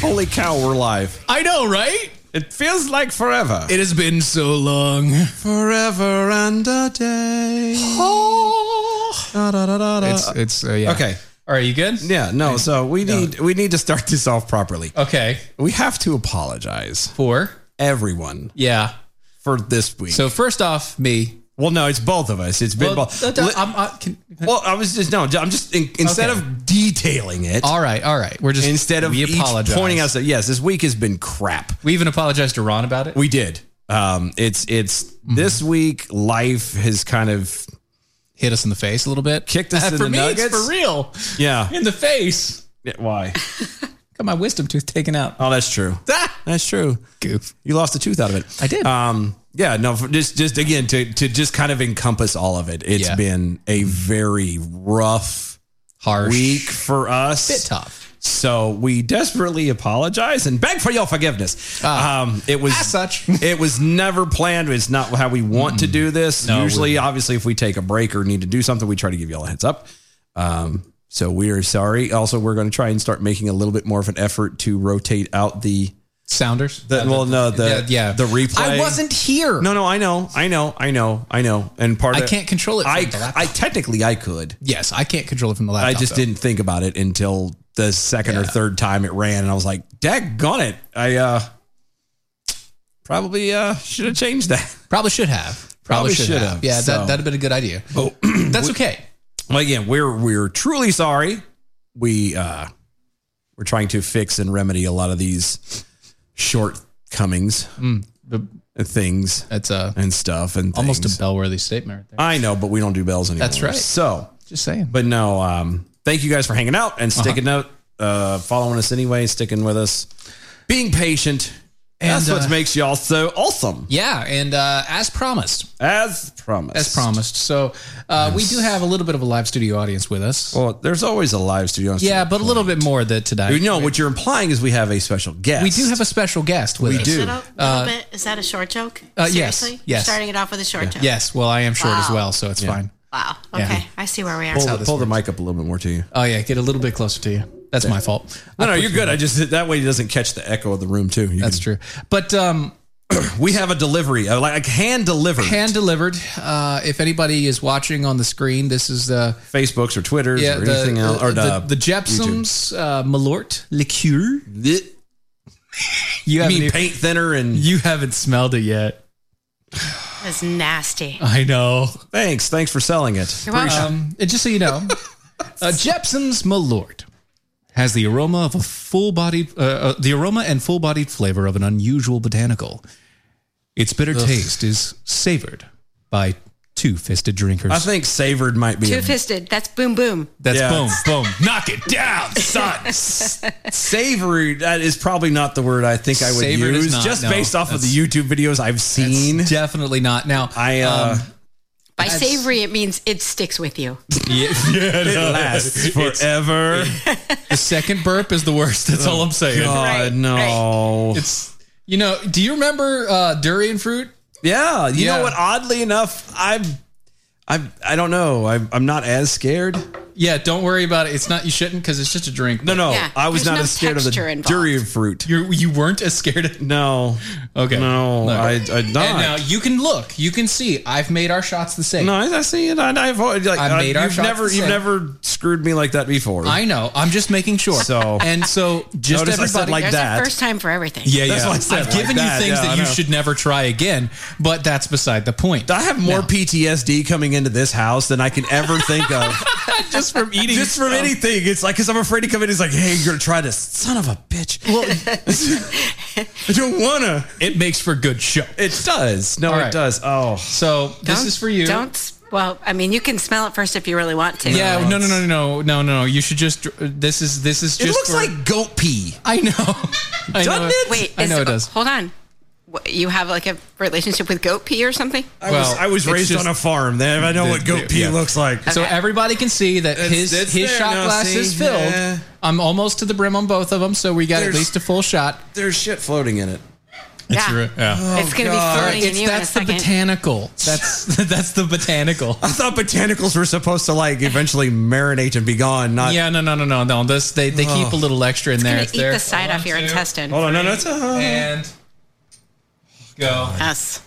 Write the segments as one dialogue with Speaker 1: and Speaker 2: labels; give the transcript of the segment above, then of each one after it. Speaker 1: Holy cow, we're live.
Speaker 2: I know, right?
Speaker 1: It feels like forever.
Speaker 2: It has been so long.
Speaker 1: forever and a day. Da, da, da, da, da.
Speaker 2: It's it's uh, yeah.
Speaker 1: Okay.
Speaker 2: All right, you good?
Speaker 1: yeah, no, so we need we need to start this off properly.
Speaker 2: Okay.
Speaker 1: We have to apologize
Speaker 2: Four.
Speaker 1: everyone
Speaker 2: Yeah.
Speaker 1: for this week.
Speaker 2: So first off, me.
Speaker 1: well, no, it's both of us. It's been
Speaker 2: Well,
Speaker 1: both.
Speaker 2: uh,
Speaker 1: Li-
Speaker 2: I'm- I can-
Speaker 1: well, I was just no, I'm just in, instead
Speaker 2: Okay.
Speaker 1: of detailing it,
Speaker 2: all right, all right. We're just
Speaker 1: instead of
Speaker 2: we
Speaker 1: each
Speaker 2: apologize.
Speaker 1: pointing out that yes, this week has been crap.
Speaker 2: We even apologized to Ron about it. Uh,
Speaker 1: We did. Um, it's it's
Speaker 2: Mm-hmm.
Speaker 1: this week. Life has kind of
Speaker 2: Hit us in the face a little bit.
Speaker 1: Kicked us
Speaker 2: Uh,
Speaker 1: in
Speaker 2: for
Speaker 1: the
Speaker 2: me,
Speaker 1: nuggets? Ah.
Speaker 2: It's for real.
Speaker 1: yeah.
Speaker 2: In the face.
Speaker 1: Yeah, Why?
Speaker 2: Got my wisdom tooth taken out.
Speaker 1: Oh, that's true. That's true.
Speaker 2: Goof.
Speaker 1: You lost a tooth out of it.
Speaker 2: I did.
Speaker 1: Um, yeah, no, for- just just again to to just kind of encompass all of it. It's
Speaker 2: Yeah.
Speaker 1: been a very rough
Speaker 2: Harsh.
Speaker 1: week for us.
Speaker 2: Bit tough.
Speaker 1: So we desperately apologize and beg for your forgiveness.
Speaker 2: Ah.
Speaker 1: um, it was
Speaker 2: As such. Mm.
Speaker 1: it was never planned. It's not how we want to do this.
Speaker 2: No,
Speaker 1: Usually, obviously, if we take a break or need to do something, we try to give you all a heads up. Um, so we are sorry. Also, we're going to try and start making a little bit more of an effort to rotate out the
Speaker 2: Sounders. Uh,
Speaker 1: the, well, no, the
Speaker 2: yeah, yeah.
Speaker 1: the replay.
Speaker 2: I wasn't here.
Speaker 1: No, no, I know, I know, I know, I know. And part
Speaker 2: I
Speaker 1: of
Speaker 2: can't control it. From
Speaker 1: I,
Speaker 2: the laptop.
Speaker 1: I technically I could.
Speaker 2: yes, I can't control it from the
Speaker 1: I
Speaker 2: laptop.
Speaker 1: just
Speaker 2: though.
Speaker 1: didn't think about it until the second or
Speaker 2: Yeah.
Speaker 1: third time it ran, and I was like, "Daggone it! I uh, probably uh, should have changed that."
Speaker 2: Probably should have.
Speaker 1: Probably should have,
Speaker 2: Yeah,
Speaker 1: so.
Speaker 2: that that'd have been a good idea.
Speaker 1: Oh,
Speaker 2: That's okay.
Speaker 1: well, again, we're we're truly sorry. We uh, we're trying to fix and remedy a lot of these shortcomings,
Speaker 2: Mm.
Speaker 1: and things,
Speaker 2: That's uh,
Speaker 1: and stuff, and
Speaker 2: almost a
Speaker 1: things.
Speaker 2: bellworthy statement right there.
Speaker 1: I know, but we don't do bells anymore.
Speaker 2: That's right.
Speaker 1: So
Speaker 2: Just saying. Uh-huh.
Speaker 1: But no, um, thank you guys for hanging out and sticking out, uh, following us anyway, sticking with us, being patient. That's
Speaker 2: And,
Speaker 1: what
Speaker 2: uh,
Speaker 1: makes y'all so awesome,
Speaker 2: Yeah, and uh, as promised,
Speaker 1: as promised.
Speaker 2: as promised. So uh, we do have a little bit of a live studio audience with us.
Speaker 1: Well, there's always a live studio. on
Speaker 2: yeah, but a little bit more that
Speaker 1: Saturday. you
Speaker 2: today.
Speaker 1: know what you're implying is we have a special guest.
Speaker 2: we do have a special guest with
Speaker 1: We
Speaker 2: us.
Speaker 1: do.
Speaker 3: Is that a little bit? Is that a short joke?
Speaker 2: Uh, yes,
Speaker 3: Seriously?
Speaker 2: yes.
Speaker 3: You're starting it off with a short joke.
Speaker 2: Yes. Well, I am short as well, so it's fine.
Speaker 3: Wow. Okay.
Speaker 2: Yeah.
Speaker 3: I see where we are.
Speaker 1: pull,
Speaker 2: how
Speaker 1: the,
Speaker 2: this
Speaker 1: pull the mic up a little bit more to you.
Speaker 2: Oh yeah, get a little bit closer to you. That's my fault.
Speaker 1: No, no, you're good. I just that way it doesn't catch the echo of the room too. You
Speaker 2: That's true. But um,
Speaker 1: can- we have a delivery, uh, like hand delivered.
Speaker 2: hand delivered. Uh, if anybody is watching on the screen, this is the
Speaker 1: Facebooks or Twitters
Speaker 2: yeah
Speaker 1: or anything
Speaker 2: the,
Speaker 1: else, or
Speaker 2: the,
Speaker 1: the,
Speaker 2: the Jepsums uh, Malort liqueur.
Speaker 1: YouTube.
Speaker 2: You
Speaker 1: I
Speaker 2: haven't
Speaker 1: mean,
Speaker 2: even-
Speaker 1: paint thinner and
Speaker 2: you haven't smelled it yet.
Speaker 3: That's nasty.
Speaker 2: I know.
Speaker 1: thanks, thanks for selling it.
Speaker 3: You're welcome.
Speaker 2: Um, and just so you know, uh, Jepson's Malort has the aroma of a full-bodied, uh, uh, the aroma and full-bodied flavor of an unusual botanical. Its bitter taste is savored by two-fisted drinkers.
Speaker 1: I think savored might be
Speaker 3: Two
Speaker 1: a
Speaker 3: fisted. That's boom boom.
Speaker 2: That's
Speaker 1: Yeah.
Speaker 2: boom, boom, knock it down, son.
Speaker 1: savory. That is probably not the word I think I would
Speaker 2: Savored is
Speaker 1: use,
Speaker 2: not,
Speaker 1: just
Speaker 2: no.
Speaker 1: based off of the
Speaker 2: That's-
Speaker 1: YouTube videos I've seen.
Speaker 2: um, Definitely not. Now,
Speaker 1: I uh,
Speaker 3: By savory, it means it sticks with you.
Speaker 2: Yeah, yeah, no.
Speaker 1: lasts
Speaker 2: It's-
Speaker 1: forever. Oh,
Speaker 2: the second burp is the worst. That's all I'm saying.
Speaker 3: Right,
Speaker 1: no.
Speaker 2: It's you know. Do you remember uh, durian fruit?
Speaker 1: Yeah, you
Speaker 2: Yeah.
Speaker 1: know what? Oddly enough, I'm, I'm, I don't know. I'm, I'm not as scared.
Speaker 2: Yeah, don't worry about it. It's not you shouldn't because it's just a drink.
Speaker 1: No, no,
Speaker 3: Yeah,
Speaker 1: I was
Speaker 3: there's
Speaker 1: not
Speaker 3: no
Speaker 1: as scared of the
Speaker 3: texture involved.
Speaker 1: durian fruit.
Speaker 2: You you weren't as scared. Of-
Speaker 1: No,
Speaker 2: Okay.
Speaker 1: no,
Speaker 2: No.
Speaker 1: I, I'm not.
Speaker 2: And now you can look. You can see. I've made our shots the same.
Speaker 1: no, I, I see it. I, I've always, like,
Speaker 2: I
Speaker 1: I
Speaker 2: made our
Speaker 1: you've
Speaker 2: shots
Speaker 1: never,
Speaker 2: the
Speaker 1: you've
Speaker 2: same.
Speaker 1: never screwed me like that before.
Speaker 2: I know. I'm just making sure.
Speaker 1: So-
Speaker 2: and so just
Speaker 1: Notice I
Speaker 2: everybody.
Speaker 1: said like
Speaker 3: There's
Speaker 1: that.
Speaker 3: a first time for everything.
Speaker 2: yeah, yeah.
Speaker 1: That's what I said,
Speaker 2: have
Speaker 1: like
Speaker 2: given
Speaker 1: that.
Speaker 2: you things
Speaker 1: Yeah, I
Speaker 2: that you
Speaker 1: know.
Speaker 2: should never try again, but that's beside the point.
Speaker 1: I have more
Speaker 2: Now-
Speaker 1: PTSD coming into this house than I can ever think of.
Speaker 2: just from eating. Oh.
Speaker 1: Just from anything, it's like because I'm afraid to come in. He's like, "Hey, you're gonna try this, son of a bitch." Well, I don't wanna.
Speaker 2: It makes for good show.
Speaker 1: It does. No,
Speaker 2: All
Speaker 1: it
Speaker 2: right.
Speaker 1: does. Oh,
Speaker 2: So this
Speaker 3: Don't-
Speaker 2: is for you.
Speaker 3: Don't. s- Well, I mean, you can smell it first if you really want to.
Speaker 2: Yeah, no, no, no, no, no, no, no. You should just. This is this is just.
Speaker 1: it looks
Speaker 2: for-
Speaker 1: like goat pee.
Speaker 2: I know. I
Speaker 1: Doesn't
Speaker 2: know.
Speaker 1: it?
Speaker 3: Wait.
Speaker 2: I
Speaker 3: is-
Speaker 2: know it does.
Speaker 3: Hold on. What, You have like a relationship with goat pee or something?
Speaker 1: I
Speaker 2: Well,
Speaker 1: was, I was
Speaker 2: it's
Speaker 1: raised
Speaker 2: just-
Speaker 1: on a farm. Then I know
Speaker 2: The-
Speaker 1: what goat
Speaker 2: the-
Speaker 1: pee
Speaker 2: yeah.
Speaker 1: looks like.
Speaker 2: So everybody can see that
Speaker 1: It's-
Speaker 2: his
Speaker 1: it's
Speaker 2: his
Speaker 1: there
Speaker 2: shot
Speaker 1: now,
Speaker 2: glass
Speaker 1: see?
Speaker 2: is filled.
Speaker 1: Yeah.
Speaker 2: I'm almost to the brim on both of them, so we got
Speaker 1: There's-
Speaker 2: at least a full shot.
Speaker 1: There's shit floating in it. Oh,
Speaker 3: yeah. it's gonna
Speaker 1: God.
Speaker 3: be floating in
Speaker 2: It's,
Speaker 3: you in a
Speaker 2: that's the
Speaker 3: second.
Speaker 2: botanical. That's that's the botanical.
Speaker 1: I thought botanicals were supposed to like eventually marinate and be gone. Not
Speaker 2: Yeah, no, no, no, no, no. This they, they keep a little extra in there.
Speaker 3: gonna
Speaker 2: It's
Speaker 3: eat
Speaker 2: there.
Speaker 3: the side off your
Speaker 2: two,
Speaker 3: intestine.
Speaker 1: Hold on, no, no, it's uh,
Speaker 2: And go.
Speaker 3: Yes.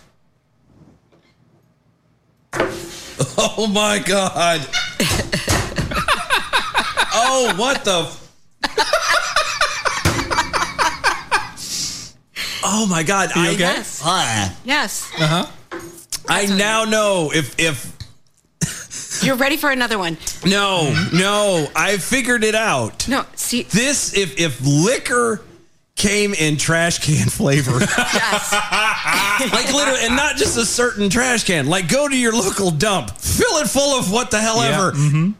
Speaker 1: oh my god. oh, what the? f- oh my god! I, Uh-huh.
Speaker 2: okay?
Speaker 3: Yes. Yes.
Speaker 2: Uh-huh.
Speaker 1: I now know if if
Speaker 3: You're ready for another one.
Speaker 1: no no I figured it out.
Speaker 3: No. See.
Speaker 1: This if if liquor came in trash can flavor.
Speaker 3: Yes.
Speaker 1: like literally, and not just a certain trash can. Like, go to your local dump, fill it full of what the hell
Speaker 2: Yeah.
Speaker 1: ever. Mm,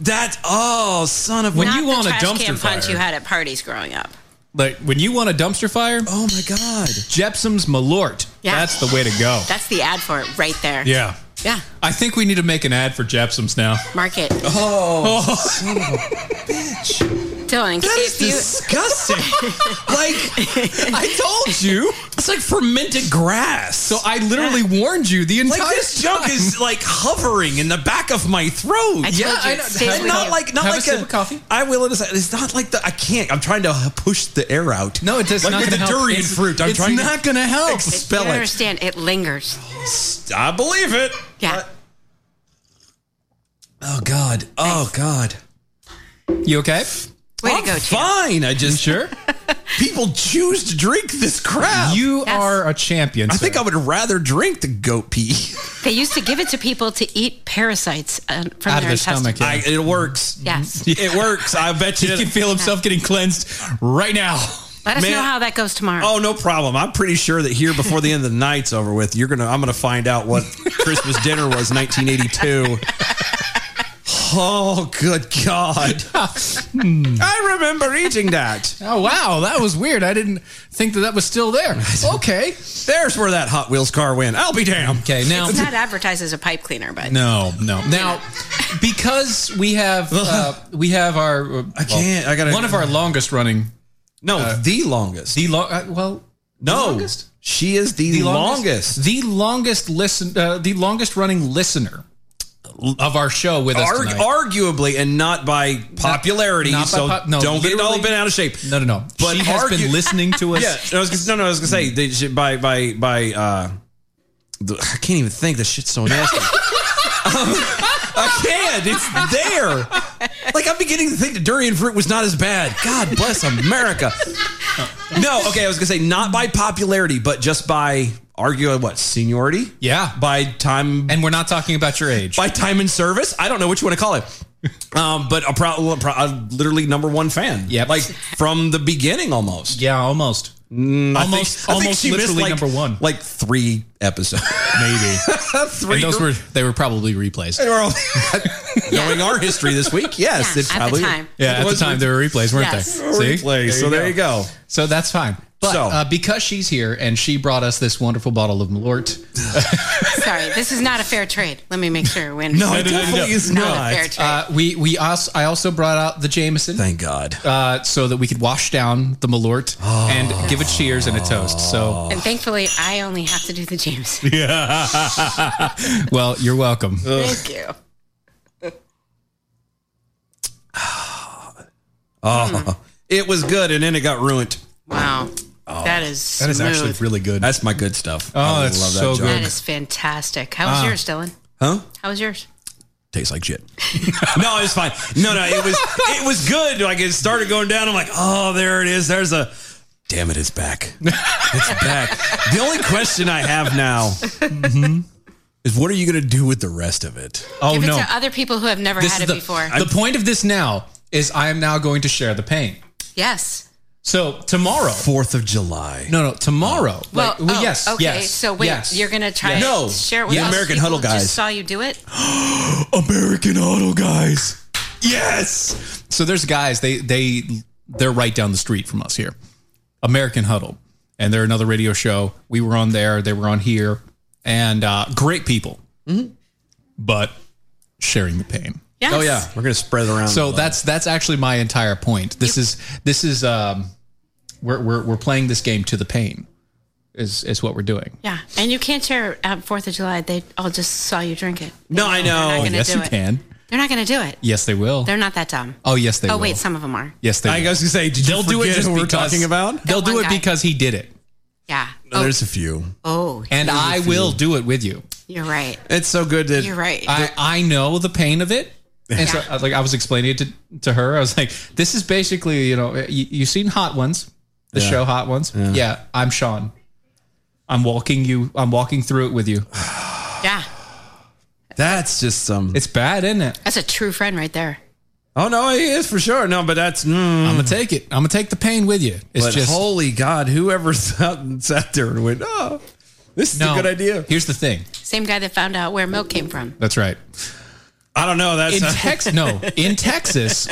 Speaker 1: That oh, son of a-
Speaker 2: When
Speaker 3: Not
Speaker 2: you
Speaker 3: the
Speaker 2: want a
Speaker 3: trash can
Speaker 2: dumpster
Speaker 3: punch you
Speaker 2: fire,
Speaker 3: had at parties growing up.
Speaker 2: like when you want a dumpster fire,
Speaker 1: oh my god,
Speaker 2: Jepsum's Malort.
Speaker 3: Yeah.
Speaker 2: That's the way to go.
Speaker 3: That's the ad for it right there.
Speaker 2: Yeah.
Speaker 3: Yeah.
Speaker 2: I think we need to make an ad for Jepsum's now.
Speaker 3: Mark it.
Speaker 1: oh,
Speaker 3: Dylan,
Speaker 1: that is
Speaker 3: if you
Speaker 1: disgusting. like, I told you, it's like fermented grass.
Speaker 2: So I literally warned you the entire
Speaker 1: like this junk is like hovering in the back of my throat.
Speaker 3: I told
Speaker 2: Yeah,
Speaker 3: you,
Speaker 2: I
Speaker 3: it
Speaker 2: know.
Speaker 3: stays
Speaker 2: Have
Speaker 3: with
Speaker 2: we
Speaker 3: you.
Speaker 1: not like not
Speaker 2: Have a
Speaker 1: like
Speaker 2: sip of coffee?
Speaker 1: I will. it is- It's not like the. I can't. I'm trying to push the air out.
Speaker 2: No, it does
Speaker 1: like
Speaker 2: not
Speaker 1: with the
Speaker 2: gonna help.
Speaker 1: durian
Speaker 2: It's-
Speaker 1: fruit. I'm
Speaker 2: it's
Speaker 1: trying.
Speaker 2: not gonna help.
Speaker 1: Ex-
Speaker 3: you
Speaker 1: spell
Speaker 3: don't
Speaker 1: it.
Speaker 3: understand. It lingers.
Speaker 2: Oh,
Speaker 1: I believe it.
Speaker 3: Yeah.
Speaker 1: Oh God. Oh God.
Speaker 2: You okay? Oh,
Speaker 3: Way
Speaker 1: I'm
Speaker 3: to go, champ.
Speaker 1: Fine. I just
Speaker 2: Sure.
Speaker 1: people choose to drink this crap.
Speaker 2: You
Speaker 3: Yes.
Speaker 2: are a champion.
Speaker 1: I
Speaker 2: sir.
Speaker 1: think I would rather drink the goat pee.
Speaker 3: They used to give it to people to eat parasites uh, from
Speaker 2: out of
Speaker 3: their
Speaker 2: their
Speaker 3: intestines.
Speaker 2: stomach. Yeah.
Speaker 1: I, it works.
Speaker 3: Yes.
Speaker 1: It works. I bet
Speaker 2: he
Speaker 1: you.
Speaker 2: can feel himself getting cleansed right now.
Speaker 3: Let us
Speaker 1: Man.
Speaker 3: know how that goes tomorrow.
Speaker 1: Oh no problem. I'm pretty sure that here before the end of the night's over with, you're gonna. I'm gonna find out what Christmas dinner was 1982. Oh good God! I remember eating that.
Speaker 2: Hmm. Oh wow, that was weird. I didn't think that that was still there. Okay.
Speaker 1: There's where that Hot Wheels car went. I'll be damned.
Speaker 2: Okay. Now.
Speaker 3: It's not advertised as a pipe cleaner, but
Speaker 2: No, no. Now, because we have uh, we have our I
Speaker 1: can't, I gotta-
Speaker 2: one of our longest running uh,
Speaker 1: No, the longest.
Speaker 2: the long uh, well
Speaker 1: no,
Speaker 2: longest?
Speaker 1: she is the, longest.
Speaker 2: the longest listen uh, the longest running listener of our show with us
Speaker 1: Arg-
Speaker 2: tonight.
Speaker 1: arguably, and not by popularity.
Speaker 2: not by
Speaker 1: so
Speaker 2: pop- no,
Speaker 1: don't get it all
Speaker 2: literally-
Speaker 1: been out of shape.
Speaker 2: no, no, no.
Speaker 1: But
Speaker 2: she has
Speaker 1: argue-
Speaker 2: been listening to us.
Speaker 1: Yeah, I was gonna, no, no. I was gonna say they, should- by by by. uh the, I can't even think. This shit's so nasty. Um, I can't. It's there. Like I'm beginning to think the durian fruit was not as bad. God bless America. No, okay. I was gonna say not by popularity, but just by arguing what seniority.
Speaker 2: Yeah.
Speaker 1: by time
Speaker 2: And we're not talking about your age.
Speaker 1: by time in service. I don't know what you want to call it. Um, but a pro, a pro, a literally number one fan.
Speaker 2: Yep.
Speaker 1: like from the beginning almost. Mm,
Speaker 2: Yeah, almost. almost
Speaker 1: I think
Speaker 2: almost
Speaker 1: she missed,
Speaker 2: literally
Speaker 1: like-
Speaker 2: number 1.
Speaker 1: Like three episodes.
Speaker 2: maybe.
Speaker 1: three.
Speaker 2: and those were they were probably replays.
Speaker 1: They were all- knowing our history this week. Yes,
Speaker 3: Yeah,
Speaker 1: it's
Speaker 3: at the
Speaker 1: probably
Speaker 3: time.
Speaker 2: Yeah, at the
Speaker 1: was
Speaker 2: time they were replays, weren't
Speaker 3: Yes.
Speaker 2: they? See?
Speaker 1: replay. so there you go.
Speaker 2: So that's fine. But
Speaker 1: So-
Speaker 2: uh, because she's here and she brought us this wonderful bottle of Malort,
Speaker 3: Sorry, this is not a fair trade. Let me make sure. When
Speaker 1: No, it definitely is
Speaker 3: not,
Speaker 1: not.
Speaker 3: a fair trade.
Speaker 2: uh, we we also, I also brought out the Jameson
Speaker 1: Thank God.
Speaker 2: uh, so that we could wash down the Malort
Speaker 1: Oh.
Speaker 2: and give a cheers and a toast. So,
Speaker 3: and thankfully, I only have to do the James.
Speaker 2: well, you're welcome.
Speaker 3: Thank you.
Speaker 1: Oh, It was good, and then it got ruined.
Speaker 3: Wow, that is
Speaker 2: Oh. That is
Speaker 3: smooth.
Speaker 2: actually really good.
Speaker 1: That's my good stuff.
Speaker 2: Oh,
Speaker 1: I
Speaker 2: that's so Ah.
Speaker 1: joke.
Speaker 3: that is fantastic. How was yours, Dylan?
Speaker 1: Huh?
Speaker 3: How was yours?
Speaker 1: Tastes like shit. no, it's fine. No, no, it was it was good. Like it started going down. I'm like, oh, there it is. There's a. Damn it, it's back. It's back. the only question I have now Mm-hmm. is, what are you gonna do with the rest of it?
Speaker 2: oh
Speaker 3: Give it
Speaker 2: no.
Speaker 3: to other people who have never
Speaker 2: This
Speaker 3: had
Speaker 2: is
Speaker 3: it
Speaker 2: the,
Speaker 3: before.
Speaker 2: the point of this now is I am now going to share the pain.
Speaker 3: yes.
Speaker 2: So tomorrow,
Speaker 1: Fourth of July.
Speaker 2: no, no, tomorrow.
Speaker 3: Well,
Speaker 2: like, well,
Speaker 3: oh,
Speaker 2: yes,
Speaker 3: Okay,
Speaker 2: yes.
Speaker 3: so wait,
Speaker 2: yes.
Speaker 3: you're gonna try
Speaker 2: yes.
Speaker 3: to share it with
Speaker 2: yes.
Speaker 3: us
Speaker 1: American
Speaker 3: people
Speaker 1: Huddle
Speaker 3: who
Speaker 1: guys.
Speaker 3: Just saw you do it.
Speaker 1: American Auto guys. Yes.
Speaker 2: So there's guys they they they're right down the street from us here, American Huddle, and they're another radio show. We were on there, they were on here, and uh, great people, but sharing the pain.
Speaker 3: Yes.
Speaker 1: Oh yeah, we're gonna spread it around.
Speaker 2: So that's that's actually my entire point. This is this is um, we're we're we're playing this game to the pain, is is what we're doing.
Speaker 3: Yeah, and you can't share at Fourth of July. They all just saw you drink it.
Speaker 1: No, I know.
Speaker 3: They're not gonna
Speaker 2: Yes,
Speaker 3: do
Speaker 2: you
Speaker 3: it.
Speaker 2: can.
Speaker 3: They're not going to do it.
Speaker 2: Yes, they will.
Speaker 3: They're not that dumb.
Speaker 2: oh, yes, they
Speaker 3: oh
Speaker 2: will.
Speaker 3: wait, some of them are.
Speaker 2: yes, they.
Speaker 1: I
Speaker 2: will.
Speaker 1: was gonna say, did
Speaker 2: They'll do it just
Speaker 1: what we're
Speaker 2: because-
Speaker 1: talking about?
Speaker 2: They'll do
Speaker 3: one
Speaker 2: it
Speaker 3: guy.
Speaker 2: because he did it,
Speaker 3: Yeah.
Speaker 1: No,
Speaker 3: Oh,
Speaker 1: there's a few.
Speaker 3: oh,
Speaker 2: and I will do it with you.
Speaker 3: you're right.
Speaker 1: It's so good that
Speaker 3: You're right.
Speaker 2: I, I know the pain of it. And so,
Speaker 3: Yeah.
Speaker 2: like, I was explaining it to, to her. I was like, this is basically, you know, you, you've seen Hot Ones, the show Hot Ones. Yeah. I'm Sean. I'm walking you, I'm walking through it with you.
Speaker 3: yeah,
Speaker 1: that's just some.
Speaker 2: It's bad, isn't it?
Speaker 3: that's a true friend right there.
Speaker 1: oh no, it is for sure. No, but that's. mm.
Speaker 2: I'm going to take it. I'm going to take the pain with you. It's
Speaker 1: but
Speaker 2: just,
Speaker 1: holy God, whoever sat, sat there and went, oh, this is
Speaker 2: no.
Speaker 1: a good idea.
Speaker 2: Here's the thing.
Speaker 3: Same guy that found out where milk came from.
Speaker 2: That's right.
Speaker 1: I don't know. That's
Speaker 2: In Texas, no, in Texas,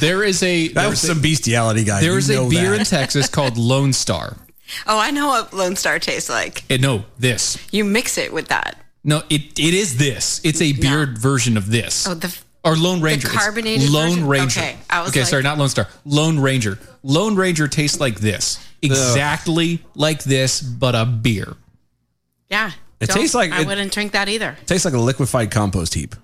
Speaker 2: there is a,
Speaker 1: that was
Speaker 2: there's a,
Speaker 1: some bestiality, guy.
Speaker 2: there is
Speaker 1: You
Speaker 2: a
Speaker 1: know
Speaker 2: beer
Speaker 1: that.
Speaker 2: in Texas called Lone Star.
Speaker 3: Oh, I know what Lone Star tastes like.
Speaker 2: And no, this.
Speaker 3: You mix it with that.
Speaker 2: No, it, it is this. It's a beer version of this.
Speaker 3: Oh, the
Speaker 2: or Lone Ranger. It's
Speaker 3: carbonated
Speaker 2: Lone
Speaker 3: version?
Speaker 2: Ranger.
Speaker 3: Okay, I was
Speaker 2: Okay,
Speaker 3: like-
Speaker 2: sorry, not Lone Star. Lone Ranger. Lone Ranger tastes like this, exactly like this, but a beer.
Speaker 3: yeah.
Speaker 1: It
Speaker 3: Don't-
Speaker 1: tastes like-
Speaker 3: I
Speaker 1: it-
Speaker 3: wouldn't drink that either.
Speaker 1: Tastes like a liquefied compost heap.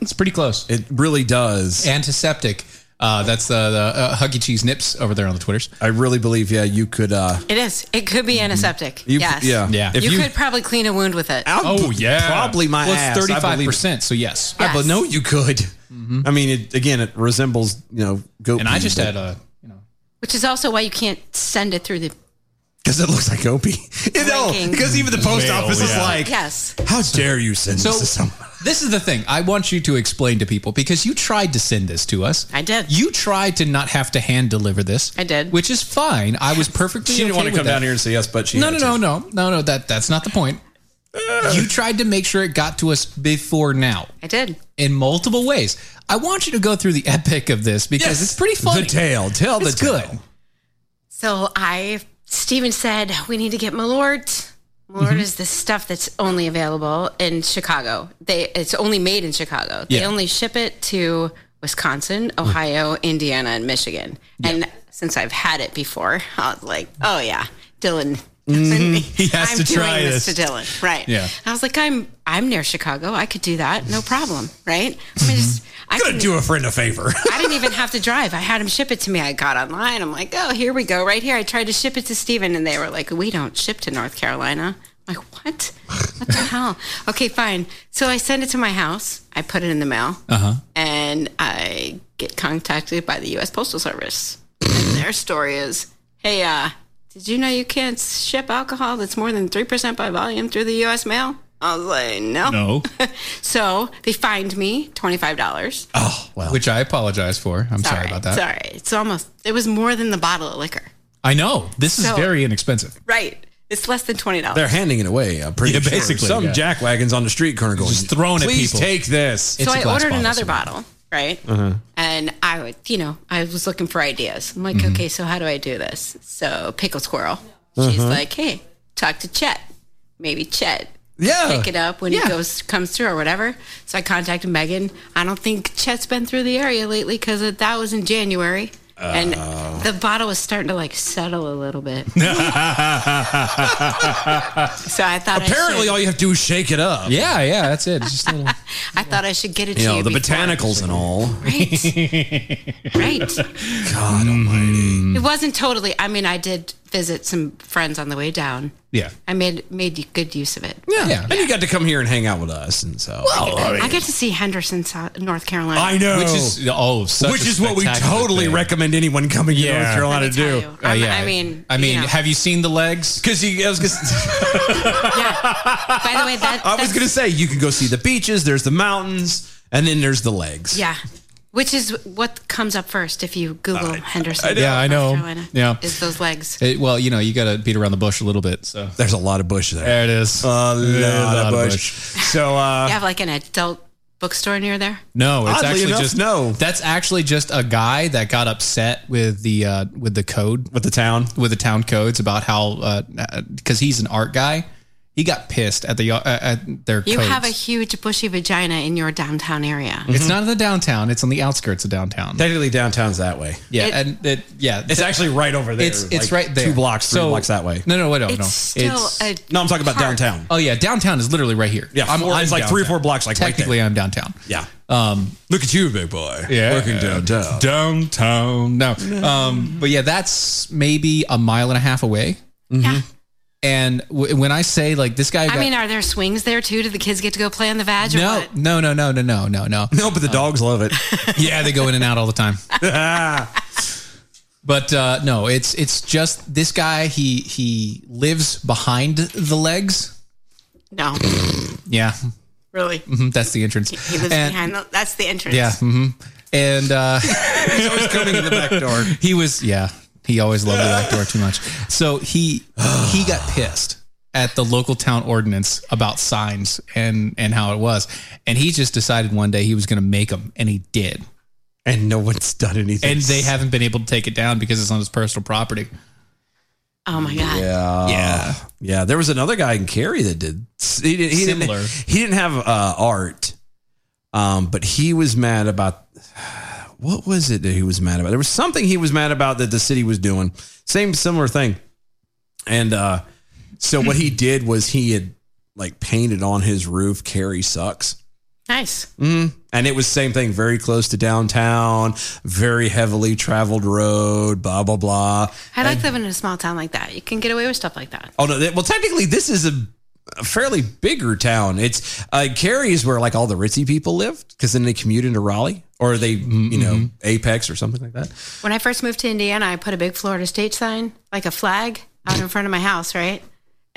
Speaker 2: It's pretty close.
Speaker 1: It really does.
Speaker 2: Antiseptic. Uh, that's the, the uh, Huggy Cheese Nips over there on the Twitters.
Speaker 1: I really believe, yeah, you could. uh
Speaker 3: It is. It could be antiseptic.
Speaker 1: you,
Speaker 3: yes.
Speaker 1: Yeah. Oh,
Speaker 2: Yeah.
Speaker 1: If
Speaker 3: you,
Speaker 1: you,
Speaker 3: could probably clean a wound with it.
Speaker 1: I'll- Probably my
Speaker 2: Oh, well,
Speaker 1: ass.
Speaker 2: It's
Speaker 1: I
Speaker 2: thirty-five
Speaker 1: believe it.
Speaker 2: percent. So yes. Mm-hmm.
Speaker 3: Yeah.
Speaker 1: But no, you could. I mean, it, again, it resembles, you know, goat
Speaker 2: And I
Speaker 1: pee,
Speaker 2: just
Speaker 1: but-
Speaker 2: had a you know
Speaker 3: Which is also why you can't send it through the.
Speaker 1: Because it looks like Oh, Opie. You know,
Speaker 3: Blinking.
Speaker 1: because even the post office is like,
Speaker 3: Yes.
Speaker 1: how dare you send
Speaker 2: So
Speaker 1: this to someone?
Speaker 2: this is the thing I want you to explain to people because you tried to send this to us.
Speaker 3: I did.
Speaker 2: You tried to not have to hand deliver this.
Speaker 3: I did.
Speaker 2: which is fine. I was perfectly. okay
Speaker 1: wanna
Speaker 2: with that.
Speaker 1: and see us, but she.
Speaker 2: No, no,
Speaker 1: had
Speaker 2: no,
Speaker 1: to.
Speaker 2: no, no, no. That that's not the point. you tried to make sure it got to us before now
Speaker 3: I did.
Speaker 2: in multiple ways. I want you to go through the epic of this because
Speaker 1: Yes.
Speaker 2: it's pretty funny.
Speaker 1: The tale. Tell the
Speaker 2: It's
Speaker 1: tale.
Speaker 2: good.
Speaker 3: So I, Steven said, we need to get Malort. Malort
Speaker 2: Mm-hmm.
Speaker 3: is the stuff that's only available in Chicago. They it's only made in Chicago. They
Speaker 2: Yeah. Mm-hmm.
Speaker 3: only ship it to Wisconsin, Ohio, Indiana, and Michigan. And since I've had it before, I was like, oh yeah, Dylan. He
Speaker 2: has
Speaker 3: I'm
Speaker 2: to
Speaker 3: doing
Speaker 2: try
Speaker 3: this
Speaker 2: this.
Speaker 3: to Dylan, right?
Speaker 2: Yeah.
Speaker 3: I was like, I'm I'm near Chicago. I could do that, no problem, right? I mean, just I
Speaker 1: Gonna
Speaker 3: can-
Speaker 1: do a friend a favor.
Speaker 3: I didn't even have to drive. I had them ship it to me. I got online. I'm like, oh, here we go, right here. I tried to ship it to Steven, and they were like, we don't ship to North Carolina. I'm like, what? What the hell? Okay, fine. So I send it to my house. I put it in the mail,
Speaker 2: Uh-huh.
Speaker 3: and I get contacted by the U.S. Postal Service. and their story is, hey, uh, did you know you can't ship alcohol that's more than three percent by volume through the U.S. mail? I was like, no.
Speaker 2: No,
Speaker 3: So they fined me twenty five dollars.
Speaker 2: which I apologize for. I'm sorry, about that.
Speaker 3: Sorry. It's almost, it was more than the bottle of liquor.
Speaker 2: I know this is
Speaker 3: So-
Speaker 2: very inexpensive.
Speaker 3: Right. It's less than $20.
Speaker 1: They're handing it away. I'm pretty
Speaker 2: Yeah,
Speaker 1: sure.
Speaker 2: basically,
Speaker 1: Some
Speaker 2: yeah.
Speaker 1: jackwagons on the street corner going,
Speaker 2: Just throwing at
Speaker 1: Please
Speaker 2: people."
Speaker 1: take this. Uh-huh.
Speaker 2: It's
Speaker 3: so
Speaker 2: a
Speaker 3: I
Speaker 2: glass
Speaker 3: ordered
Speaker 2: bottle, Uh-huh.
Speaker 3: another
Speaker 2: so-
Speaker 3: bottle, right? then I would, you know, I was looking for ideas. I'm like,
Speaker 2: Mm-hmm.
Speaker 3: okay, so how do I do this? So Pickle Squirrel, she's
Speaker 2: Uh-huh.
Speaker 3: like, hey, talk to Chet. Maybe Chet
Speaker 1: Yeah.
Speaker 3: pick it up when
Speaker 2: Yeah.
Speaker 3: he goes comes through or whatever. So I contacted Megan. I don't think Chet's been through the area lately because that was in January. And
Speaker 2: Oh.
Speaker 3: the bottle was starting to like settle a little bit. so I thought I
Speaker 1: Apparently,
Speaker 3: should,
Speaker 1: all you have to do is shake it up.
Speaker 2: Yeah, yeah, that's it. It's just a little,
Speaker 3: I thought I should get it to
Speaker 1: You know,
Speaker 3: you
Speaker 1: the
Speaker 3: before.
Speaker 1: botanicals and all.
Speaker 3: Right. right.
Speaker 1: God
Speaker 2: Mm.
Speaker 1: almighty.
Speaker 3: It wasn't totally. I mean, I did visit some friends on the way down.
Speaker 2: yeah.
Speaker 3: I made made good use of it.
Speaker 1: Yeah.
Speaker 2: Yeah.
Speaker 1: And you got to come here and hang out with us. And so.
Speaker 3: I get to see Henderson, South, North Carolina.
Speaker 1: I know.
Speaker 2: Which is oh, such
Speaker 1: Which
Speaker 2: a
Speaker 1: is what we
Speaker 2: spectacular
Speaker 1: totally
Speaker 2: thing.
Speaker 1: recommend anyone coming to
Speaker 2: Yeah. Uh,
Speaker 1: North
Speaker 3: Let
Speaker 1: Carolina
Speaker 3: me
Speaker 1: to
Speaker 3: tell
Speaker 1: do.
Speaker 3: you. I'm- Um, I mean,
Speaker 2: I mean,
Speaker 3: you know.
Speaker 2: have you seen the legs?
Speaker 1: Because you, I was gonna,
Speaker 3: By the way, that
Speaker 1: I was
Speaker 3: that's-
Speaker 1: gonna say you can go see the beaches. There's the mountains, and then there's the legs.
Speaker 3: Yeah. Which is what comes up first if you Google Henderson.
Speaker 2: Yeah, I know.
Speaker 3: North Carolina,
Speaker 2: Yeah.
Speaker 3: Is those legs.
Speaker 2: It- well, you know, you got to beat around the bush a little bit. So
Speaker 1: There's a lot of bush there.
Speaker 2: there it is.
Speaker 1: A lot
Speaker 2: lot
Speaker 1: of
Speaker 2: of
Speaker 1: bush.
Speaker 2: bush.
Speaker 1: So uh,
Speaker 3: you have like an adult bookstore near there?
Speaker 2: no, it's
Speaker 1: Oddly
Speaker 2: actually
Speaker 1: enough,
Speaker 2: just
Speaker 1: no.
Speaker 2: That's actually just a guy that got upset with the uh, with the code
Speaker 1: with the town,
Speaker 2: with the town codes about how because he's an art guy. He got pissed at the uh, at their.
Speaker 3: You
Speaker 2: codes.
Speaker 3: have a huge bushy vagina in your downtown area.
Speaker 2: It's not in the downtown. It's on the outskirts of downtown.
Speaker 1: technically downtown's that way.
Speaker 2: yeah,
Speaker 3: It-
Speaker 2: and it, yeah,
Speaker 1: It's actually right over there.
Speaker 2: it's
Speaker 1: like
Speaker 2: it's right there.
Speaker 1: Two blocks, three
Speaker 2: So-
Speaker 1: blocks that way.
Speaker 2: No, no, wait, no,
Speaker 3: It's
Speaker 2: no.
Speaker 3: still
Speaker 2: It's-
Speaker 3: a
Speaker 1: No, I'm talking about
Speaker 3: park.
Speaker 1: downtown.
Speaker 2: oh yeah, downtown is literally right here.
Speaker 1: Yeah, four- it's like three or four blocks, like, right there.
Speaker 2: technically I'm downtown.
Speaker 1: yeah.
Speaker 2: Um,
Speaker 1: Look at you, big boy.
Speaker 2: Yeah.
Speaker 1: Working downtown.
Speaker 2: downtown. No. Um, but yeah, that's maybe a mile and a half away.
Speaker 3: Yeah.
Speaker 2: And w- when I say like this guy,
Speaker 3: I
Speaker 2: got-
Speaker 3: mean, are there swings there too? Do the kids get to go play on the vag or
Speaker 2: no,
Speaker 3: what?
Speaker 2: no, no, no, no, no, no, no. Oh.
Speaker 1: No, but the dogs love it.
Speaker 2: yeah, they go in and out all the time. but uh, no, it's it's just this guy. He he lives behind the legs.
Speaker 3: No.
Speaker 2: Yeah,
Speaker 3: really?
Speaker 2: mhm, that's the entrance.
Speaker 3: He lives
Speaker 2: And-
Speaker 3: behind the, that's the entrance.
Speaker 2: Yeah. hmm And uh,
Speaker 1: Coming in the back door.
Speaker 2: he was yeah he always loved the back door too much so he he got pissed at the local town ordinance about signs and and how it was and he just decided one day he was going to make them and he did
Speaker 1: And no one's done anything.
Speaker 2: and they haven't been able to take it down because it's on his personal property
Speaker 3: Oh my God.
Speaker 2: yeah
Speaker 1: Yeah, there was another guy in Cary that did he, didn't- he
Speaker 2: Similar.
Speaker 1: Didn't, he didn't have uh, art, um, but he was mad about what was it that he was mad about? There was something he was mad about that the city was doing. Same similar thing, and uh, so what he did was he had like painted on his roof "Cary sucks."
Speaker 3: Nice.
Speaker 2: Mm-hmm.
Speaker 1: And it was same thing, very close to downtown, very heavily traveled road, blah blah blah.
Speaker 3: I like living in a small town like that. You can get away with stuff like that.
Speaker 1: Oh no! that- Well, technically, this is a, a fairly bigger town. It's uh, Cary is where like all the ritzy people lived because then they commute into Raleigh or they,
Speaker 3: Mm-hmm,
Speaker 1: you know, Apex or something like that.
Speaker 3: When I first moved to Indiana, I put a big Florida state sign, like a flag, out in front of my house, right?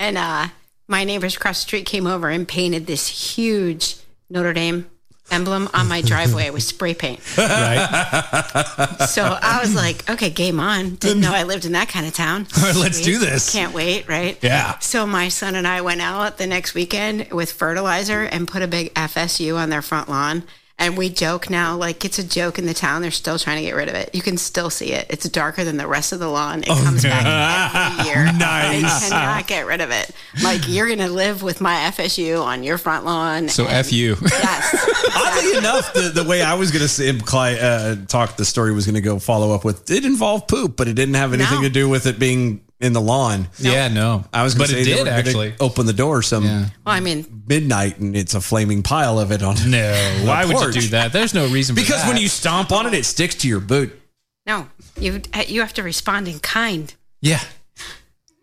Speaker 3: And uh, my neighbors across the street came over and painted this huge Notre Dame emblem on my driveway with spray paint.
Speaker 2: right
Speaker 3: So I was like, okay, game on. Didn't know I lived in that kind of town.
Speaker 2: let's do this
Speaker 3: Can't wait, right?
Speaker 2: Yeah.
Speaker 3: So my son and I went out the next weekend with fertilizer and put a big FSU on their front lawn. And we joke now, like it's a joke in the town. They're still trying to get rid of it. You can still see it. It's darker than the rest of the lawn. It
Speaker 2: Oh,
Speaker 3: comes back every year. They cannot get rid of it. Like you're gonna live with my FSU on your front lawn.
Speaker 2: so
Speaker 3: and-
Speaker 2: f you
Speaker 3: Yes.
Speaker 1: Oddly enough, the, the way I was going to imply uh, talk the story was going to go follow up with it involved poop, but it didn't have anything
Speaker 3: No.
Speaker 1: to do with it being in the lawn.
Speaker 2: yeah no
Speaker 1: I was, gonna
Speaker 2: but
Speaker 1: say
Speaker 2: it
Speaker 1: they were
Speaker 2: did
Speaker 1: gonna
Speaker 2: actually
Speaker 1: open the door some
Speaker 2: Yeah.
Speaker 3: Well, I mean,
Speaker 1: midnight and it's a flaming pile of it on.
Speaker 2: no why would
Speaker 1: porch.
Speaker 2: you do that there's no reason for
Speaker 1: Because when
Speaker 2: that.
Speaker 1: you stomp on it, it sticks to your boot.
Speaker 3: no. You you have to respond in kind.
Speaker 2: yeah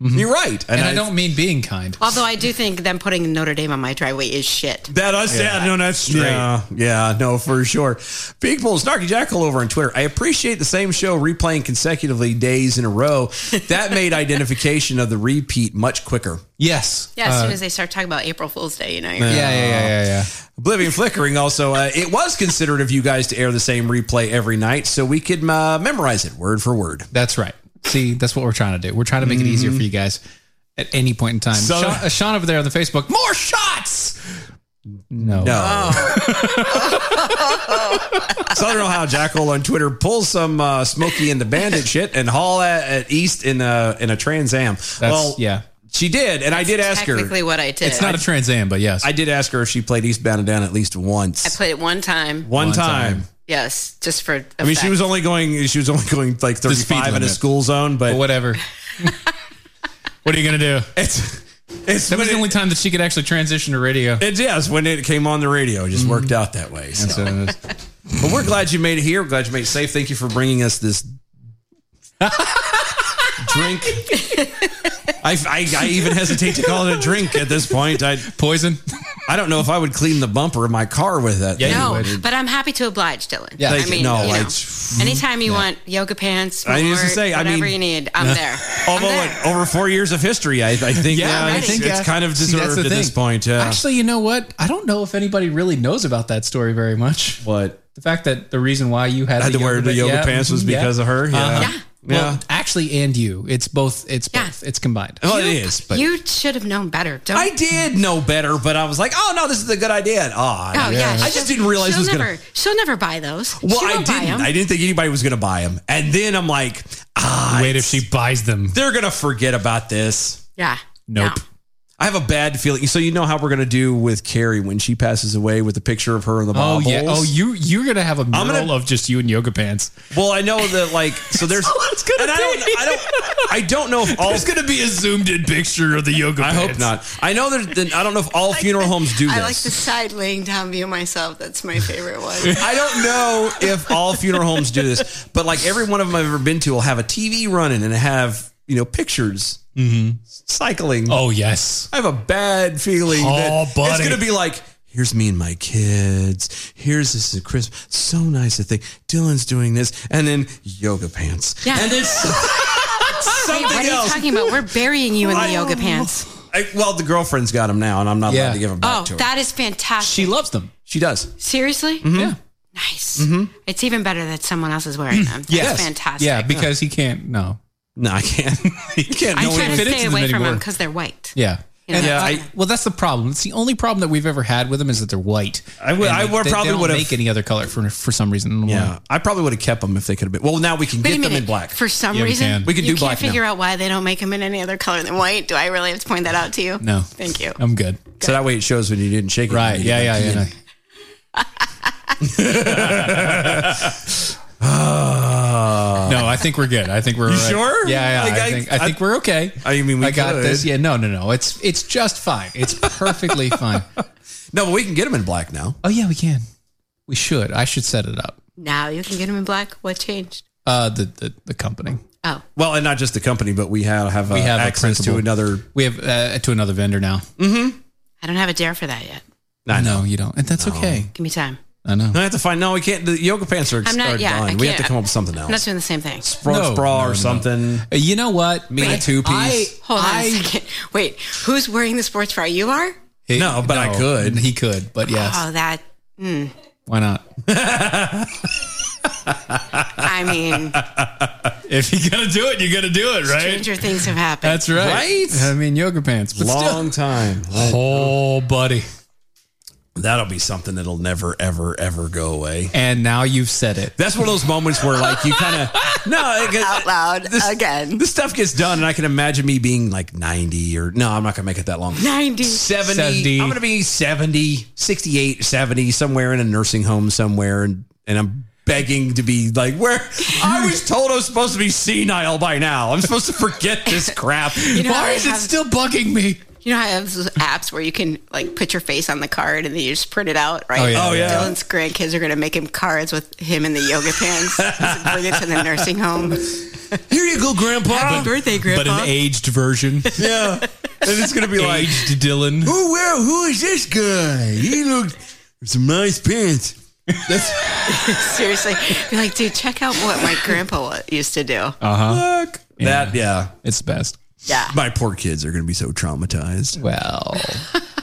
Speaker 1: Mm-hmm. You're right,
Speaker 2: and, I, don't mean being kind
Speaker 3: Although I do think them putting Notre Dame on my driveway is shit.
Speaker 1: That us, yeah. no, that's straight. Yeah, yeah, no, for sure. Big Bull, Snarky Jackal over on Twitter. I appreciate the same show replaying consecutively days in a row. That made identification of the repeat much quicker.
Speaker 2: yes
Speaker 3: Yeah, as
Speaker 2: Uh,
Speaker 3: soon as they start talking about April Fool's Day, you know, you're "Oh,
Speaker 2: yeah yeah yeah yeah yeah
Speaker 1: Oblivion Flickering also, uh, it was considered of you guys to air the same replay every night so we could uh, memorize it word for word.
Speaker 2: That's right. See, that's what we're trying to do. We're trying to make it easier for you guys at any point in time.
Speaker 1: Mm-hmm. So-
Speaker 2: Sean, uh, Sean over there on the Facebook, more shots. No.
Speaker 3: Oh.
Speaker 1: No. so I don't know how Jackal on Twitter pulls some uh, Smokey and the Bandit shit and haul at, at East in a in a Trans Am. well,
Speaker 2: yeah.
Speaker 1: she did, and I did ask
Speaker 3: Technically,
Speaker 1: her.
Speaker 3: what I did.
Speaker 2: It's not a Trans Am, but yes.
Speaker 1: I did ask her if she played Eastbound and Down at least once.
Speaker 3: I played it one time.
Speaker 1: one,
Speaker 2: One
Speaker 1: time.
Speaker 2: time.
Speaker 3: Yes, just for.
Speaker 1: I mean, she was only going. She was only going like
Speaker 2: The speed
Speaker 1: thirty-five in a
Speaker 2: limit.
Speaker 1: school zone, but,
Speaker 2: but whatever. what are you going to do?
Speaker 1: it's it's
Speaker 2: That
Speaker 1: when
Speaker 2: was the
Speaker 1: it-
Speaker 2: only time that she could actually transition to radio.
Speaker 1: It's yes, when it came on the radio, it just worked out that way. So.
Speaker 2: And so it was-
Speaker 1: But we're glad you made it here. We're glad you made it safe. Thank you for bringing us this drink. I, I, I even hesitate to call it a drink at this point. I
Speaker 2: poison?
Speaker 1: I don't know if I would clean the bumper of my car with that.
Speaker 2: Yeah,
Speaker 3: No,
Speaker 2: Anyway,
Speaker 3: but I'm happy to oblige, Dylan.
Speaker 2: Yeah.
Speaker 3: I
Speaker 1: Thank you.
Speaker 3: mean,
Speaker 1: No,
Speaker 3: you know,
Speaker 1: it's-
Speaker 3: anytime you want yoga pants,
Speaker 1: I used to
Speaker 3: malort,
Speaker 1: say, I
Speaker 3: whatever
Speaker 1: mean-
Speaker 3: you need, I'm there. I'm
Speaker 1: Although
Speaker 3: there.
Speaker 1: like, over four years of history, I, I think
Speaker 2: Yeah,
Speaker 1: yeah,
Speaker 2: I
Speaker 1: it's,
Speaker 2: think,
Speaker 1: it's
Speaker 2: uh,
Speaker 1: kind of
Speaker 2: see, that's
Speaker 1: deserved
Speaker 2: the
Speaker 1: at this
Speaker 2: thing.
Speaker 1: point. Yeah.
Speaker 2: Actually, you know what? I don't know if anybody really knows about that story very much.
Speaker 1: what
Speaker 2: The fact that the reason why you had,
Speaker 1: I had to wear the
Speaker 2: ba-
Speaker 1: yoga
Speaker 2: yeah,
Speaker 1: pants was
Speaker 2: mhm, yeah.
Speaker 1: because of her. Yeah,
Speaker 2: Uh-huh.
Speaker 1: yeah.
Speaker 2: Well, actually, and you. It's both. It's
Speaker 3: Yeah.
Speaker 2: both. It's combined.
Speaker 1: well, it is. But
Speaker 3: you should have known better. Don't.
Speaker 1: I did know better, but I was like, oh no, this is a good idea. And, oh,
Speaker 3: oh yeah.
Speaker 1: I just didn't realize it
Speaker 3: she'll
Speaker 1: was
Speaker 3: never.
Speaker 1: gonna.
Speaker 3: She'll never buy those.
Speaker 1: Well,
Speaker 3: she
Speaker 1: I
Speaker 3: won't buy
Speaker 1: didn't.
Speaker 3: 'em.
Speaker 1: I didn't think anybody was going to buy them. And then I'm like, ah,
Speaker 2: Wait, if she buys them,
Speaker 1: they're going to forget about this.
Speaker 3: yeah.
Speaker 2: Nope.
Speaker 3: No.
Speaker 1: I have a bad feeling. So you know how we're going to do with Carrie when she passes away with a picture of her in the
Speaker 2: Oh
Speaker 1: baubles?
Speaker 2: yeah. Oh, you you're gonna have a mural
Speaker 1: gonna-
Speaker 2: of just you in yoga pants.
Speaker 1: Well, I know that like so there's
Speaker 2: it's gonna
Speaker 1: and I don't
Speaker 2: be.
Speaker 1: I don't I don't know if all
Speaker 2: There's gonna be a zoomed in picture of the yoga.
Speaker 1: I hope
Speaker 2: pants.
Speaker 1: not. I know that that- I don't know if all funeral homes do this.
Speaker 3: I like the side laying down view myself. That's my favorite one.
Speaker 1: I don't know if all funeral homes do this, but like every one of them I've ever been to will have a TV running and have, you know, pictures
Speaker 2: Mm-hmm.
Speaker 1: cycling.
Speaker 2: Oh yes.
Speaker 1: I have a bad feeling
Speaker 2: Oh,
Speaker 1: that it's
Speaker 2: buddy.
Speaker 1: going to be like, here's me and my kids. Here's this is Christmas. So nice to think Dylan's doing this. And then yoga pants.
Speaker 3: Yeah.
Speaker 1: And then so- something
Speaker 3: what are you
Speaker 1: else.
Speaker 3: talking about? We're burying you in the
Speaker 1: I-
Speaker 3: yoga pants.
Speaker 1: I- well, the girlfriend's got them now, and I'm not allowed
Speaker 2: Yeah.
Speaker 1: to give them back
Speaker 3: Oh,
Speaker 1: to her.
Speaker 3: that is fantastic.
Speaker 2: She loves them.
Speaker 1: she Mm-hmm. does. Mm-hmm.
Speaker 3: Seriously?
Speaker 2: Yeah. Mm.
Speaker 3: Nice. It's even better that someone else is wearing them. That's
Speaker 1: Yes.
Speaker 3: fantastic.
Speaker 2: Yeah, because he can't. No.
Speaker 1: No, I can't. you can't.
Speaker 3: I'm
Speaker 1: No one
Speaker 3: trying to
Speaker 2: fit
Speaker 3: stay
Speaker 2: into them
Speaker 3: away from them
Speaker 2: anymore.
Speaker 3: because they're white.
Speaker 2: Yeah.
Speaker 3: You know,
Speaker 2: And
Speaker 3: that's
Speaker 2: I-
Speaker 3: kinda-
Speaker 2: well, that's the problem. It's the only problem that we've ever had with them is that they're white.
Speaker 1: I would-
Speaker 2: And,
Speaker 1: I would
Speaker 2: they-
Speaker 1: probably
Speaker 2: they don't
Speaker 1: would've-
Speaker 2: make any other color for for some reason.
Speaker 1: Yeah, I probably would have kept them if they could have been. Well, now we can
Speaker 3: Wait a
Speaker 1: get them
Speaker 3: minute.
Speaker 1: in black.
Speaker 3: For some
Speaker 2: Yeah, we
Speaker 3: reason,
Speaker 2: can.
Speaker 1: We can
Speaker 3: you
Speaker 1: do
Speaker 3: can't
Speaker 1: black now.
Speaker 3: figure out why they don't make them in any other color than white. Do I really have to point that out to you?
Speaker 2: No.
Speaker 3: Thank you.
Speaker 2: I'm good.
Speaker 1: so that way it shows when you didn't shake it.
Speaker 2: Right.
Speaker 1: You
Speaker 2: Yeah.
Speaker 1: didn't
Speaker 2: Yeah.
Speaker 1: like
Speaker 2: Yeah.
Speaker 1: it.
Speaker 2: yeah. no, I think we're good. I think we're. all right.
Speaker 1: Ah. sure?
Speaker 2: Yeah, yeah.
Speaker 1: Like,
Speaker 2: I,
Speaker 1: I-
Speaker 2: think, I,
Speaker 1: I-
Speaker 2: think we're okay.
Speaker 1: I mean, we
Speaker 2: I got
Speaker 1: could.
Speaker 2: this. Yeah, no, no, no. It's it's just fine. It's perfectly fine.
Speaker 1: No, but we can get them in black now.
Speaker 2: Oh yeah, we can. We should. I should set it up.
Speaker 3: Now you can get them in black. What changed?
Speaker 2: Uh, the the, the company.
Speaker 3: Oh,
Speaker 1: Well, and not just the company, but we have have, uh,
Speaker 2: We have a
Speaker 1: access to
Speaker 2: printable.
Speaker 1: another.
Speaker 2: We have uh, to another vendor now.
Speaker 1: Mm-hmm.
Speaker 3: I don't have a dare for that yet.
Speaker 1: I know.
Speaker 2: No, you don't, and that's okay.
Speaker 3: Give me time.
Speaker 2: I know.
Speaker 1: I have to find. No, we can't. The yoga pants are,
Speaker 3: I'm not.
Speaker 1: are
Speaker 3: yeah, I
Speaker 1: done.
Speaker 3: can't.
Speaker 1: We have to come up with something
Speaker 3: I'm not
Speaker 1: else.
Speaker 3: doing the same thing.
Speaker 1: Spro
Speaker 2: No,
Speaker 1: sprawl
Speaker 2: no,
Speaker 1: or
Speaker 2: no.
Speaker 1: something.
Speaker 2: Uh, You know what?
Speaker 1: Me in a two-piece.
Speaker 2: I-
Speaker 3: Hold on a
Speaker 2: I-
Speaker 3: second. Wait, who's wearing the sports bra? You are?
Speaker 2: Hey,
Speaker 1: No, but I could.
Speaker 2: He could, but yes.
Speaker 3: Oh, that.
Speaker 2: Why not?
Speaker 3: I mean,
Speaker 2: If you're gonna do it, you're gonna do it,
Speaker 3: stranger things have happened.
Speaker 2: That's right.
Speaker 1: Right?
Speaker 2: I mean, yoga pants, but
Speaker 1: Long time.
Speaker 2: still. Oh, buddy.
Speaker 1: That'll be something that'll never, ever, ever go away.
Speaker 2: And now you've said it.
Speaker 1: That's one of those moments where, like, you kind of no it,
Speaker 3: Out loud again.
Speaker 1: This stuff gets done, and I can imagine me being like ninety or no, I'm not gonna make it that long.
Speaker 3: 90.
Speaker 1: 70,
Speaker 2: 70.
Speaker 1: I'm going to be 70, 68, 70, somewhere in a nursing home somewhere. And, and I'm begging to be like, where I was told I was supposed to be senile by now. I'm supposed to forget this crap.
Speaker 3: know how
Speaker 2: Why
Speaker 3: I
Speaker 2: is it
Speaker 3: have-
Speaker 2: still bugging me?
Speaker 3: You know, I have those apps where you can like put your face on the card and then you just print it out, right?
Speaker 2: Oh, yeah.
Speaker 1: Oh, yeah.
Speaker 3: Dylan's grandkids are going to make him cards with him in the yoga pants. Just bring it to the nursing home.
Speaker 1: Here you go, Grandpa.
Speaker 3: Happy birthday,
Speaker 2: But
Speaker 3: Grandpa.
Speaker 2: an aged version.
Speaker 1: yeah. And it's going to be like,
Speaker 2: aged Dylan.
Speaker 1: who, where, who is this guy? He looked some nice pants. That's
Speaker 3: Seriously. Be like, dude, check out what my grandpa used to do.
Speaker 1: fuck. That, yeah.
Speaker 2: Uh-huh. It's the best.
Speaker 3: Yeah.
Speaker 1: My poor kids are going to be so traumatized.
Speaker 2: Well,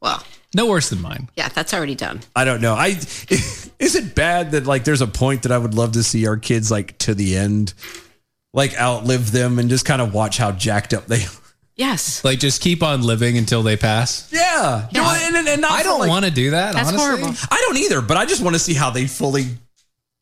Speaker 3: Well,
Speaker 2: no worse than mine.
Speaker 3: yeah, that's already done.
Speaker 1: I don't know. I is it bad that like there's a point that I would love to see our kids like to the end, like outlive them and just kind of watch how jacked up they are.
Speaker 3: Yes.
Speaker 2: Like just keep on living until they pass.
Speaker 1: Yeah. No, and, and, and not
Speaker 2: I
Speaker 1: for,
Speaker 2: don't
Speaker 1: like-
Speaker 2: want to do that.
Speaker 3: That's
Speaker 2: honestly.
Speaker 3: horrible.
Speaker 1: I don't either, but I just want to see how they fully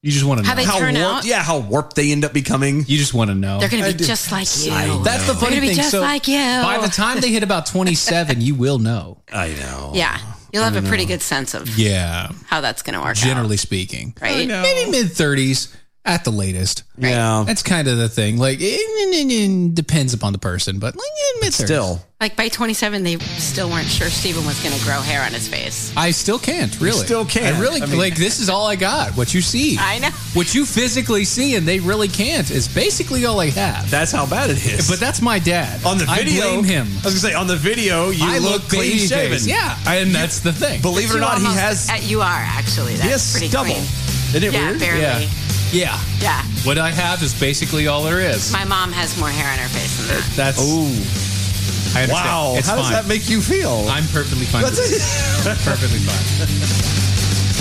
Speaker 2: You just want to know.
Speaker 3: How they
Speaker 1: how
Speaker 3: turn
Speaker 1: warped,
Speaker 3: out.
Speaker 1: yeah, how warped they end up becoming.
Speaker 2: you just want to know.
Speaker 3: They're going
Speaker 1: I
Speaker 3: to be
Speaker 1: do.
Speaker 3: just like you.
Speaker 2: That's the
Speaker 3: They're
Speaker 2: funny
Speaker 3: gonna be
Speaker 2: thing.
Speaker 3: just
Speaker 2: so
Speaker 3: like you.
Speaker 2: by the time they hit about 27, you will know.
Speaker 1: I know.
Speaker 3: yeah. You'll have a pretty good sense of
Speaker 2: Yeah,
Speaker 3: how that's going to work
Speaker 2: generally speaking.
Speaker 3: out. Right.
Speaker 2: Maybe mid 30s at the latest.
Speaker 1: Yeah.
Speaker 2: That's kind of the thing. Like, it, it- it depends upon the person, but like, mid 30s.
Speaker 1: Still.
Speaker 3: Like by 27, they still weren't sure Steven was going to grow hair on his face.
Speaker 2: I still can't, really.
Speaker 1: still can't.
Speaker 2: I really,
Speaker 1: I mean-
Speaker 2: like, this is all I got. What you see.
Speaker 3: I know.
Speaker 2: What you physically see, and they really can't, is basically all I have.
Speaker 1: That's how bad it is.
Speaker 2: but that's my dad.
Speaker 1: on the video,
Speaker 2: I blame him.
Speaker 1: I was gonna say on the video, you
Speaker 2: I
Speaker 1: look, clean
Speaker 2: baby
Speaker 1: shaven.
Speaker 2: face. Yeah. And that's the thing.
Speaker 1: Believe it or
Speaker 3: You
Speaker 1: not, he
Speaker 3: almost-
Speaker 1: has
Speaker 3: uh, you are actually. That's
Speaker 1: he has
Speaker 3: pretty
Speaker 1: stubble.
Speaker 3: clean.
Speaker 1: Isn't it
Speaker 3: Yeah,
Speaker 1: weird?
Speaker 3: barely.
Speaker 2: Yeah.
Speaker 3: Yeah.
Speaker 2: Yeah. What I have is basically all there is.
Speaker 3: My mom has more hair on her face than that.
Speaker 2: That's
Speaker 1: Oh
Speaker 2: I understand.
Speaker 1: wow!
Speaker 2: It's
Speaker 1: how
Speaker 2: fine.
Speaker 1: does that make you feel?
Speaker 2: I'm perfectly fine.
Speaker 1: That's
Speaker 2: with it.
Speaker 1: it.
Speaker 2: Perfectly fine.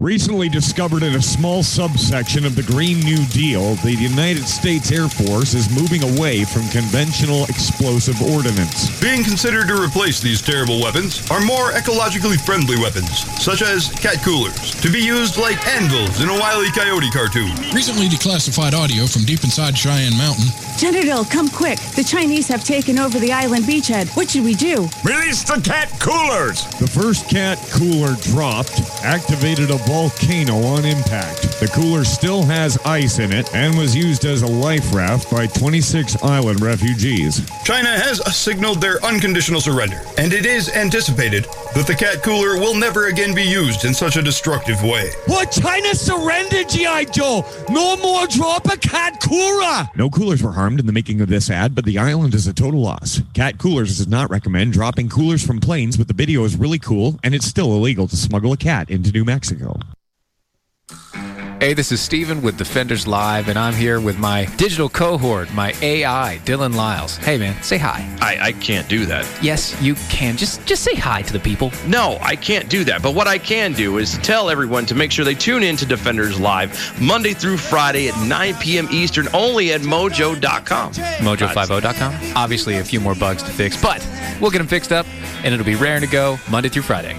Speaker 4: Recently discovered in a small subsection of the Green New Deal, the United States Air Force is moving away from conventional explosive ordnance.
Speaker 5: Being considered to replace these terrible weapons are more ecologically friendly weapons, such as cat coolers, to be used like anvils in a wily coyote cartoon.
Speaker 6: Recently declassified audio from deep inside Cheyenne Mountain.
Speaker 7: General, come quick. The Chinese have taken over the island beachhead. What should we do?
Speaker 4: Release the cat coolers! The first cat cooler dropped activated a volcano on impact. The cooler still has ice in it and was used as a life raft by 26 island refugees.
Speaker 5: China has signaled their unconditional surrender, and it is anticipated that the cat cooler will never again be used in such a destructive way.
Speaker 4: What? China surrendered, G.I. Joe! No more drop a cat cooler! No coolers were harmed in the making of this ad, but the island is a total loss. Cat Coolers does not recommend dropping coolers from planes, but the video is really cool, and it's still illegal to smuggle a cat into New Mexico.
Speaker 8: Hey, this is Steven with Defenders Live, and I'm here with my digital cohort, my AI, Dylan Lyles. Hey, man, say hi.
Speaker 5: I, I can't do that.
Speaker 8: Yes, you can. Just just say hi to the people.
Speaker 5: No, I can't do that. But what I can do is tell everyone to make sure they tune in to Defenders Live Monday through Friday at 9 p.m. Eastern only at mojo.com.
Speaker 8: Mojo50.com. Obviously, a few more bugs to fix, but we'll get them fixed up, and it'll be raring to go Monday through Friday.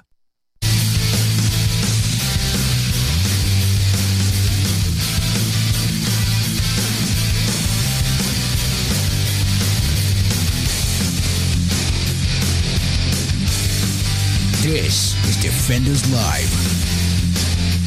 Speaker 9: This is Defenders Live.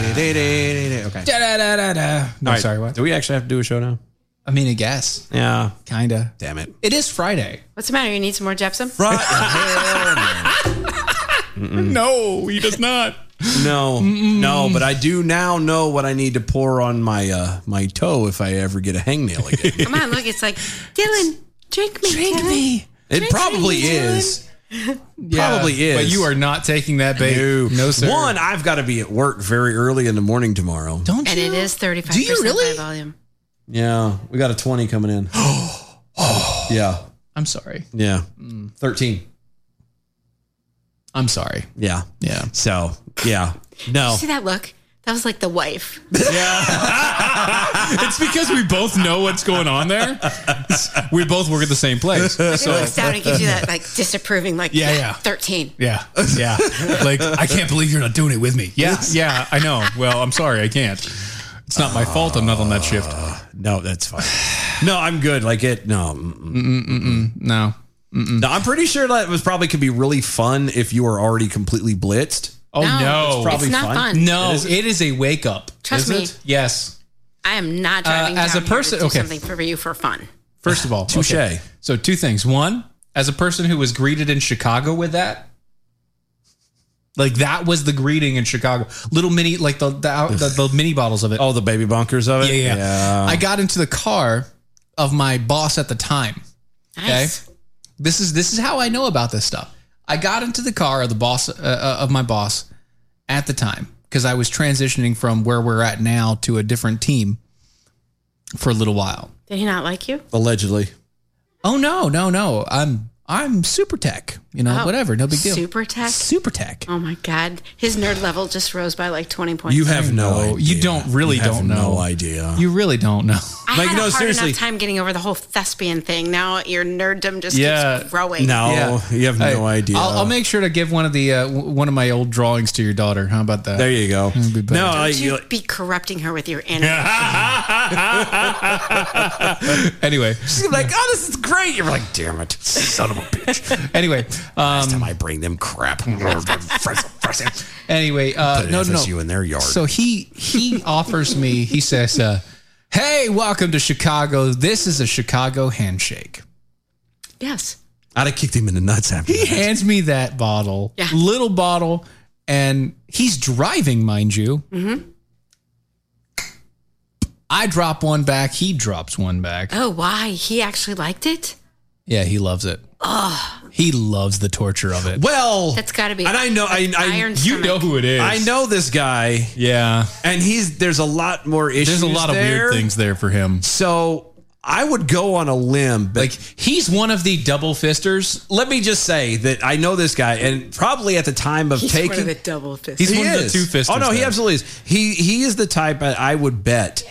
Speaker 1: okay.
Speaker 2: Da-da-da-da-da. No,
Speaker 1: All right.
Speaker 2: sorry, what?
Speaker 1: Do we actually have to do a show now?
Speaker 2: I mean, I guess.
Speaker 1: Yeah.
Speaker 2: Kinda.
Speaker 1: Damn it.
Speaker 2: It is Friday.
Speaker 3: What's the matter? You need some more Jepsen?
Speaker 2: No, he does not.
Speaker 1: No, no, but I do now know what I need to pour on my uh, my toe if I ever get a hangnail again.
Speaker 3: Come on, look. It's like, Dylan, drink me. Dylan.
Speaker 1: it probably is. Probably is.
Speaker 2: But you are not taking that bait.
Speaker 1: no,
Speaker 2: no sir.
Speaker 1: One, I've got to be at work very early in the morning tomorrow.
Speaker 2: Don't
Speaker 3: And
Speaker 2: you?
Speaker 3: it is 35%
Speaker 2: Do you really?
Speaker 3: by volume.
Speaker 1: Yeah, we got a twenty coming in. yeah,
Speaker 2: I'm sorry.
Speaker 1: yeah, thirteen.
Speaker 2: I'm sorry.
Speaker 1: Yeah,
Speaker 2: Yeah.
Speaker 1: So yeah, no,
Speaker 3: See that look? That was like the wife.
Speaker 2: It's because we both know what's going on there. We both work at the same place.
Speaker 3: She looks down and gives you that like disapproving, like,
Speaker 2: Yeah, yeah.
Speaker 3: 13.
Speaker 2: Yeah. Yeah. Like, I can't believe you're not doing it with me. Yeah. Yeah. I know. Well, I'm sorry. I can't. It's not my fault I'm not on that
Speaker 1: Uh,
Speaker 2: shift.
Speaker 1: no, that's fine. No, I'm good. Like it. No, mm-mm.
Speaker 2: No.
Speaker 1: No, I'm pretty sure that was probably could be really fun if you were already completely blitzed.
Speaker 2: Oh no,
Speaker 1: It's probably fun.
Speaker 2: No,
Speaker 1: It
Speaker 2: it
Speaker 1: is-
Speaker 2: is, a wake up.
Speaker 3: Trust
Speaker 2: Is
Speaker 3: me.
Speaker 2: it? Yes.
Speaker 3: I am not
Speaker 2: Uh,
Speaker 3: driving
Speaker 2: as
Speaker 3: down here
Speaker 2: a
Speaker 3: to
Speaker 2: person-
Speaker 3: do
Speaker 2: okay.
Speaker 3: something for you for fun.
Speaker 2: First of all,
Speaker 1: Touche.
Speaker 2: okay. So two things. One, as a person who was greeted in Chicago with that, like that was the greeting in Chicago. Little mini, like the the, the, the mini bottles of it.
Speaker 1: Oh, the baby bunkers of it.
Speaker 2: Yeah, yeah.
Speaker 1: Yeah.
Speaker 2: I got into the car of my boss at the time. Okay. This is this is how I know about this stuff. I got into the car of the boss uh, uh, of my boss at the time because I was transitioning from where we're at now to a different team for a little while.
Speaker 3: Did he not like you?
Speaker 1: Allegedly.
Speaker 2: Oh no, no, no. I'm I'm super tech. You know,
Speaker 3: Oh,
Speaker 2: whatever. No big deal.
Speaker 3: Super tech.
Speaker 2: Super tech.
Speaker 3: Oh my god, his nerd level just rose by like twenty points.
Speaker 1: You have no.
Speaker 2: No, you don't really
Speaker 1: You have
Speaker 2: don't know.
Speaker 1: no idea.
Speaker 2: You really don't know.
Speaker 3: I
Speaker 1: Like,
Speaker 3: had
Speaker 1: no,
Speaker 3: a hard
Speaker 1: seriously.
Speaker 3: enough time getting over the whole thespian thing. Now your nerddom just keeps growing.
Speaker 1: No, you have no idea.
Speaker 2: I'll, I'll make sure to give one of the uh, w- one of my old drawings to your daughter. How about that?
Speaker 1: There you go. No,
Speaker 3: Don't
Speaker 1: I,
Speaker 3: you
Speaker 1: you,
Speaker 3: be corrupting her with your anime.
Speaker 2: anyway,
Speaker 1: she's like, oh, this is great. You're like, damn it, son of a bitch.
Speaker 2: anyway, um,
Speaker 1: Time I bring them crap.
Speaker 2: anyway, uh,
Speaker 1: Put
Speaker 2: no, no,
Speaker 1: FSU in their yard.
Speaker 2: So he he offers me. He says, uh, "Hey, welcome to Chicago. This is a Chicago handshake."
Speaker 3: yes.
Speaker 1: I'd have kicked him in the nuts after.
Speaker 2: He hands me that bottle,
Speaker 3: Yeah.
Speaker 2: little bottle, and he's driving, mind you.
Speaker 3: Mm-hmm.
Speaker 2: I drop one back. He drops one back.
Speaker 3: Oh, why? He actually liked it?
Speaker 2: Yeah, he loves it.
Speaker 3: Oh,
Speaker 2: He loves the torture of it.
Speaker 1: Well,
Speaker 3: that's got to be.
Speaker 1: Oh. and I know, I, I
Speaker 3: Iron
Speaker 1: you
Speaker 3: stomach.
Speaker 2: know who it is.
Speaker 1: I know this guy,
Speaker 2: Yeah.
Speaker 1: and he's there's a lot more issues.
Speaker 2: There's a lot of
Speaker 1: there.
Speaker 2: weird things there for him.
Speaker 1: So I would go on a limb, but
Speaker 2: Like he's one of the double fisters.
Speaker 1: let me just say that I know this guy, and probably at the time of
Speaker 3: he's
Speaker 1: taking,
Speaker 3: one of the double fist.
Speaker 2: He's one of the two fisters.
Speaker 1: Oh no, he
Speaker 2: there.
Speaker 1: absolutely is. He he is the type I, I would bet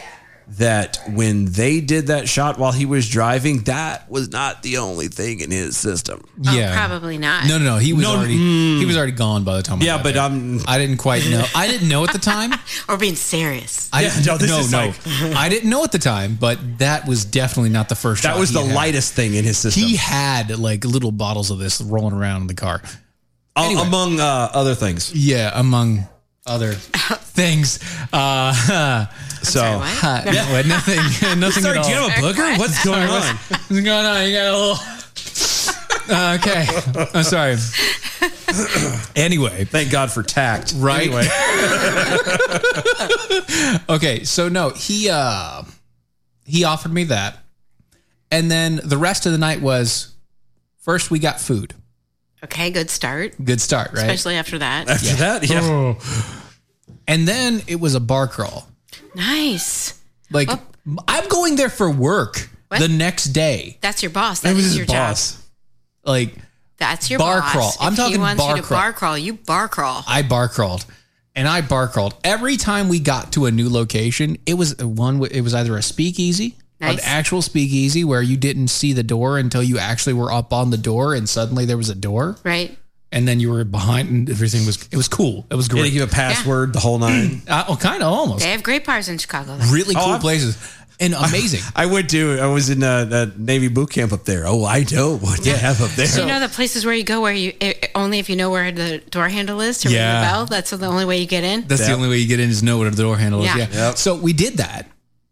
Speaker 1: that when they did that shot while he was driving, that was not the only thing in his system.
Speaker 3: Oh,
Speaker 2: Yeah.
Speaker 3: probably not.
Speaker 2: No, no, no. He was
Speaker 1: No, Mm.
Speaker 2: already he was already gone by the time. I
Speaker 1: Yeah,
Speaker 2: got
Speaker 1: but
Speaker 2: there.
Speaker 1: I'm
Speaker 2: I didn't quite know. I didn't know at the time.
Speaker 3: Or being serious.
Speaker 2: I
Speaker 1: Yeah,
Speaker 2: didn't,
Speaker 1: no, this
Speaker 2: no,
Speaker 1: is
Speaker 2: no.
Speaker 1: like-
Speaker 2: I didn't know at the time, but that was definitely not the first.
Speaker 1: that
Speaker 2: shot
Speaker 1: was
Speaker 2: he
Speaker 1: the
Speaker 2: had.
Speaker 1: lightest thing in his system,
Speaker 2: He had like little bottles of this rolling around in the car.
Speaker 1: A-
Speaker 2: anyway.
Speaker 1: among uh, other things.
Speaker 2: Yeah, among other things. Uh,
Speaker 1: So.
Speaker 3: Sorry, what?
Speaker 2: uh, no, nothing, nothing
Speaker 1: Sorry,
Speaker 2: at all.
Speaker 1: do you have a booger? What's going on?
Speaker 2: What's going on? You got a little. Uh, okay, I'm sorry. anyway,
Speaker 1: Thank God for tact.
Speaker 2: Right.
Speaker 1: Anyway.
Speaker 2: okay, so no, he uh he offered me that, and then the rest of the night was first we got food.
Speaker 3: Okay, good start.
Speaker 2: Good start, right? Oh.
Speaker 3: Especially after that.
Speaker 1: After that, yeah.
Speaker 2: And then it was a bar crawl.
Speaker 3: Nice.
Speaker 2: Like
Speaker 3: Oh.
Speaker 2: I'm going there for work
Speaker 3: What?
Speaker 2: the next day.
Speaker 3: That's your boss.
Speaker 1: It
Speaker 3: That
Speaker 1: was
Speaker 3: is
Speaker 1: his
Speaker 3: your job.
Speaker 1: boss.
Speaker 2: Like
Speaker 3: That's your
Speaker 2: Bar
Speaker 3: boss.
Speaker 2: crawl.
Speaker 3: If
Speaker 2: I'm
Speaker 3: he
Speaker 2: talking
Speaker 3: wants
Speaker 2: bar
Speaker 3: you to
Speaker 2: crawl.
Speaker 3: bar crawl. You bar crawl.
Speaker 2: I bar crawled. And I bar crawled every time we got to a new location. It was one. It was either a speakeasy,
Speaker 3: Nice.
Speaker 2: an actual speakeasy where you didn't see the door until you actually were up on the door, and suddenly there was a door,
Speaker 3: Right.
Speaker 2: and then you were behind, and everything was. It was cool. It was
Speaker 1: You had to
Speaker 2: great.
Speaker 1: give a password the whole nine.
Speaker 2: Uh, oh, kind of almost
Speaker 3: They have great bars in Chicago.
Speaker 2: really cool
Speaker 1: I've-
Speaker 2: places and amazing.
Speaker 1: Oh, I went to. I was in uh, that Navy boot camp up there. Oh, I know what they have up there.
Speaker 3: Do you know the places where you go where you i only if you know where the door handle is to ring
Speaker 2: Yeah.
Speaker 3: the bell? That's the only way you get in.
Speaker 2: That's the
Speaker 1: Yep.
Speaker 2: only way you get in is know what the door handle
Speaker 3: Yeah.
Speaker 2: is. Yeah.
Speaker 1: Yep.
Speaker 2: So we did that.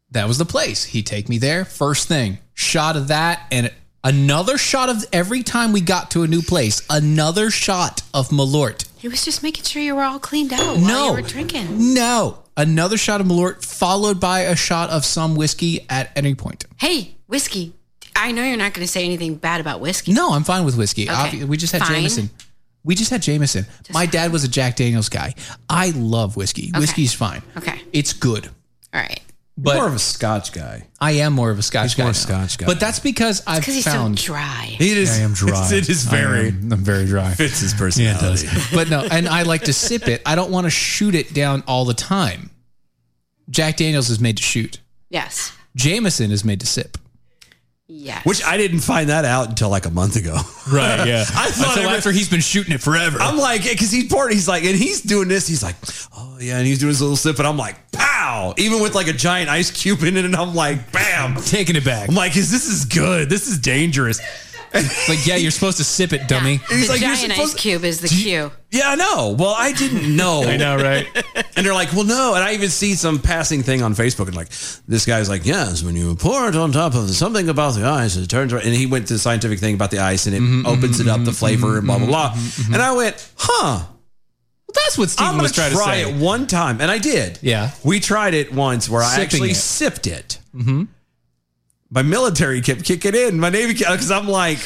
Speaker 2: That was the place. He take me there. First thing, shot of that, and another shot of every time we got to a new place. Another shot of Malort.
Speaker 3: He was just making sure you were all cleaned out while
Speaker 2: no,
Speaker 3: you were drinking.
Speaker 2: no, another shot of Malort, followed by a shot of some whiskey at any point.
Speaker 3: Hey, whiskey. I know you're not going to say anything bad about whiskey.
Speaker 2: No, I'm fine with whiskey.
Speaker 3: Okay.
Speaker 2: Obvi- we just had
Speaker 3: Fine.
Speaker 2: Jameson. We just had Jameson. My dad was a Jack Daniels guy. I love whiskey. Whiskey's fine.
Speaker 3: Okay.
Speaker 2: It's good.
Speaker 3: All right.
Speaker 2: But
Speaker 1: More of a Scotch guy.
Speaker 2: I am more of a Scotch guy.
Speaker 1: more
Speaker 2: now.
Speaker 1: Scotch guy.
Speaker 2: But that's because I've
Speaker 3: Because he's
Speaker 2: found
Speaker 3: so dry.
Speaker 1: It is.
Speaker 2: I am dry.
Speaker 1: It is
Speaker 2: I
Speaker 1: very
Speaker 2: am- I'm very dry.
Speaker 1: fits his personality.
Speaker 2: but no, and I like to sip it. I don't want to shoot it down all the time. Jack Daniels is made to shoot.
Speaker 3: Yes.
Speaker 2: Jameson is made to sip.
Speaker 3: Yes.
Speaker 1: Which I didn't find that out until like a month ago.
Speaker 2: Right. Yeah.
Speaker 1: I thought
Speaker 2: Until
Speaker 1: every-
Speaker 2: after he's been shooting it forever.
Speaker 1: I'm like, because he's part. He's like, and he's doing this. He's like, oh yeah, and he's doing his little sip, and I'm like, pow! Even with like a giant ice cube in it, and I'm like, bam!
Speaker 2: taking it back.
Speaker 1: I'm like, is this is good? This is dangerous.
Speaker 2: It's like, yeah, you're supposed to sip it, dummy.
Speaker 3: The giant ice cube is the cue.
Speaker 1: Yeah, I know. Well, I didn't know. I know,
Speaker 2: right?
Speaker 1: And they're like, well, no. And I even see some passing thing on Facebook, and like, this guy's like, yes, when you pour it on top of something about the ice, it turns right. And he went to the scientific thing about the ice, and it
Speaker 2: Mm-hmm,
Speaker 1: opens it up, the flavor, and blah blah blah. And I went, huh.
Speaker 2: that's what Steven
Speaker 1: I'm gonna
Speaker 2: was trying to
Speaker 1: try
Speaker 2: say.
Speaker 1: it one time, and I did.
Speaker 2: Yeah.
Speaker 1: we tried it once where I
Speaker 2: Sipping
Speaker 1: actually
Speaker 2: it.
Speaker 1: sipped it.
Speaker 2: Mm-hmm.
Speaker 1: My military kept kicking in. My navy, because I'm like,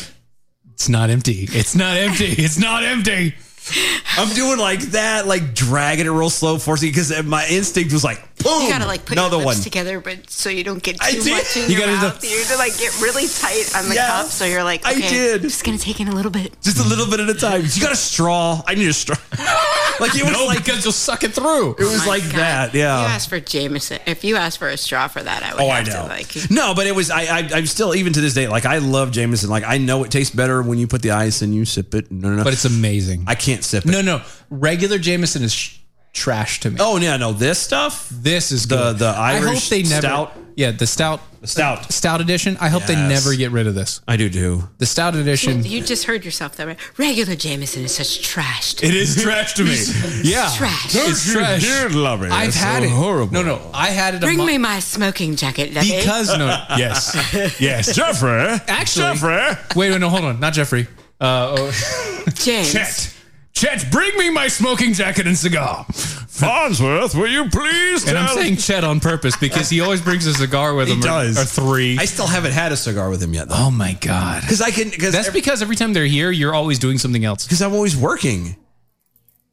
Speaker 2: It's not empty. It's not empty. It's not empty.
Speaker 1: I'm doing like that, like dragging it real slow, forcing because my instinct was like, boom,
Speaker 3: You gotta like put
Speaker 1: another
Speaker 3: your lips
Speaker 1: one.
Speaker 3: together, but so you don't get
Speaker 1: I
Speaker 3: too
Speaker 1: did.
Speaker 3: much in
Speaker 1: You
Speaker 3: your
Speaker 1: gotta do
Speaker 3: mouth. You have to like get really tight on the
Speaker 1: Yeah.
Speaker 3: cup, so you're like,
Speaker 1: I
Speaker 3: okay,
Speaker 1: did.
Speaker 3: just gonna take in a little bit.
Speaker 1: just a little bit at a time. You got a straw? I need a straw. like it was
Speaker 2: No,
Speaker 1: like
Speaker 2: because you'll suck it through.
Speaker 3: Oh
Speaker 1: It was like that, yeah.
Speaker 3: You asked for Jameson. If you asked for a straw for that, I would
Speaker 1: Oh, I
Speaker 3: have
Speaker 1: know.
Speaker 3: to like.
Speaker 1: no, but it was. I, I, I'm still even to this day. Like I love Jameson. Like I know it tastes better when you put the ice and you sip it. No, no, no.
Speaker 2: But it's amazing.
Speaker 1: I can't sip it.
Speaker 2: No, no. Regular Jameson is sh- trash to me.
Speaker 1: Oh yeah, no. This stuff.
Speaker 2: This is
Speaker 1: the
Speaker 2: good.
Speaker 1: the
Speaker 2: I
Speaker 1: Irish
Speaker 2: hope they never-
Speaker 1: stout.
Speaker 2: Yeah, the stout.
Speaker 1: The stout.
Speaker 2: Stout edition. I hope they
Speaker 1: Yes.
Speaker 2: never get rid of this.
Speaker 1: I do too.
Speaker 2: The stout edition.
Speaker 3: You just heard yourself that way. Regular Jameson is such trash. to
Speaker 2: It
Speaker 3: me.
Speaker 2: is trash to me. yeah.
Speaker 3: Trash.
Speaker 2: It's trash. I've had it. Horrible. No, no. I had it a
Speaker 3: Bring
Speaker 2: month.
Speaker 3: me my smoking jacket, Debbie.
Speaker 2: Because no, yes, yes, Jeffrey. Actually, Jeffrey. Wait, no, hold on, not Jeffrey. Uh, oh.
Speaker 3: James.
Speaker 2: Chet, Chet, bring me my smoking jacket and cigar.
Speaker 4: Farnsworth, will you please?
Speaker 2: And I'm
Speaker 4: tell-
Speaker 2: saying Chet on purpose because he always brings a cigar with
Speaker 1: He
Speaker 2: him. or-
Speaker 1: does.
Speaker 2: Or, three.
Speaker 1: I still haven't had a cigar with him yet. though.
Speaker 2: oh my god.
Speaker 1: Because I can. Because
Speaker 2: That's because every time they're here, you're always doing something else.
Speaker 1: because I'm always working.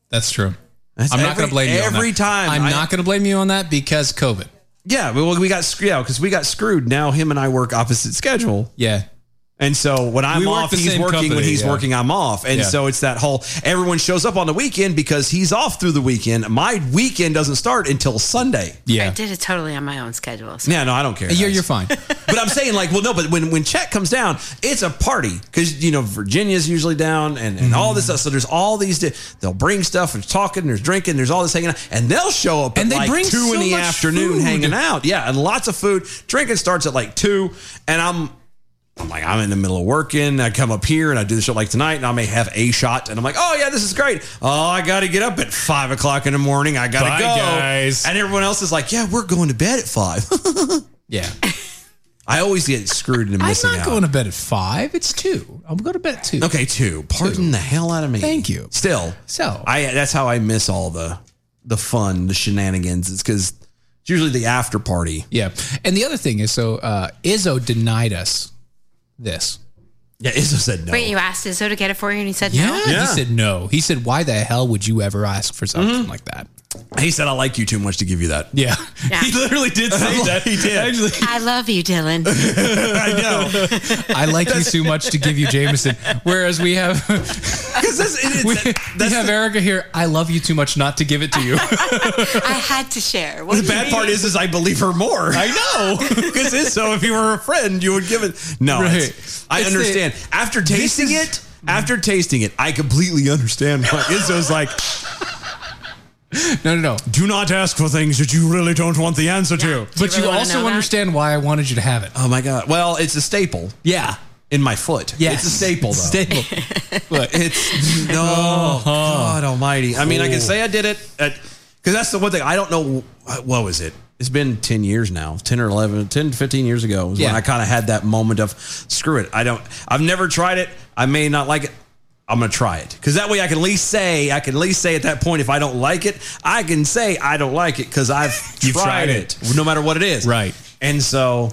Speaker 2: That's true.
Speaker 1: That's
Speaker 2: I'm not
Speaker 1: every-
Speaker 2: going to blame you on
Speaker 1: every
Speaker 2: that.
Speaker 1: time.
Speaker 2: I'm
Speaker 1: I-
Speaker 2: not going to blame you on that because COVID.
Speaker 1: Yeah, well, we got screwed out because we got screwed. Now him and I work opposite schedule,
Speaker 2: Yeah.
Speaker 1: and so when I'm
Speaker 2: We work
Speaker 1: off,
Speaker 2: the
Speaker 1: he's
Speaker 2: same
Speaker 1: working. when
Speaker 2: company,
Speaker 1: he's
Speaker 2: yeah.
Speaker 1: working, I'm off, and
Speaker 2: Yeah.
Speaker 1: so it's that whole everyone shows up on the weekend because he's off through the weekend. My weekend doesn't start until Sunday.
Speaker 3: I
Speaker 2: Yeah.
Speaker 3: did it totally on my own schedule. So.
Speaker 1: Yeah, no, I don't care.
Speaker 2: You're, you're fine.
Speaker 1: but I'm saying like, well, no, but when when Chet comes down, it's a party because you know Virginia's usually down and, and
Speaker 2: Mm-hmm.
Speaker 1: all this stuff. So there's all these. di- They'll bring stuff and talking. There's drinking. There's all this hanging out, and they'll show up.
Speaker 2: And
Speaker 1: at
Speaker 2: they
Speaker 1: like
Speaker 2: bring
Speaker 1: two
Speaker 2: so
Speaker 1: in the
Speaker 2: much
Speaker 1: afternoon,
Speaker 2: food.
Speaker 1: hanging out. Yeah, and lots of food. Drinking starts at like two, and I'm. I'm like, I'm in the middle of working. I come up here and I do the show like tonight, and I may have a shot. And I'm like, oh, yeah, this is great. Oh, I got to get up at five o'clock in the morning. I got to
Speaker 2: Bye,
Speaker 1: go.
Speaker 2: guys.
Speaker 1: And everyone else is like, yeah, we're going to bed at five.
Speaker 2: yeah.
Speaker 1: I always get screwed into
Speaker 2: I'm
Speaker 1: missing
Speaker 2: not
Speaker 1: out.
Speaker 2: going to bed at five. It's two. I'm going to bed at two.
Speaker 1: okay, two. Pardon the hell out of me.
Speaker 2: Thank you.
Speaker 1: Still,
Speaker 2: So-
Speaker 1: I that's how I miss all the the fun, the shenanigans. It's because it's usually the after party.
Speaker 2: Yeah. And the other thing is, so uh, Izzo denied us this.
Speaker 1: Yeah, Izzo said no.
Speaker 3: Wait, you asked Izzo to get it for you, and he said no.
Speaker 2: He said no. He said, why the hell would you ever ask for something like that?
Speaker 1: He said I like you too much to give you that.
Speaker 2: Yeah.
Speaker 3: Yeah.
Speaker 2: He literally did say that.
Speaker 1: He did.
Speaker 2: Actually,
Speaker 3: I love you, Dylan.
Speaker 1: I know
Speaker 2: I like you too much to give you Jameson. Whereas we have
Speaker 1: because that's, it,
Speaker 2: we,
Speaker 1: it's, that-
Speaker 2: we
Speaker 1: that's
Speaker 2: have
Speaker 1: the,
Speaker 2: Erica here. I love you too much not to give it to you.
Speaker 3: I had to share. What
Speaker 1: the
Speaker 3: do you
Speaker 1: bad part
Speaker 3: mean?
Speaker 1: is is I believe her more. I know because Izzo, if you were a friend, you would give it. No,
Speaker 2: Right.
Speaker 1: it's- I
Speaker 2: It's the-
Speaker 1: understand. after
Speaker 2: this
Speaker 1: tasting
Speaker 2: is-
Speaker 1: it, after tasting it, I completely understand why Izzo's like.
Speaker 2: no, no, no.
Speaker 1: Do not ask for things that you really don't want the answer to.
Speaker 3: Do you
Speaker 2: But
Speaker 3: really
Speaker 2: you
Speaker 3: wanna know
Speaker 2: also
Speaker 3: that?
Speaker 2: understand why I wanted you to have it.
Speaker 1: Oh my god! Well, it's a staple
Speaker 2: Yeah.
Speaker 1: in my foot.
Speaker 2: Yeah.
Speaker 1: it's a staple though.
Speaker 2: Staple. Uh-huh.
Speaker 1: But it's no God Almighty. I mean, I
Speaker 2: Oh.
Speaker 1: can say I did it because that's the one thing I don't know. What was it? It's been ten years now, ten or 11, 10 to fifteen years ago was when
Speaker 2: Yeah.
Speaker 1: I kind of had that moment of screw it. I don't. I've never tried it. I may not like it. I'm gonna try it because that way I can at least say I can at least say at that point if I don't like it I can say I don't like it because I've
Speaker 2: You've
Speaker 1: tried,
Speaker 2: tried
Speaker 1: it, no matter what it is
Speaker 2: Right.
Speaker 1: and so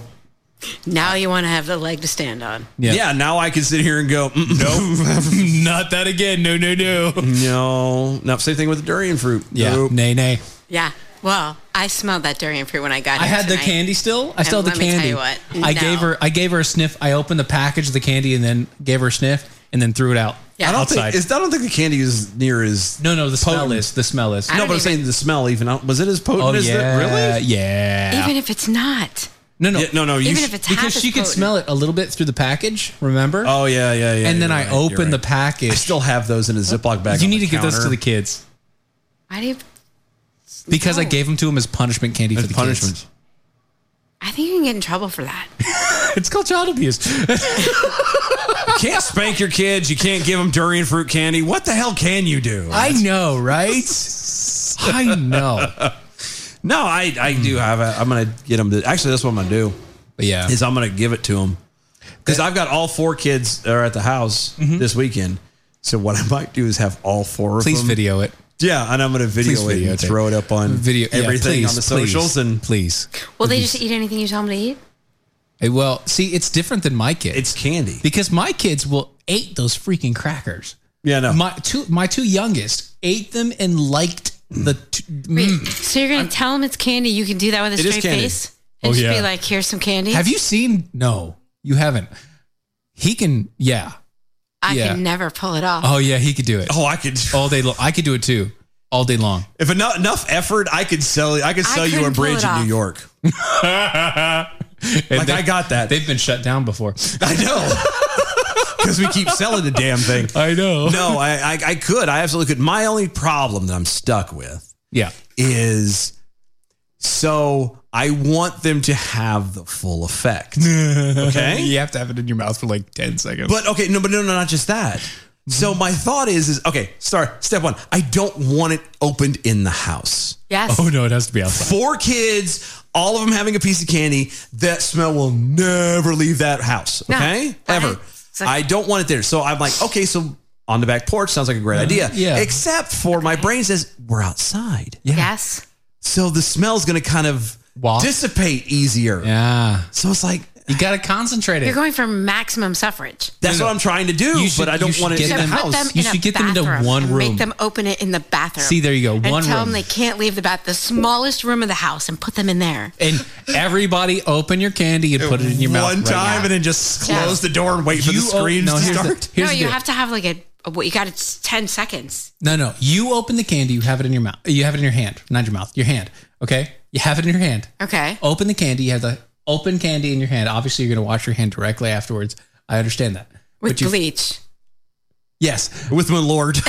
Speaker 3: now you want to have the leg to stand on.
Speaker 2: Yeah.
Speaker 1: yeah, now I can sit here and go "Mm,
Speaker 2: Nope. not that again. No, no, no.
Speaker 1: No, no. Same thing with the durian fruit.
Speaker 2: Yeah.
Speaker 1: Nope.
Speaker 2: Nay, nay.
Speaker 3: Yeah. Well, I smelled that durian fruit when I got it.
Speaker 2: I had the
Speaker 3: tonight.
Speaker 2: candy still. I still
Speaker 3: And
Speaker 2: had the
Speaker 3: let me tell
Speaker 2: candy.
Speaker 3: you what,
Speaker 2: I
Speaker 3: no.
Speaker 2: gave her. I gave her a sniff. I opened the package of the candy and then gave her a sniff and then threw it out.
Speaker 3: Yeah.
Speaker 1: I don't
Speaker 2: Outside.
Speaker 1: think. It's, I don't think the candy is near as.
Speaker 2: No, no. The smell
Speaker 1: Potent.
Speaker 2: is. The smell is.
Speaker 3: I
Speaker 1: no,
Speaker 3: don't
Speaker 1: but I'm
Speaker 3: even-
Speaker 1: saying the smell even out- was it as potent
Speaker 2: Oh
Speaker 1: as
Speaker 2: yeah.
Speaker 1: that? Really?
Speaker 2: Yeah.
Speaker 3: Even if it's not,
Speaker 2: no, no,
Speaker 1: Yeah, no, no. You
Speaker 3: even
Speaker 1: sh-
Speaker 3: if it's half
Speaker 2: Because
Speaker 3: as
Speaker 2: she could
Speaker 3: potent.
Speaker 2: smell it a little bit through the package. Remember?
Speaker 1: oh yeah, yeah, yeah.
Speaker 2: and then
Speaker 1: you're
Speaker 2: I
Speaker 1: right, you're
Speaker 2: opened the
Speaker 1: right.
Speaker 2: package.
Speaker 1: I still have those in a Ziploc bag.
Speaker 2: You
Speaker 1: on
Speaker 2: need
Speaker 1: the
Speaker 2: to give those to
Speaker 1: counter.
Speaker 2: the kids
Speaker 3: Why do you?
Speaker 2: because I
Speaker 3: No.
Speaker 2: gave them to them as punishment candy for
Speaker 1: As
Speaker 2: the
Speaker 1: punishment.
Speaker 2: kids.
Speaker 3: I think you can get in trouble for that.
Speaker 2: It's called child abuse.
Speaker 1: You can't spank your kids. You can't give them durian fruit candy. What the hell can you do? I
Speaker 2: know, right? I know. Hmm.
Speaker 1: No, I, I do have it. I'm gonna get them. To, actually, that's what I'm gonna do.
Speaker 2: Yeah,
Speaker 1: is I'm gonna give it to them because I've got all four kids that are at the house this weekend. So what I might do is have all four
Speaker 2: Mm-hmm. Please
Speaker 1: of them.
Speaker 2: video it.
Speaker 1: Yeah, and I'm gonna video
Speaker 2: Please
Speaker 1: it and
Speaker 2: videotape.
Speaker 1: throw it up on
Speaker 2: Video- yeah,
Speaker 1: everything
Speaker 2: please,
Speaker 1: on the
Speaker 2: please,
Speaker 1: socials and
Speaker 2: please.
Speaker 3: Will they just eat anything you tell them to eat?
Speaker 2: Hey, well, see, it's different than my kids. It's
Speaker 1: candy
Speaker 2: because my kids will ate those freaking crackers.
Speaker 1: Yeah, no.
Speaker 2: My two, my two youngest ate them and liked the. T- mm.
Speaker 3: So you're gonna tell them it's candy. You can do that with a
Speaker 2: It is
Speaker 3: straight
Speaker 2: candy.
Speaker 3: face. And
Speaker 2: Oh,
Speaker 3: just
Speaker 2: yeah.
Speaker 3: be like, here's some candy.
Speaker 2: Have you seen? No, you haven't. He can. Yeah.
Speaker 3: I
Speaker 2: yeah.
Speaker 3: can never pull it off.
Speaker 2: Oh yeah, he could do it.
Speaker 1: Oh, I could
Speaker 2: all day long. I could do it too, all day long.
Speaker 1: If enough, enough effort, I could sell. I could
Speaker 2: I
Speaker 1: sell you a
Speaker 2: couldn't pull
Speaker 1: bridge
Speaker 2: it
Speaker 1: in
Speaker 2: off.
Speaker 1: New York. like I got that.
Speaker 2: They've been shut down before.
Speaker 1: I know. Because we keep selling the damn thing.
Speaker 2: I know.
Speaker 1: No, I, I I could. I absolutely could. My only problem that I'm stuck with
Speaker 2: Yeah.
Speaker 1: is so I want them to have the full effect. Okay.
Speaker 2: you have to have it in your mouth for like ten seconds.
Speaker 1: But okay, no, but no, no, not just that. So
Speaker 2: Mm-hmm.
Speaker 1: my thought is, is okay. Start step one. I don't want it opened in the house.
Speaker 3: Yes.
Speaker 2: Oh no, it has to be outside.
Speaker 1: Four kids, all of them having a piece of candy. That smell will never leave that house.
Speaker 2: No.
Speaker 1: Okay, ever. I don't want it there. So I'm like, okay, so on the back porch sounds like a great idea.
Speaker 2: Mm-hmm. yeah.
Speaker 1: Except for my brain says we're outside.
Speaker 3: Yes.
Speaker 1: So the smell's going to kind of dissipate easier.
Speaker 2: Yeah.
Speaker 1: So it's like
Speaker 2: you got to concentrate
Speaker 3: You're going for maximum suffrage.
Speaker 1: That's what I'm trying to do,
Speaker 2: You should-
Speaker 1: but I
Speaker 2: you
Speaker 1: don't
Speaker 2: should
Speaker 1: want it
Speaker 2: get
Speaker 1: in the
Speaker 2: them-
Speaker 1: house.
Speaker 3: Put them
Speaker 2: You
Speaker 3: in a
Speaker 2: should get them into
Speaker 3: bathroom
Speaker 2: one
Speaker 3: and
Speaker 2: room.
Speaker 3: Make them open it in the bathroom.
Speaker 2: See, there you go,
Speaker 3: And
Speaker 2: one
Speaker 3: tell
Speaker 2: room.
Speaker 3: them they can't leave the bath, the smallest room of the house, and put them in there.
Speaker 2: And everybody open your candy and put it in your mouth
Speaker 1: One
Speaker 2: right
Speaker 1: time
Speaker 2: now.
Speaker 1: and then just
Speaker 3: Yeah.
Speaker 1: close the door and wait for the
Speaker 2: You own-
Speaker 1: screams
Speaker 2: no,
Speaker 1: to
Speaker 2: here's the-
Speaker 1: start.
Speaker 2: here's
Speaker 3: no,
Speaker 2: the
Speaker 3: you
Speaker 2: deal.
Speaker 3: have to have like a. a what you got it ten seconds.
Speaker 2: No, no. You open the candy. You have it in your mouth. You have it in your hand, not your mouth. Your hand. Okay. You have it in your hand.
Speaker 3: Okay.
Speaker 2: Open the candy. You have the open candy in your hand. Obviously, you're going to wash your hand directly afterwards. I understand that.
Speaker 3: With
Speaker 2: But you-
Speaker 3: bleach.
Speaker 2: Yes,
Speaker 1: with my lord,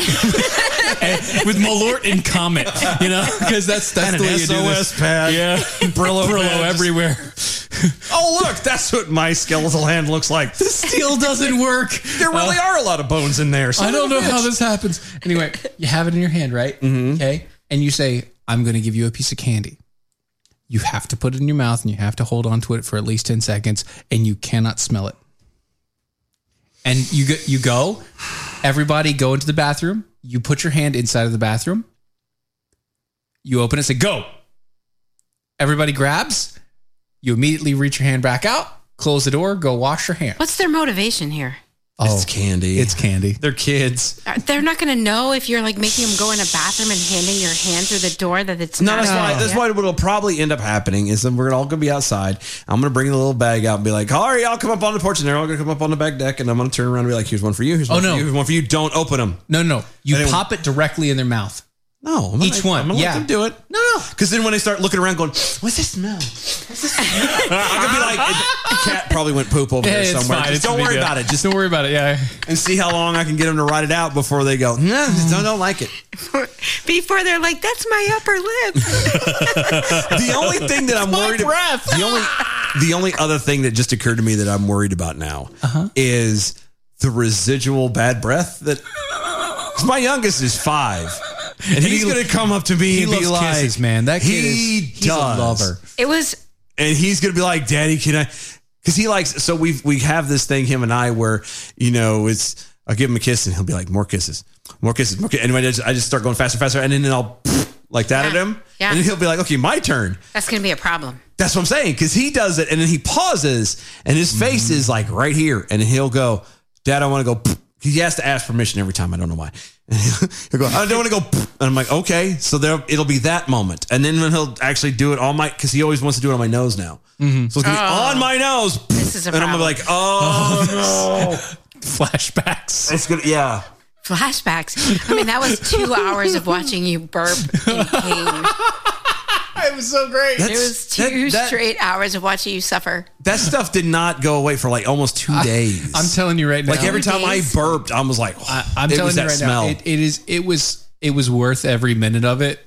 Speaker 2: And with my lord and Comet, you know, because that's that's
Speaker 1: And
Speaker 2: the
Speaker 1: an
Speaker 2: way you do this.
Speaker 1: SOS pad.
Speaker 2: Yeah,
Speaker 1: Brillo pad, just-
Speaker 2: everywhere.
Speaker 1: Oh, look, that's what my skeletal hand looks like.
Speaker 2: This steel doesn't work.
Speaker 1: There really
Speaker 2: Uh,
Speaker 1: are a lot of bones in there. son
Speaker 2: I
Speaker 1: of
Speaker 2: don't
Speaker 1: a
Speaker 2: know how
Speaker 1: bitch.
Speaker 2: this happens. Anyway, you have it in your hand, right?
Speaker 1: Mm-hmm.
Speaker 2: Okay. And you say, I'm going to give you a piece of candy. You have to put it in your mouth and you have to hold on to it for at least 10 seconds and you cannot smell it. And you go, you go, everybody go into the bathroom. You put your hand inside of the bathroom. You open it, say, go. Everybody grabs. You immediately reach your hand back out, close the door, go wash your hand.
Speaker 3: What's their motivation here?
Speaker 2: it's candy. Oh, It's candy.
Speaker 1: They're kids.
Speaker 3: Uh, They're not going to know if you're like making them go in a bathroom and handing your hand through the door that it's
Speaker 1: No,
Speaker 3: not.
Speaker 1: that's
Speaker 3: a
Speaker 1: why.
Speaker 3: good
Speaker 1: That's
Speaker 3: idea.
Speaker 1: why what'll probably end up happening is then we're all gonna be outside. I'm gonna bring the little bag out and be like, "All right, y'all come up on the porch," and they're all gonna come up on the back deck, and I'm gonna turn around and be like, "Here's one for you. Here's
Speaker 2: Oh,
Speaker 1: one
Speaker 2: no.
Speaker 1: for you. Here's one for you. Don't open them."
Speaker 2: No, no. You
Speaker 1: And it-
Speaker 2: pop it directly in their mouth.
Speaker 1: No, I'm
Speaker 2: Each
Speaker 1: gonna-
Speaker 2: one,
Speaker 1: I'm gonna
Speaker 2: yeah.
Speaker 1: let them do it.
Speaker 2: No, no.
Speaker 1: Because then when they start looking around, going,
Speaker 2: What's this smell?
Speaker 1: I could be like, the cat probably went poop over there
Speaker 2: Hey, it's
Speaker 1: somewhere.
Speaker 2: fine.
Speaker 1: Just
Speaker 2: It's a
Speaker 1: don't
Speaker 2: big
Speaker 1: worry
Speaker 2: deal.
Speaker 1: about it. Just
Speaker 2: don't worry about it. Yeah.
Speaker 1: And see how long I can get them to write it out before they go, nah, I don't like it.
Speaker 3: Before they're like, that's my upper lip.
Speaker 1: The only thing that I'm worried about, the only,
Speaker 3: Ah!
Speaker 1: the only other thing that just occurred to me that I'm worried about now
Speaker 2: Uh-huh.
Speaker 1: is the residual bad breath that 'cause my youngest is five. And, he's
Speaker 2: he-
Speaker 1: gonna come up to me
Speaker 2: he
Speaker 1: and be
Speaker 2: loves
Speaker 1: like,
Speaker 2: kisses, man. That kid
Speaker 1: he
Speaker 2: is- he's a
Speaker 1: does.
Speaker 2: lover.
Speaker 3: it was
Speaker 1: and he's gonna be like, "Daddy, can I?" Because he likes. So we we have this thing, him and I, where you know it's I'll give him a kiss and he'll be like, "More kisses, more kisses, more kisses." And I just, I just start going faster, faster, and then I'll like that at him,
Speaker 3: Yeah.
Speaker 1: and then he'll be like, "Okay, my turn."
Speaker 3: that's going to be a problem.
Speaker 1: That's what I'm saying. Because he does it, and then he pauses, and his face is like right here, and he'll go, "Dad, I want to go." He has to ask permission every time. I don't know why. he'll go, "I don't want to go," and I'm like, "Okay." So there, it'll be that moment, and then when he'll actually do it on my, because he always wants to do it on my nose now. Mm-hmm. So it's gonna be on my nose.
Speaker 3: Oh. This is a
Speaker 1: and I'm gonna be
Speaker 3: problem.
Speaker 1: like, oh,
Speaker 2: Flashbacks.
Speaker 1: no. It's gonna yeah.
Speaker 3: Flashbacks. I mean, that was two hours of watching you burp in pain.
Speaker 2: It was so great.
Speaker 3: it was two straight hours of watching you suffer.
Speaker 1: That stuff did not go away for like almost two days.
Speaker 2: I'm telling you right now.
Speaker 1: like every time I
Speaker 3: days?
Speaker 1: burped, I was like,
Speaker 2: I, am
Speaker 1: it
Speaker 2: telling
Speaker 1: was
Speaker 2: you
Speaker 1: that
Speaker 2: right
Speaker 1: smell.
Speaker 2: now. It, it is. It was. It was worth every minute of it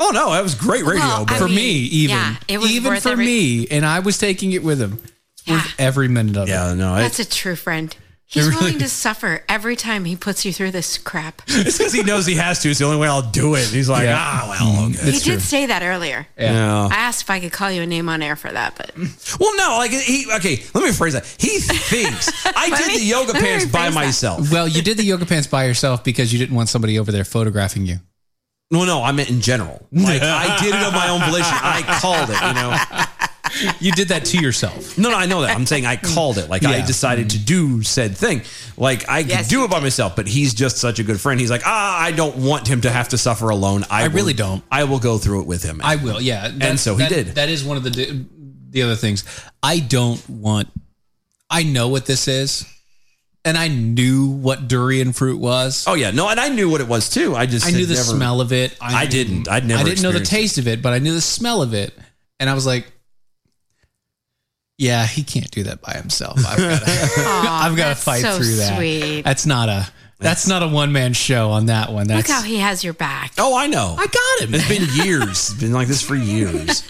Speaker 1: oh no, that was great radio.
Speaker 3: Well, I
Speaker 1: but
Speaker 2: for
Speaker 3: mean,
Speaker 2: me. Even
Speaker 3: yeah, it was
Speaker 2: even
Speaker 3: worth
Speaker 2: for
Speaker 3: every-
Speaker 2: me, and I was taking it with him. It's worth
Speaker 3: Yeah.
Speaker 2: every minute of
Speaker 1: it. Yeah, no,
Speaker 3: That's a true friend. He's
Speaker 1: really
Speaker 3: willing to suffer every time he puts you through this crap.
Speaker 1: it's because he knows he has to. It's the only way I'll do it. He's like,
Speaker 2: Yeah. Mm-hmm.
Speaker 1: ah, well, okay.
Speaker 3: he did say that earlier.
Speaker 1: Yeah. Yeah.
Speaker 3: I asked if I could call you a name on air for that, but
Speaker 1: Well, no, like he. Okay, let me rephrase that. He thinks I
Speaker 3: Let
Speaker 1: did
Speaker 3: me-
Speaker 1: the yoga
Speaker 3: let me
Speaker 1: pants by
Speaker 3: rephrase that.
Speaker 1: myself.
Speaker 2: Well, you did the yoga pants by yourself because you didn't want somebody over there photographing you.
Speaker 1: No, no, I meant in general. Like I did it of my own volition. I called it. You know.
Speaker 2: You did that to yourself.
Speaker 1: No, no, I know that. I'm saying I called it. Like I
Speaker 2: Yeah.
Speaker 1: decided to do said thing. Like I could do it by myself, but he's just such a good friend. He's like, ah, I don't want him to have to suffer alone. I,
Speaker 2: I
Speaker 1: will-
Speaker 2: really don't.
Speaker 1: I will go through it with him.
Speaker 2: I will, yeah.
Speaker 1: and so he
Speaker 2: that-
Speaker 1: did.
Speaker 2: That is one of the di- the other things. I don't want. I know what this is, and I knew what durian fruit was.
Speaker 1: Oh yeah, no, and I knew what it was too. I just
Speaker 2: I
Speaker 1: had
Speaker 2: knew the
Speaker 1: never-
Speaker 2: smell of it.
Speaker 1: I,
Speaker 2: knew-
Speaker 1: didn't. I'd never.
Speaker 2: I didn't know the
Speaker 1: experienced
Speaker 2: taste of it, but I knew the smell of it, and I was like, "Yeah, he can't do that by himself. I've got I've got
Speaker 3: that's
Speaker 2: to fight
Speaker 3: so
Speaker 2: through that.
Speaker 3: sweet.
Speaker 2: That's not a that's not a one man show on that one.
Speaker 3: look
Speaker 2: That's
Speaker 3: how he has your back.
Speaker 1: Oh, I know. I
Speaker 2: got him.
Speaker 1: It's been years. It's been like this for years.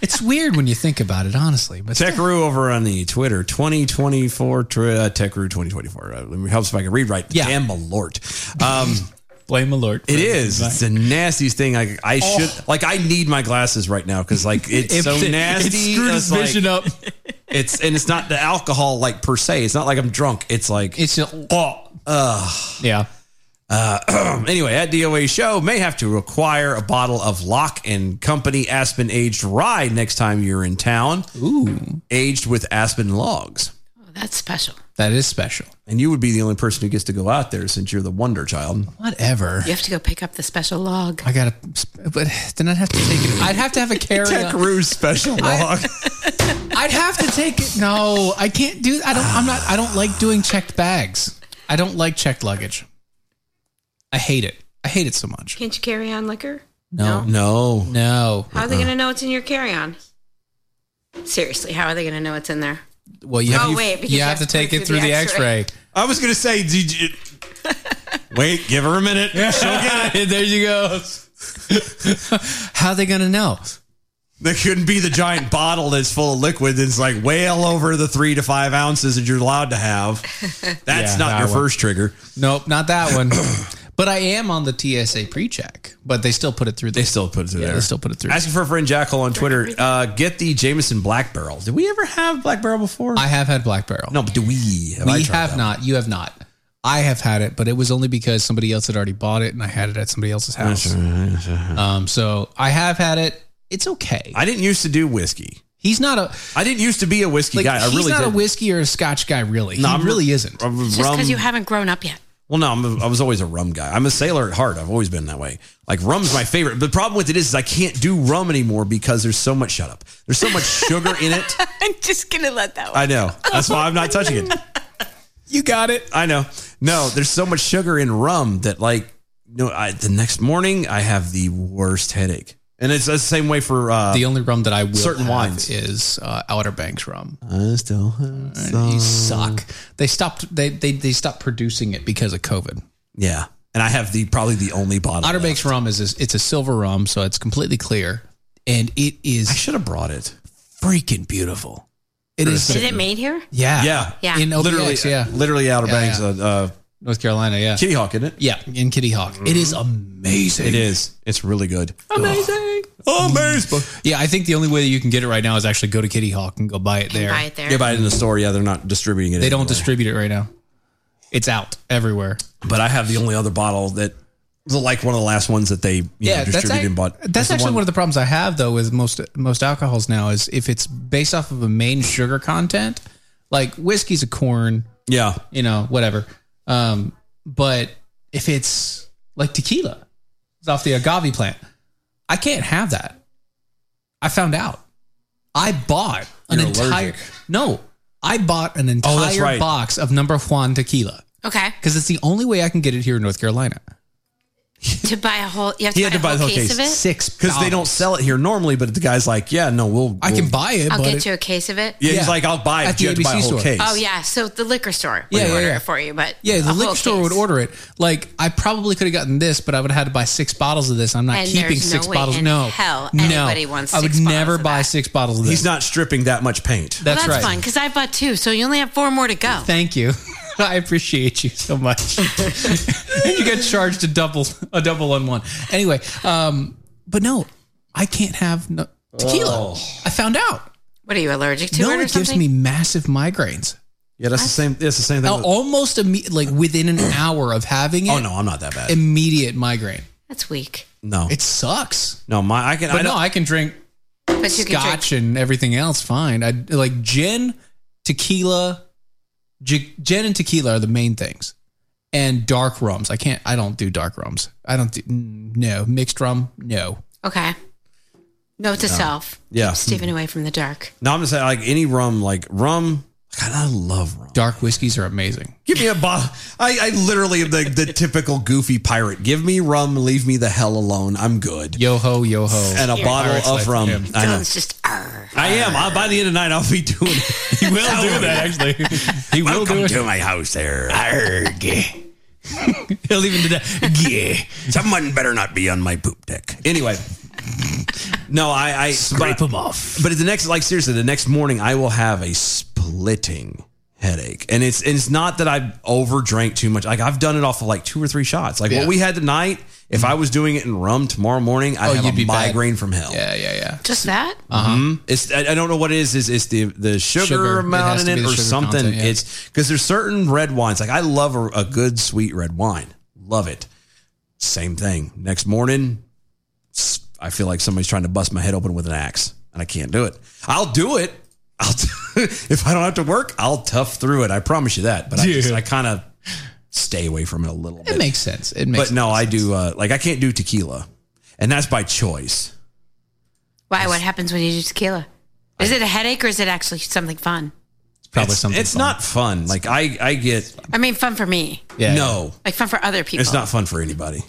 Speaker 2: it's weird when you think about it, honestly. But
Speaker 1: Techru over on the Twitter, 2024, tri- uh, Techru 2024. Uh, let me helps if I can read right. Yeah. Damn alert. Um,
Speaker 2: Blame alert.
Speaker 1: It is. It's the nastiest thing. I, I
Speaker 2: Oh.
Speaker 1: should, like, I need my glasses right now because, like, it's
Speaker 2: It-
Speaker 1: so
Speaker 2: it
Speaker 1: nasty.
Speaker 2: screwed
Speaker 1: It's
Speaker 2: his vision up.
Speaker 1: It's, and it's not the alcohol, like, per se. It's not like I'm drunk. It's like,
Speaker 2: it's,
Speaker 1: oh, ugh.
Speaker 2: yeah.
Speaker 1: Uh, anyway, at DOA show may have to acquire a bottle of Lock and Company Aspen aged rye next time you're in town.
Speaker 2: Ooh,
Speaker 1: aged with aspen logs,
Speaker 3: Oh, that's special.
Speaker 2: that is special.
Speaker 1: and you would be the only person who gets to go out there since you're the wonder child.
Speaker 2: Whatever.
Speaker 3: You have to go pick up the special log.
Speaker 2: I gotta, but then I'd have to take it. I'd have to have a carry.
Speaker 1: Tech Ruse special log.
Speaker 2: I'd have to take it. No, I can't do. I don't. I'm not. I don't like doing checked bags. I don't like checked luggage. I hate it. I hate it so much.
Speaker 3: Can't you carry on liquor?
Speaker 2: No, Uh-uh.
Speaker 1: no, Uh-uh.
Speaker 2: no.
Speaker 3: How are they going to know what's in your carry on? Seriously, how are they going to know what's in there?
Speaker 2: Well, you have,
Speaker 3: Oh,
Speaker 2: you,
Speaker 3: wait, because
Speaker 2: you have to take it through the X-ray.
Speaker 1: I was gonna say, did you, wait, give her a minute. She'll get
Speaker 2: it. there you go. How are they gonna know?
Speaker 1: There couldn't be the giant bottle that's full of liquid that's like well over the three to five ounces that you're allowed to have. That's not
Speaker 2: Yeah, that
Speaker 1: your
Speaker 2: one.
Speaker 1: first trigger.
Speaker 2: Nope, not that one. but I am on the TSA pre-check. But they still put it through. They
Speaker 1: still put it through.
Speaker 2: Yeah,
Speaker 1: there.
Speaker 2: they still put it through.
Speaker 1: Asking for a friend Jackal on Twitter, uh, get the Jameson Black Barrel. Did we ever have Black Barrel before?
Speaker 2: I have had Black Barrel.
Speaker 1: No, but do we? Have I
Speaker 2: we
Speaker 1: tried
Speaker 2: have
Speaker 1: that
Speaker 2: not. You have not. I have had it, but it was only because somebody else had already bought it, and I had it at somebody else's house. Um, so I have had it. It's okay.
Speaker 1: I didn't used to do whiskey.
Speaker 2: He's not a.
Speaker 1: I didn't used to be a whiskey
Speaker 2: Like,
Speaker 1: guy. I
Speaker 2: he's
Speaker 1: really
Speaker 2: not
Speaker 1: did.
Speaker 2: a whiskey or a Scotch guy. Really, he
Speaker 1: I'm-
Speaker 2: really isn't.
Speaker 1: I'm
Speaker 3: It's just
Speaker 1: rum-
Speaker 3: because you haven't grown up yet.
Speaker 1: Well, no, I'm a, I was always a rum guy. I'm a sailor at heart. I've always been that way. Like rum's my favorite. The problem with it is, is I can't do rum anymore because there's so much. Shut up. There's so much sugar in it.
Speaker 3: I'm just going to let that
Speaker 1: I know. That's why I'm not touching it.
Speaker 2: You got it.
Speaker 1: I know. No, there's so much sugar in rum that like no. I, the next morning I have the worst headache, and it's the same way for uh,
Speaker 2: the only rum that I will
Speaker 1: certain
Speaker 2: have
Speaker 1: wines.
Speaker 2: is uh, Outer Banks rum.
Speaker 1: I still
Speaker 2: You suck. They stopped. They they they stopped producing it because of COVID.
Speaker 1: Yeah, and I have the probably the only bottle.
Speaker 2: Outer Banks rum is a, it's a silver rum, so it's completely clear, and it is. I
Speaker 1: should have brought it.
Speaker 2: Freaking beautiful. It is.
Speaker 3: Is it made here?
Speaker 2: Yeah.
Speaker 1: Yeah.
Speaker 3: Yeah.
Speaker 2: In OPX,
Speaker 1: literally, uh,
Speaker 2: yeah.
Speaker 1: literally Outer
Speaker 2: Yeah,
Speaker 1: Banks,
Speaker 2: yeah.
Speaker 1: Uh, uh,
Speaker 2: North Carolina. Yeah.
Speaker 1: Kitty Hawk, isn't it? Mm-hmm.
Speaker 2: Yeah. In Kitty Hawk. It is amazing.
Speaker 1: It is. It's really good.
Speaker 3: Amazing.
Speaker 1: Amazing.
Speaker 2: Yeah. I think the only way that you can get it right now is actually go to Kitty Hawk and go buy it there.
Speaker 3: buy it there.
Speaker 1: Yeah, but in the store, yeah, they're not distributing it.
Speaker 2: They don't
Speaker 1: anywhere.
Speaker 2: distribute it right now. It's out everywhere.
Speaker 1: But I have the only other bottle that, the, like one of the last ones that they you know, distributed
Speaker 2: ac-
Speaker 1: and bought.
Speaker 2: That's, actually one. of the problems I have though with most most alcohols now is if it's based off of a main sugar content, like whiskey's a corn,
Speaker 1: yeah,
Speaker 2: you know, whatever. Um, but if it's like tequila, it's off the agave plant. I can't have that. I found out. I bought an
Speaker 1: You're
Speaker 2: entire
Speaker 1: allergic. Oh,
Speaker 2: no. I bought an entire
Speaker 1: that's right.
Speaker 2: box of number Juan tequila
Speaker 3: Okay.
Speaker 2: because it's the only way I can get it here in North Carolina.
Speaker 3: to buy a whole. You have to,
Speaker 1: He
Speaker 3: buy,
Speaker 1: had to buy
Speaker 3: a
Speaker 1: the
Speaker 3: whole
Speaker 1: whole
Speaker 3: case,
Speaker 1: case.
Speaker 3: of it.
Speaker 1: because they don't sell it here normally. But the guy's like, "Yeah, no, we'll. I can buy
Speaker 3: I'll get you a case of it.
Speaker 1: Yeah, he's like, "I'll buy it.
Speaker 2: At
Speaker 1: you
Speaker 2: the
Speaker 1: have to buy a
Speaker 2: ABC
Speaker 1: whole
Speaker 2: store.
Speaker 1: case."
Speaker 3: Oh yeah, so the liquor store would
Speaker 2: Yeah, yeah,
Speaker 3: order
Speaker 2: yeah.
Speaker 3: it for you, but Oh,
Speaker 2: Yeah, the
Speaker 3: a
Speaker 2: liquor
Speaker 3: whole
Speaker 2: store
Speaker 3: case.
Speaker 2: would order it. Like I probably could have gotten this, but I would have had to buy six bottles of this. I'm not
Speaker 3: And
Speaker 2: keeping
Speaker 3: there's
Speaker 2: six
Speaker 3: no way
Speaker 2: bottles.
Speaker 3: in
Speaker 2: no,
Speaker 3: hell
Speaker 2: no.
Speaker 3: anybody wants
Speaker 2: I would
Speaker 3: six bottles
Speaker 2: never buy six bottles of this.
Speaker 1: He's not stripping that much paint.
Speaker 3: Well,
Speaker 2: That's,
Speaker 3: that's
Speaker 2: right.
Speaker 3: fun because I bought two, so you only have four more to go.
Speaker 2: Thank you. I appreciate you so much. and you get charged a double, a double on one. Anyway, um, but no, I can't have no, tequila.
Speaker 1: Oh.
Speaker 2: I found out.
Speaker 3: What are you allergic to?
Speaker 2: No,
Speaker 3: it or
Speaker 2: it gives
Speaker 3: something?
Speaker 2: me massive migraines.
Speaker 1: Yeah, that's the same. That's the same thing.
Speaker 2: Al- Almost imme- like within an hour of having it.
Speaker 1: oh no, I'm not that bad.
Speaker 2: Immediate migraine.
Speaker 3: That's weak.
Speaker 1: No,
Speaker 2: it sucks.
Speaker 1: No, my I can.
Speaker 2: But
Speaker 1: I
Speaker 2: no,
Speaker 1: don't-
Speaker 2: I can drink
Speaker 3: But you can drink.
Speaker 2: scotch and everything else fine. I like gin, tequila, gi- gin and tequila are the main things, and dark rums. I can't. I don't do dark rums. I don't. Do, mm, no mixed rum. No.
Speaker 3: Okay. Note to
Speaker 1: No.
Speaker 3: self.
Speaker 1: Yeah.
Speaker 3: Keep Stephen away from the dark.
Speaker 1: No, I'm just saying like any rum, like rum. God, I love rum.
Speaker 2: Dark whiskeys are amazing.
Speaker 1: Give me a bottle. I, I literally am the, the typical goofy pirate. Give me rum, leave me the hell alone. I'm good.
Speaker 2: Yo ho, yo ho.
Speaker 1: And a
Speaker 2: You're
Speaker 1: bottle
Speaker 2: a pirate's
Speaker 1: of
Speaker 2: life.
Speaker 1: rum.
Speaker 2: Yeah.
Speaker 1: I know.
Speaker 3: Dylan's just
Speaker 1: I am. I, by the end of the night, I'll be doing it.
Speaker 2: He will do that, actually. He will do it.
Speaker 1: to my house there. Arg.
Speaker 2: He'll even do that.
Speaker 1: Yeah. Someone better not be on my poop deck. Anyway. No, I, I scrape them
Speaker 2: off.
Speaker 1: But the next, like seriously, the next morning I will have a splitting headache, and it's and it's not that I've overdrank too much. Like I've done it off of like two or three shots. Like
Speaker 2: Yeah.
Speaker 1: what we had tonight. If I was doing it in rum tomorrow morning, I'd
Speaker 2: Oh,
Speaker 1: have
Speaker 2: you'd
Speaker 1: a
Speaker 2: be bad.
Speaker 1: migraine from hell.
Speaker 2: Yeah, yeah, yeah.
Speaker 3: Just that?
Speaker 1: Uh-huh. It's I, I don't know what it is. Is it's the the sugar,
Speaker 2: Mm-hmm. Sugar. It
Speaker 1: amount
Speaker 2: has
Speaker 1: in
Speaker 2: to
Speaker 1: it
Speaker 2: be the
Speaker 1: or
Speaker 2: sugar
Speaker 1: something?
Speaker 2: content, yeah.
Speaker 1: It's because there's certain red wines. Like I love a, a good sweet red wine. Love it. Same thing. Next morning, s- I feel like somebody's trying to bust my head open with an axe, and I can't do it. I'll do it. I'll t- if I don't have to work, I'll tough through it. I promise you that. But I just,
Speaker 2: Yeah.
Speaker 1: I kind of stay away from it a little bit.
Speaker 2: It makes sense. It
Speaker 1: but
Speaker 2: makes.
Speaker 1: no, I do. Uh, like I can't do tequila, and that's by choice.
Speaker 3: Why? What happens when you do tequila? Is it a headache or is it actually something fun?
Speaker 1: It's probably something. It's not fun. Like I, I get
Speaker 3: I mean, fun for me,
Speaker 1: no.
Speaker 3: like fun for other people.
Speaker 1: It's not fun for anybody.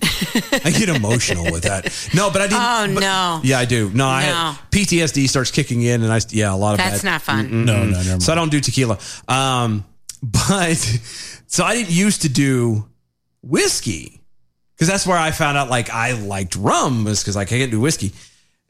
Speaker 1: I get emotional with that. No, but I didn't.
Speaker 3: Oh no.
Speaker 1: Yeah, I do. No,
Speaker 3: No.
Speaker 1: I PTSD starts kicking in, and I yeah, a lot of
Speaker 3: That's
Speaker 1: bad-
Speaker 3: not fun.
Speaker 1: Mm-mm.
Speaker 3: No, no,
Speaker 1: So I don't do tequila. Um, but so I didn't used to do whiskey because that's where I found out like I liked rum is because like I can't do whiskey.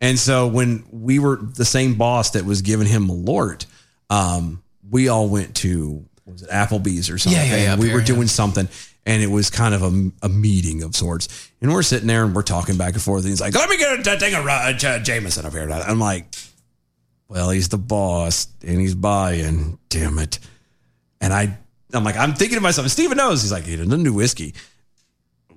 Speaker 1: And so when we were the same boss that was giving him Malort, um, we all went to what was it Applebee's or something.
Speaker 2: Yeah, yeah, yeah,
Speaker 1: we
Speaker 2: up
Speaker 1: were
Speaker 2: here,
Speaker 1: doing something, and it was kind of a, a meeting of sorts. And we're sitting there and we're talking back and forth. And he's like, "Let me get a thing of uh, J- Jameson up here." And I'm like, "Well, he's the boss, and he's buying. Damn it!" And I, I'm like, I'm thinking to myself, and Steven knows. He's like, "He doesn't do whiskey."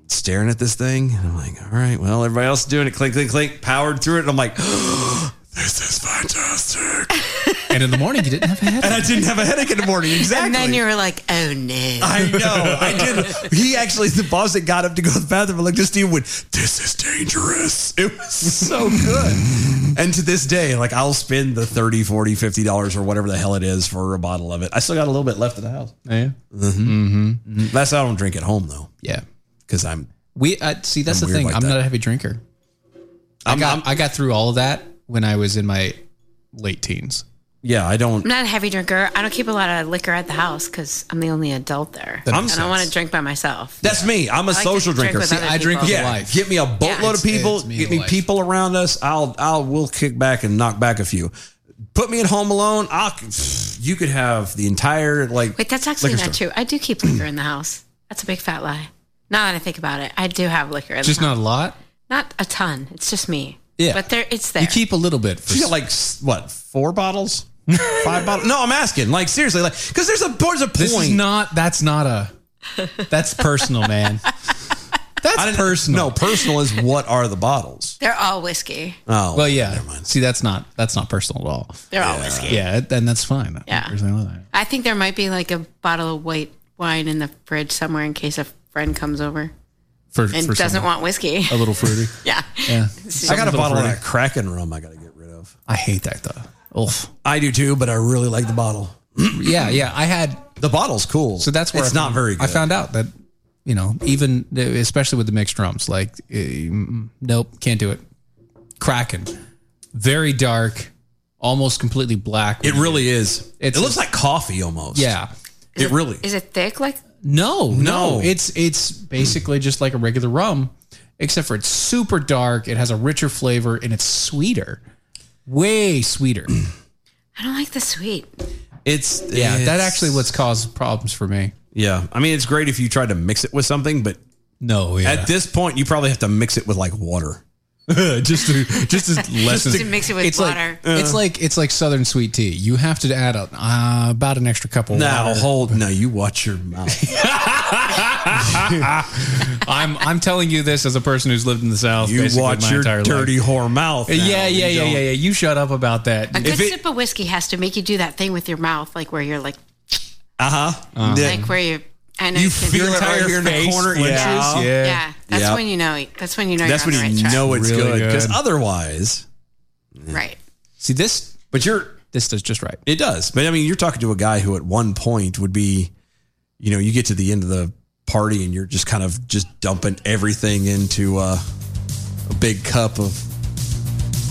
Speaker 1: Staring at this thing, and I'm like, "All right, well, everybody else is doing it. Clink, clink, clink. Powered through it." And I'm like. This is fantastic.
Speaker 2: and in the morning, you didn't have a headache.
Speaker 1: And I didn't have a headache in the morning. Exactly.
Speaker 3: And then you were like, oh no.
Speaker 1: I know. I did. He actually, the boss that got up to go to the bathroom and looked at Steve and went, This is dangerous. It was so good. and to this day, like, I'll spend the 30 40 $50 or whatever the hell it is for a bottle of it. I still got a little bit left in the house.
Speaker 2: Yeah.
Speaker 1: Mm-hmm. That's how I don't drink at home, though.
Speaker 2: Yeah.
Speaker 1: Because I'm.
Speaker 2: We uh, see. That's
Speaker 1: I'm
Speaker 2: the
Speaker 1: weird
Speaker 2: thing.
Speaker 1: like
Speaker 2: I'm
Speaker 1: that.
Speaker 2: not a heavy drinker. i got i got through all of that when I was in my late teens.
Speaker 1: Yeah, I don't.
Speaker 3: I'm not a heavy drinker. I don't keep a lot of liquor at the house because I'm the only adult there.
Speaker 1: That
Speaker 3: and
Speaker 1: makes
Speaker 3: I don't
Speaker 1: sense.
Speaker 3: want to drink by myself.
Speaker 1: That's me. I'm a
Speaker 3: I like to
Speaker 1: social
Speaker 3: drink
Speaker 1: drinker.
Speaker 3: with See, other I drink people. with
Speaker 1: yeah,
Speaker 3: life.
Speaker 1: Get me a boatload
Speaker 3: Yeah.
Speaker 1: of people.
Speaker 3: It's me
Speaker 1: get
Speaker 3: and
Speaker 1: me
Speaker 3: life.
Speaker 1: people around us. I'll I'll we'll kick back and knock back a few. Put me at home alone. I'll you could have the entire like.
Speaker 3: Wait, that's actually
Speaker 1: liquor
Speaker 3: not
Speaker 1: store.
Speaker 3: true. I do keep liquor in the house. That's a big fat lie. Now that I think about it, I do have liquor. In
Speaker 2: Just
Speaker 3: the house.
Speaker 2: not a lot.
Speaker 3: not a ton. It's just me.
Speaker 2: Yeah.
Speaker 3: but there it's there.
Speaker 2: You keep a little bit. For
Speaker 1: You got like s- what four bottles, five bottles? No, I'm asking. Like seriously, like because there's a there's a point.
Speaker 2: This is not. That's not a. That's personal, man. That's personal.
Speaker 1: No, personal is what are the bottles?
Speaker 3: They're all whiskey.
Speaker 1: Oh,
Speaker 2: well, yeah. See, that's not that's not personal at all.
Speaker 3: They're all whiskey.
Speaker 2: Yeah, and that's fine.
Speaker 3: Yeah. I think there might be like a bottle of white wine in the fridge somewhere in case a friend comes over
Speaker 2: For,
Speaker 3: and
Speaker 2: for
Speaker 3: doesn't
Speaker 2: someone.
Speaker 3: want whiskey.
Speaker 2: a little fruity.
Speaker 3: yeah.
Speaker 1: I
Speaker 2: Yeah.
Speaker 1: got a
Speaker 2: Something
Speaker 1: bottle of
Speaker 2: fruity.
Speaker 1: that Kraken rum. I got to get rid of.
Speaker 2: I hate that though. Oof.
Speaker 1: I do too, but I really like the bottle.
Speaker 2: yeah, yeah. I had
Speaker 1: the bottle's cool.
Speaker 2: So that's where
Speaker 1: it's
Speaker 2: I found-
Speaker 1: not very. good.
Speaker 2: I found out that
Speaker 10: you know, even especially with the mixed drums, like eh, nope, can't do it. Kraken, very dark, almost completely black.
Speaker 1: It really is.
Speaker 10: It's
Speaker 1: it looks
Speaker 10: just-
Speaker 1: like coffee almost.
Speaker 10: Yeah,
Speaker 1: It really.
Speaker 3: Is it thick? Like
Speaker 10: No, no,
Speaker 1: No.
Speaker 10: It's it's basically just like a regular rum, except for it's super dark. It has a richer flavor and it's sweeter, way sweeter.
Speaker 3: I don't like the sweet.
Speaker 1: It's eh.
Speaker 10: yeah. that
Speaker 1: it's-
Speaker 10: actually what's caused problems for me.
Speaker 1: Yeah. I mean, it's great if you try to mix it with something, but
Speaker 10: no. yeah.
Speaker 1: At this point, you probably have to mix it with like water.
Speaker 10: just to just as
Speaker 1: Just
Speaker 10: lessons.
Speaker 1: to mix it with
Speaker 10: it's
Speaker 1: water.
Speaker 2: uh,
Speaker 10: Like, It's like it's like southern sweet tea. You have to add a, uh, about an extra cup of
Speaker 1: Now
Speaker 10: water.
Speaker 1: hold. No, you watch your mouth.
Speaker 10: I'm I'm telling you this as a person who's lived in the South.
Speaker 1: You
Speaker 10: basically
Speaker 1: watch
Speaker 10: my
Speaker 1: your
Speaker 10: entire
Speaker 1: dirty
Speaker 10: life.
Speaker 1: whore mouth. now.
Speaker 10: Yeah, yeah,
Speaker 1: You
Speaker 10: yeah, yeah,
Speaker 1: don't-
Speaker 10: yeah. You shut up about that.
Speaker 3: A
Speaker 10: If
Speaker 3: good
Speaker 10: it-
Speaker 3: sip of whiskey has to make you do that thing with your mouth, like where you're like,
Speaker 1: Uh-huh.
Speaker 3: like where you. I know
Speaker 1: You
Speaker 3: can-
Speaker 1: feel it right here in the corner.
Speaker 3: Yeah,
Speaker 1: Yeah.
Speaker 3: yeah.
Speaker 1: Yeah.
Speaker 3: That's
Speaker 1: Yep.
Speaker 3: when you know. That's when you know.
Speaker 1: That's
Speaker 3: you're
Speaker 1: when
Speaker 3: on the
Speaker 1: you
Speaker 3: right
Speaker 1: know it's
Speaker 10: Really
Speaker 1: good because
Speaker 10: good.
Speaker 1: otherwise,
Speaker 3: track. right.
Speaker 10: see this,
Speaker 1: but you're
Speaker 10: this does just right.
Speaker 1: It does. But I mean, you're talking to a guy who at one point would be, you know, you get to the end of the party and you're just kind of just dumping everything into uh, a big cup of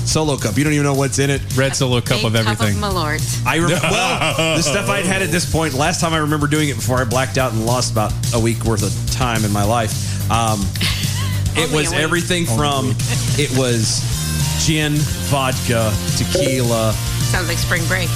Speaker 1: solo cup. You don't even know what's in it.
Speaker 10: Red solo
Speaker 3: Big Cup of Malort.
Speaker 1: I remember well, the stuff I'd had at this point. Last time I remember doing it before I blacked out and lost about a week worth of time in my life. Um, it
Speaker 5: Only a
Speaker 1: was
Speaker 5: week.
Speaker 1: everything
Speaker 5: Only a
Speaker 1: from
Speaker 5: week.
Speaker 1: it was gin, vodka, tequila.
Speaker 3: Sounds like spring break.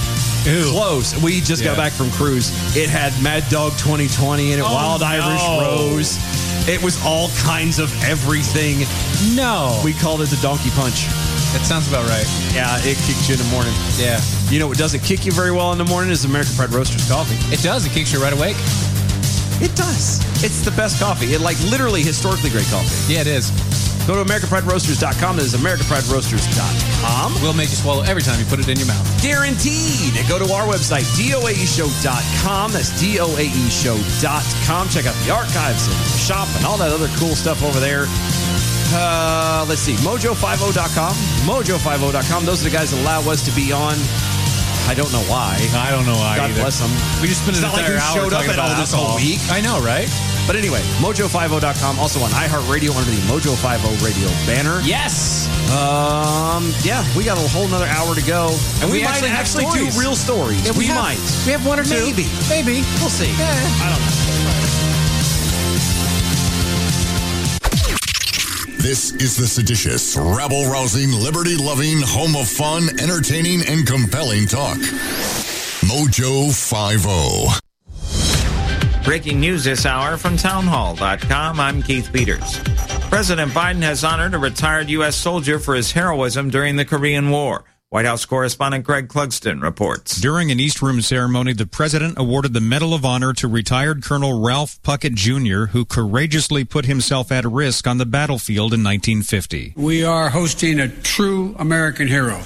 Speaker 1: Close. We just got
Speaker 5: Yeah.
Speaker 1: back from cruise. It had Mad Dog 2020 in it,
Speaker 5: Oh,
Speaker 1: Wild
Speaker 5: no.
Speaker 1: Irish Rose. It was all kinds of everything.
Speaker 10: No.
Speaker 1: We called it the Donkey Punch.
Speaker 10: That sounds about right.
Speaker 1: Yeah, it kicks you in the morning.
Speaker 10: Yeah.
Speaker 1: You know what doesn't kick you very well in the morning is American Pride Roasters coffee.
Speaker 10: It does. It kicks you right awake.
Speaker 1: It does. It's the best coffee. It like literally historically great coffee.
Speaker 10: Yeah, it is.
Speaker 1: Go to AmericanPrideRoasters.com. That is AmericanPrideRoasters.com.
Speaker 10: We'll make you swallow every time you put it in your mouth.
Speaker 1: Um? Guaranteed. And go to our website, E doaeshow.com. That's E doaeshow.com. Check out the archives and the shop and all that other cool stuff over there. Uh, let's see, mojo50.com, mojo50.com. Those are the guys that allow us to be on. I don't know why.
Speaker 10: I don't know why.
Speaker 1: God
Speaker 10: either.
Speaker 1: bless them.
Speaker 10: We just
Speaker 1: It's
Speaker 10: spent
Speaker 1: not
Speaker 10: an
Speaker 1: like
Speaker 10: entire
Speaker 1: we
Speaker 10: hour
Speaker 1: showed up at
Speaker 10: talking about
Speaker 1: all this whole
Speaker 10: alcohol.
Speaker 1: week.
Speaker 10: I know, right?
Speaker 1: But anyway, mojo50.com, also on iHeartRadio under the Mojo50 radio banner.
Speaker 10: Yes.
Speaker 1: Um, yeah, we got a whole nother hour to go. And we, might actually, do real stories.
Speaker 10: Yeah,
Speaker 1: we
Speaker 10: have-
Speaker 1: might.
Speaker 10: We have one or two.
Speaker 1: Maybe.
Speaker 10: Maybe.
Speaker 1: We'll see. I don't know.
Speaker 11: This is the seditious, rabble rousing, liberty loving, home of fun, entertaining, and compelling talk. Mojo oh.
Speaker 1: Oh.
Speaker 11: 50.
Speaker 12: Breaking news this hour from townhall.com. I'm Keith Peters. President Biden has honored a retired U.S. soldier for his heroism during the Korean War. White House correspondent Greg Clugston reports.
Speaker 13: During an East Room ceremony, the president awarded the Medal of Honor to retired Colonel Ralph Puckett Jr., who courageously put himself at risk on the battlefield in 1950.
Speaker 14: We are hosting a true American hero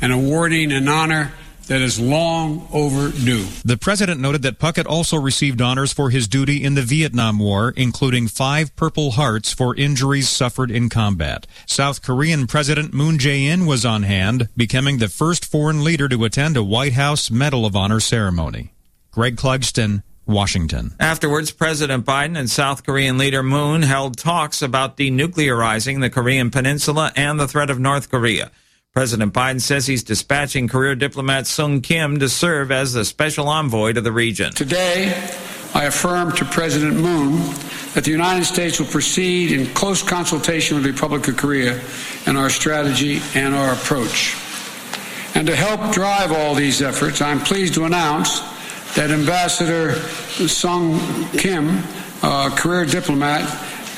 Speaker 14: and awarding an honor that is long overdue.
Speaker 13: The president noted that Puckett also received honors for his duty in the Vietnam War, including five Purple Hearts for injuries suffered in combat. South Korean President Moon Jae-in was on hand, becoming the first foreign leader to attend a White House Medal of Honor ceremony. Greg Clugston, Washington.
Speaker 12: Afterwards, President Biden and South Korean leader Moon held talks about denuclearizing the Korean peninsula and the threat of North Korea. President Biden says he's dispatching career diplomat Sung Kim to serve as the special envoy to the region.
Speaker 14: Today, I affirm to President Moon that the United States will proceed in close consultation with the Republic of Korea in our strategy and our approach. And to help drive all these efforts, I'm pleased to announce that Ambassador Sung Kim, a career diplomat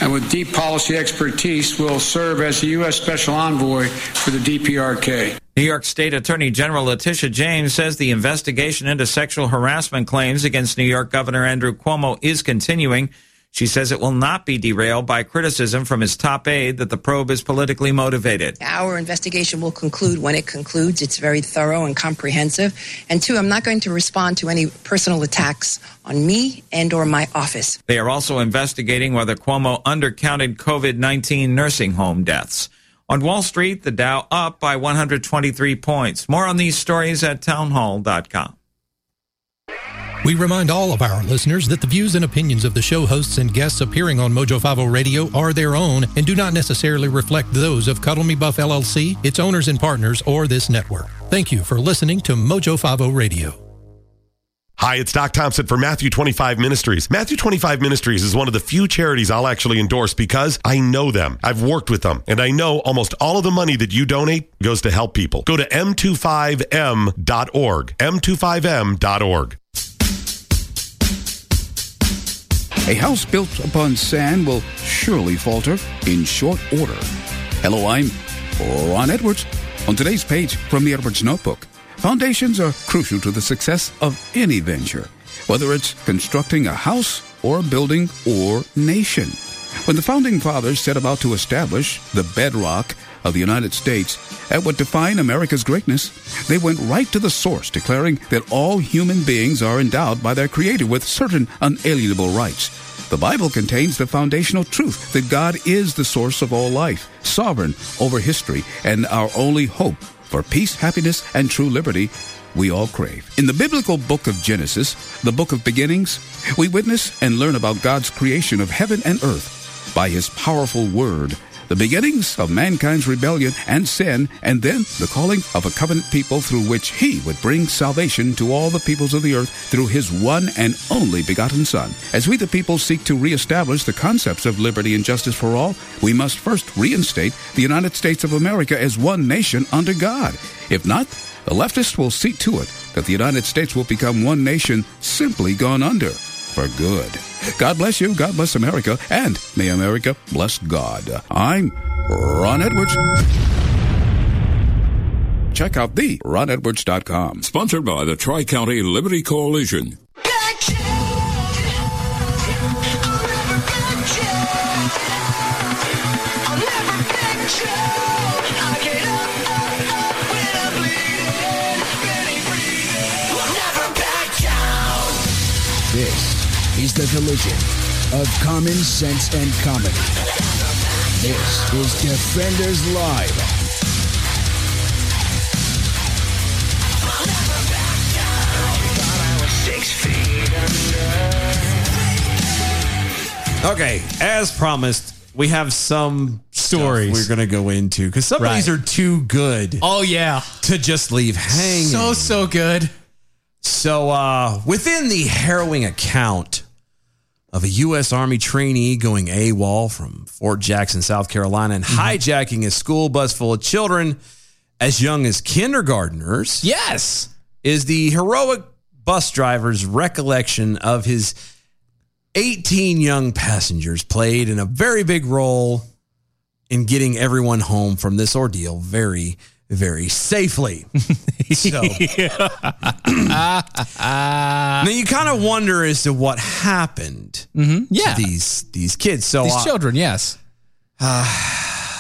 Speaker 14: and with deep policy expertise, will serve as the U.S. Special Envoy for the DPRK.
Speaker 12: New York State Attorney General Letitia James says the investigation into sexual harassment claims against New York Governor Andrew Cuomo is continuing. She says it will not be derailed by criticism from his top aide that the probe is politically motivated.
Speaker 15: Our investigation will conclude when it concludes. It's very thorough and comprehensive. And two, I'm not going to respond to any personal attacks on me and or my office.
Speaker 12: They are also investigating whether Cuomo undercounted COVID 19 nursing home deaths. On Wall Street, the Dow up by 123 points. More on these stories at townhall.com.
Speaker 6: We remind all of our listeners that the views and opinions of the show hosts and guests appearing on Mojo 50 Radio are their own and do not necessarily reflect those of Cuddle Me Buff LLC, its owners and partners, or this network. Thank you for listening to Mojo 50 Radio.
Speaker 16: Hi, it's Doc Thompson for Matthew 25 Ministries. Matthew 25 Ministries is one of the few charities I'll actually endorse because I know them. I've worked with them, and I know almost all of the money that you donate goes to help people. Go to m25m.org. m25m.org.
Speaker 17: A house built upon sand will surely falter in short order. Hello, I'm Ron Edwards. On today's page from the Edwards Notebook, foundations are crucial to the success of any venture, whether it's constructing a house or a building or nation. When the founding fathers set about to establish the bedrock of the United States that would define America's greatness, they went right to the source, declaring that all human beings are endowed by their Creator with certain unalienable rights. The Bible contains the foundational truth that God is the source of all life, sovereign over history, and our only hope for peace, happiness, and true liberty we all crave. In the biblical book of Genesis, the book of beginnings, we witness and learn about God's creation of heaven and earth by his powerful word, the beginnings of mankind's rebellion and sin, and then the calling of a covenant people through which he would bring salvation to all the peoples of the earth through his one and only begotten Son. As we, the people, seek to reestablish the concepts of liberty and justice for all, we must first reinstate the United States of America as one nation under God. If not, the leftists will see to it that the United States will become one nation simply gone under for good. God bless you, God bless America, and may America bless God. I'm Ron Edwards. Check out the RonEdwards.com.
Speaker 18: Sponsored by the Tri County Liberty Coalition.
Speaker 9: This is the collision of common sense and comedy. This is Defenders Live.
Speaker 1: Okay, as promised, we have some stories we're gonna go into because some of
Speaker 10: Right.
Speaker 1: these are too good.
Speaker 10: Oh yeah,
Speaker 1: to just leave hanging.
Speaker 10: So, so good.
Speaker 1: So uh, within the harrowing account of a U.S. Army trainee going AWOL from Fort Jackson, South Carolina,
Speaker 10: Mm-hmm.
Speaker 1: and hijacking a school bus full of children as young as kindergartners.
Speaker 10: Yes,
Speaker 1: is the heroic bus driver's recollection of his 18 young passengers played in a very big role in getting everyone home from this ordeal very, very safely. so now you kind of wonder as to what happened
Speaker 10: Mm-hmm. yeah.
Speaker 1: to these these kids. So
Speaker 10: These
Speaker 1: uh,
Speaker 10: children, yes.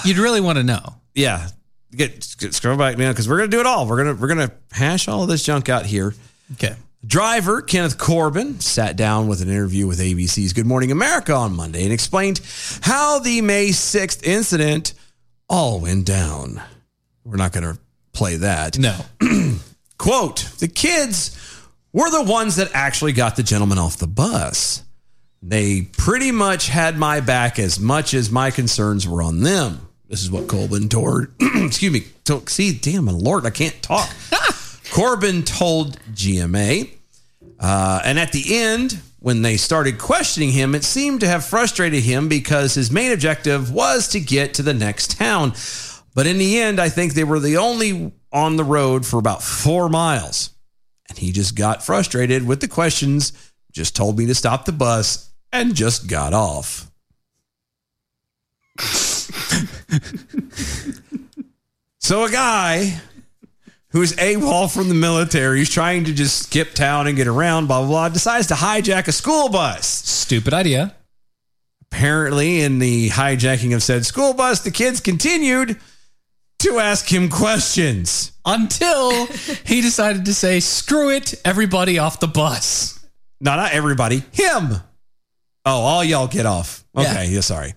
Speaker 10: You'd really want to know.
Speaker 1: yeah, get, get scroll back now because we're gonna do it all. We're gonna we're gonna hash all this junk out here.
Speaker 10: Okay.
Speaker 1: Driver Kenneth Corbin sat down with an interview with ABC's Good Morning America on Monday and explained how the May 6th incident all went down. We're not going to play that.
Speaker 10: No.
Speaker 1: Quote The kids were the ones that actually got the gentleman off the bus. They pretty much had my back as much as my concerns were on them. This is what Corbin told. excuse me. To, see, damn Lord, I can't talk. Corbin told GMA. Uh, and at the end, when they started questioning him, it seemed to have frustrated him because his main objective was to get to the next town. But in the end, I think they were the only on the road for about four miles. And he just got frustrated with the questions, just told me to stop the bus, and just got off. so a guy who's AWOL from the military, who's trying to just skip town and get around, blah, blah, blah, decides to hijack a school bus.
Speaker 10: Stupid idea.
Speaker 1: Apparently, in the hijacking of said school bus, the kids continued to ask him questions.
Speaker 10: Until he decided to say, screw it, everybody off the bus.
Speaker 1: No, not everybody. Him. Oh, all y'all get off. Okay, yeah, sorry.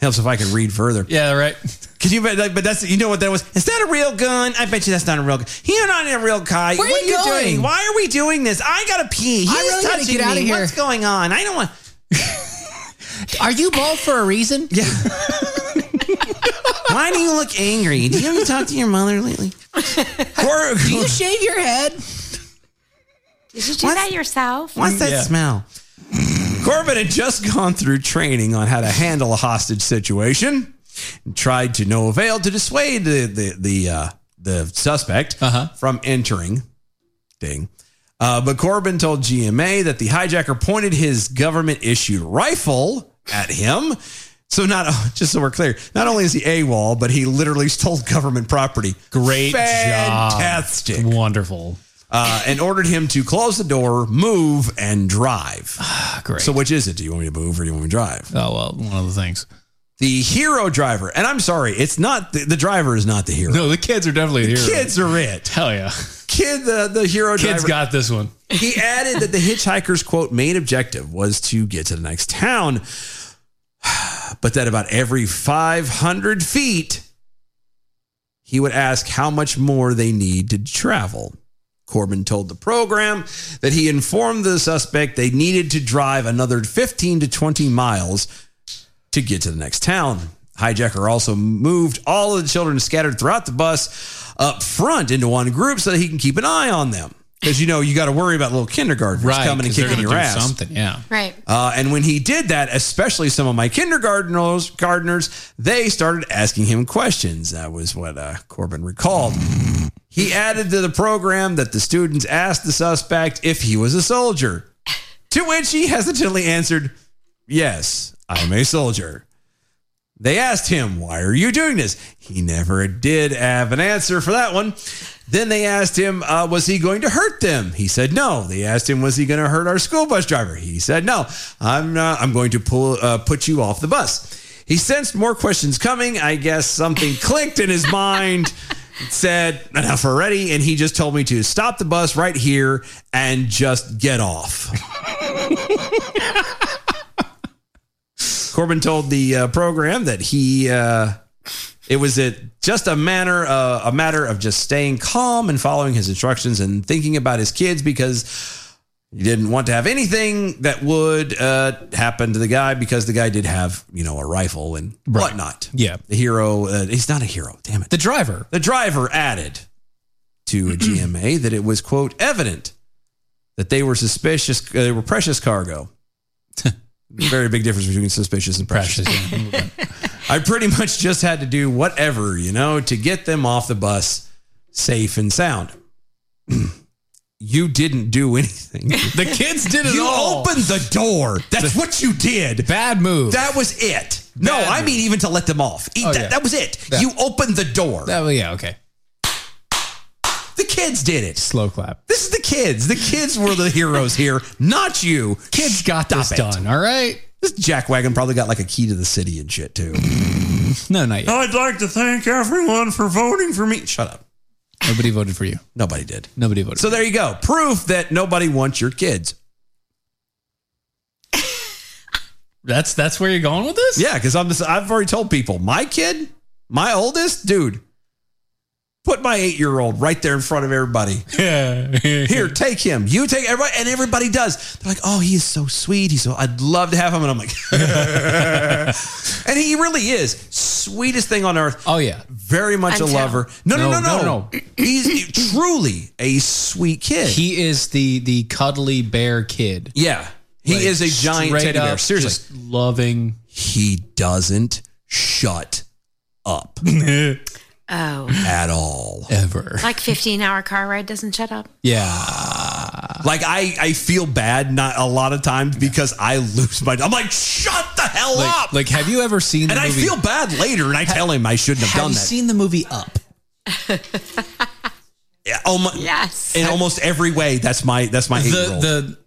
Speaker 1: Helps if I could read further. Yeah, right. Could you? But, but that's you know what that was. Is that a real gun? I bet you that's not a real gun. You're not a real guy.
Speaker 19: Where are
Speaker 1: what
Speaker 19: you
Speaker 1: are you
Speaker 19: going?
Speaker 1: doing? Why are we doing this? I gotta pee. He's
Speaker 19: I really gotta
Speaker 1: touching
Speaker 19: get outta
Speaker 1: me.
Speaker 19: here.
Speaker 1: What's going on? I don't want.
Speaker 10: Are you bald for a reason?
Speaker 1: Yeah. Why do you look angry? Do you ever talk to your mother lately?
Speaker 19: Do you shave your head?
Speaker 3: Did you do that yourself?
Speaker 1: What's that smell? Corbin had just gone through training on how to handle a hostage situation and tried to no avail to dissuade the the the, uh, the suspect from entering. Ding. Uh, but Corbin told GMA that the hijacker pointed his government issued rifle at him. So not just so we're clear, not only is he AWOL, but he literally stole government property. Great Fantastic. Wonderful. Uh, and ordered him to close the door, move, and drive. Ah, Great. So which is it? Do you want me to move or do you want me to drive? Oh well, one of the things. The hero driver, and I'm sorry, it's not the, the driver is not the hero. No, the kids are definitely the,
Speaker 2: hero.
Speaker 1: Kids are it. Hell yeah. Kid, the, the hero
Speaker 2: Kids
Speaker 1: driver.
Speaker 2: got this one.
Speaker 1: He added that the hitchhiker's quote main objective was to get to the next town, but that about every 500 feet, he would ask how much more they need to travel. Corbin told the program that he informed the suspect they needed to drive another 15 to 20 miles to get to the next town. Hijacker also moved all of the children scattered throughout the bus up front into one group so that he can keep an eye on them. Because you know you got to worry about little kindergartners coming and
Speaker 2: 'cause they're
Speaker 1: kicking
Speaker 2: gonna
Speaker 1: your
Speaker 2: do
Speaker 1: ass.
Speaker 2: Something, yeah.
Speaker 3: Right.
Speaker 1: Uh, and when he did that, especially some of my kindergartners, gardeners, they started asking him questions. That was what uh, Corbin recalled. He added to the program that the students asked the suspect if he was a soldier, to which he hesitantly answered, Yes, I'm a soldier. They asked him, Why are you doing this? He never did have an answer for that one. Then they asked him, uh, Was he going to hurt them? He said no. They asked him, Was he going to hurt our school bus driver? He said no. I'm, not, I'm going to pull, uh, put you off the bus. He sensed more questions coming. I guess something clicked in his mind. Said enough already, and he just told me to stop the bus right here and just get off. Corbin told the uh, program that he uh, it was it just a manner uh, a matter of just staying calm and following his instructions and thinking about his kids because he didn't want to have anything that would uh, happen to the guy because the guy did have you know a rifle and whatnot.
Speaker 10: Yeah.
Speaker 1: The hero uh, he's not a hero. Damn it. The driver. The driver added to a GMA that it was quote evident that they were suspicious. uh, they were precious cargo. Very big difference between suspicious and precious. I pretty much just had to do whatever, you know, to get them off the bus safe and sound. you didn't do anything.
Speaker 10: The kids did it
Speaker 1: you
Speaker 10: all.
Speaker 1: opened the door. That's what you did. Bad move. That was it. no,
Speaker 10: Bad
Speaker 1: I
Speaker 10: move.
Speaker 1: mean even to let them off. E-
Speaker 10: Oh,
Speaker 1: that,
Speaker 10: yeah.
Speaker 1: that was it.
Speaker 10: Yeah.
Speaker 1: You opened the door.
Speaker 10: That, well, yeah, okay.
Speaker 1: The kids did it.
Speaker 10: Slow clap.
Speaker 1: This is the kids. The kids were the heroes here, not you. Kids got
Speaker 10: this done,
Speaker 1: All right. This jackwagon probably got like a key to the city and shit too. no, not yet. I'd like to thank everyone for voting for me. Shut up.
Speaker 10: Nobody voted for you.
Speaker 1: Nobody did.
Speaker 10: Nobody voted.
Speaker 1: So there you go. Proof that nobody wants your kids. that's that's where you're going with this? Yeah, because I'm just, I've already told people my kid, my oldest dude. Put my eight year old right there in front of everybody. Yeah. Here, take him. You take everybody, and everybody does. They're like, oh, he is so sweet. He's so, I'd love to have him. And I'm like, and he really is. Sweetest thing on earth. Oh, yeah. Very much
Speaker 10: Until-
Speaker 1: a lover. No, no, no,
Speaker 10: No,
Speaker 1: no.
Speaker 10: no,
Speaker 1: He's truly a sweet kid.
Speaker 10: He is the the cuddly bear kid.
Speaker 1: Yeah. He
Speaker 10: Like,
Speaker 1: is a giant
Speaker 10: straight
Speaker 1: teddy bear.
Speaker 10: up,
Speaker 1: Seriously.
Speaker 10: just loving.
Speaker 1: He doesn't shut up
Speaker 3: Oh,
Speaker 1: at all. Ever.
Speaker 3: like 15 hour car ride doesn't shut up.
Speaker 1: Yeah. Like I, I feel bad not a lot of times because I lose my I'm like, shut the hell up.
Speaker 10: Like, have you ever seen? The
Speaker 1: and I
Speaker 10: movie-
Speaker 1: feel bad later and I tell him I shouldn't have,
Speaker 10: Have
Speaker 1: done
Speaker 10: you
Speaker 1: that.
Speaker 10: seen the movie Up?
Speaker 1: Yeah, almo-
Speaker 3: Yes.
Speaker 1: In almost every way, that's my that's my
Speaker 10: The-
Speaker 1: eight year old.
Speaker 10: the-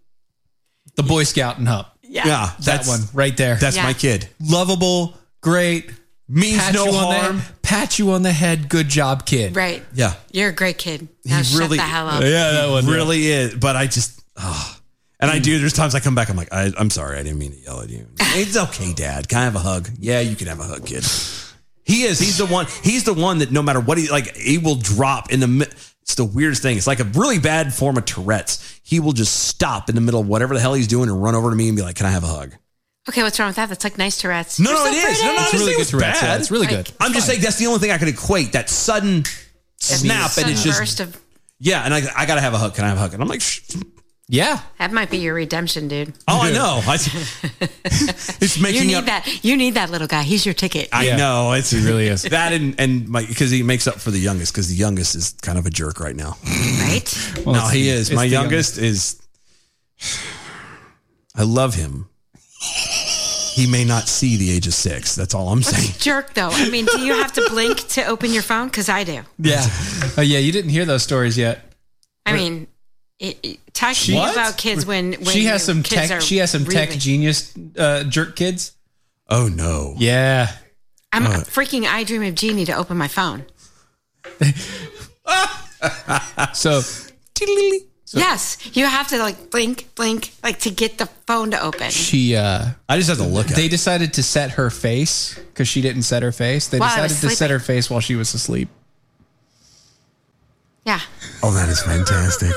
Speaker 10: The Boy Scout and Up.
Speaker 1: Yeah. Yeah,
Speaker 10: that
Speaker 1: that's-
Speaker 10: one right there.
Speaker 1: that's my Yeah. kid.
Speaker 10: Lovable, great,
Speaker 1: means no
Speaker 10: on the-
Speaker 1: harm.
Speaker 10: pat you on the head. Good job, kid.
Speaker 3: Right.
Speaker 1: yeah.
Speaker 3: You're a great kid. Now
Speaker 1: he
Speaker 3: shut
Speaker 1: really
Speaker 3: the hell up.
Speaker 1: he really is. But I just ah. And I do. There's times I come back. I'm like, I, I'm sorry. I didn't mean to yell at you. It's okay, Dad. Can I have a hug? Yeah, you can have a hug, kid. He is. He's the one. He's the one that no matter what he like, he will drop in the. mi- It's the weirdest thing. It's like a really bad form of Tourette's. He will just stop in the middle of whatever the hell he's doing and run over to me and be like, "Can I have a hug?"
Speaker 3: Okay, what's wrong with that? That's like nice Tourette's.
Speaker 1: No,
Speaker 3: You're
Speaker 1: no,
Speaker 3: so
Speaker 1: it is.
Speaker 3: pretty.
Speaker 1: No, no, it's really good
Speaker 2: Tourette's, yeah,
Speaker 1: Bad.
Speaker 2: it's really
Speaker 3: good. Like,
Speaker 1: I'm just saying that's the only thing I could equate that sudden snap, and it's just
Speaker 3: Burst of,
Speaker 1: yeah. And I, I gotta have a hug. Can I have a hug? And I'm like, Shh. yeah.
Speaker 3: that might be your redemption, dude.
Speaker 1: Oh, I know. I, it's making
Speaker 3: you need
Speaker 1: up.
Speaker 3: that. You need that little guy. He's your ticket.
Speaker 1: I know it's he really is that and and my because he makes up for the youngest because the youngest is kind of a jerk right now.
Speaker 3: Right?
Speaker 2: Well,
Speaker 1: no,
Speaker 2: it's
Speaker 1: he
Speaker 2: the-
Speaker 1: is.
Speaker 2: it's
Speaker 1: My
Speaker 2: the
Speaker 1: youngest, is. I love him. He may not see the age of six. That's all I'm saying.
Speaker 3: Jerk though. I mean, do you have to blink to open your phone? Because I do.
Speaker 10: Yeah. Oh, yeah. You didn't hear those stories yet.
Speaker 3: I mean, it, it, talk to
Speaker 10: She-
Speaker 3: me
Speaker 10: What?
Speaker 3: about kids when, when
Speaker 10: she
Speaker 3: your
Speaker 10: has some
Speaker 3: kids
Speaker 10: tech.
Speaker 3: are
Speaker 10: She has some tech
Speaker 3: really-
Speaker 10: genius uh, jerk kids.
Speaker 1: Oh no.
Speaker 10: Yeah.
Speaker 3: I'm
Speaker 10: Uh.
Speaker 3: freaking. I dream of genie to open my phone.
Speaker 10: So
Speaker 3: yes, you have to like blink, blink, like to get the phone to open.
Speaker 10: she. uh
Speaker 1: I just have to look. at
Speaker 10: They decided to set her face because she didn't set her face. They
Speaker 3: While I was
Speaker 10: decided to set
Speaker 3: sleeping.
Speaker 10: her face while she was asleep.
Speaker 3: Yeah.
Speaker 1: Oh, that is fantastic.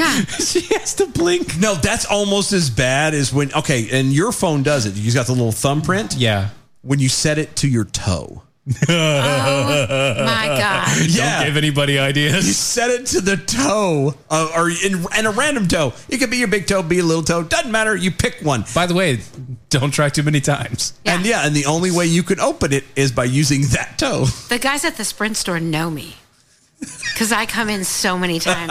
Speaker 3: Yeah.
Speaker 1: she has to blink. No, that's almost as bad as when, okay, and your phone does it. You got the little thumbprint. Yeah. When you set it to your toe.
Speaker 3: Oh, my God.
Speaker 1: Yeah. give anybody ideas. You set it to the toe uh, or in, and a random toe. It could be your big toe, be a little toe. Doesn't matter. You pick one. By the way, don't try too many times. And yeah, and the only way you can open it is by using that toe.
Speaker 3: The guys at the Sprint store know me because I come in so many times.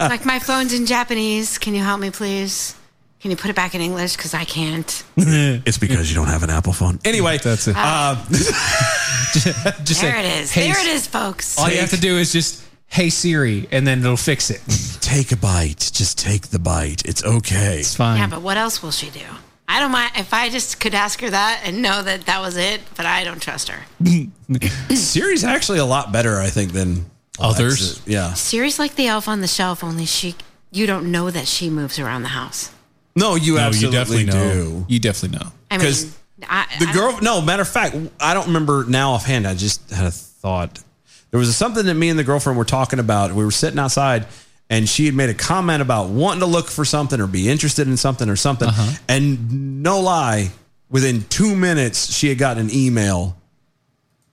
Speaker 3: like my phone's in Japanese. Can you help me, please? Can you put it back in English? Because I can't.
Speaker 1: it's because you don't have an Apple phone. Anyway, uh, that's
Speaker 3: it.
Speaker 10: Just
Speaker 3: Ah. there
Speaker 10: say,
Speaker 3: it is.
Speaker 10: "Hey,
Speaker 3: there it is, folks.
Speaker 10: All you have to do is just, hey Siri, and then it'll fix it.
Speaker 1: Take a bite. Just take the bite. It's okay. It's
Speaker 10: fine.
Speaker 3: Yeah, but what else will she do? I don't mind if I just could ask her that and know that that was it, but I don't trust her.
Speaker 1: Siri's actually a lot better, I think, than
Speaker 2: Others?
Speaker 1: Alexa. Yeah.
Speaker 3: Siri's like the elf on the shelf, only she you don't know that she moves around the house.
Speaker 1: No, you
Speaker 2: No, you
Speaker 1: absolutely
Speaker 2: definitely know.
Speaker 1: do. You definitely know.
Speaker 3: I mean, I,
Speaker 1: The girl, no, matter of fact, I don't remember now offhand. I just had a thought. There was something that me and the girlfriend were talking about. We were sitting outside and she had made a comment about wanting to look for something or be interested in something or something. And no lie, within two minutes, she had gotten an email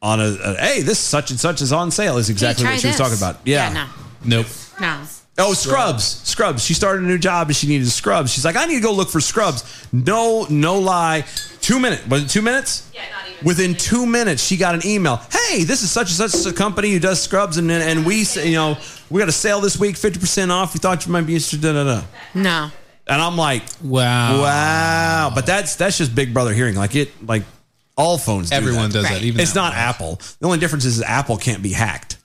Speaker 1: on a, a, hey, this such and such is on sale, is exactly
Speaker 3: try
Speaker 1: what she
Speaker 3: this.
Speaker 1: was talking about. Yeah.
Speaker 3: Yeah,
Speaker 1: Nope.
Speaker 3: no.
Speaker 1: Oh, Scrubs. Scrubs. She started a new job and she needed Scrubs. She's like, I need to go look for Scrubs. No, no lie. Two minutes. Was it two minutes? Yeah, not even. Within two minutes, she got an email. Hey, this is such and such a company who does Scrubs, and and we, s- you know, we got a sale this week, fifty percent off. We thought you might be interested. Da, da, da.
Speaker 3: No.
Speaker 1: And I'm like, wow, wow. But that's that's just Big Brother hearing. Like it, like all phones. Do
Speaker 10: Everyone
Speaker 1: that.
Speaker 10: does that, Right. even
Speaker 1: it's not Apple. The only difference is Apple can't be hacked.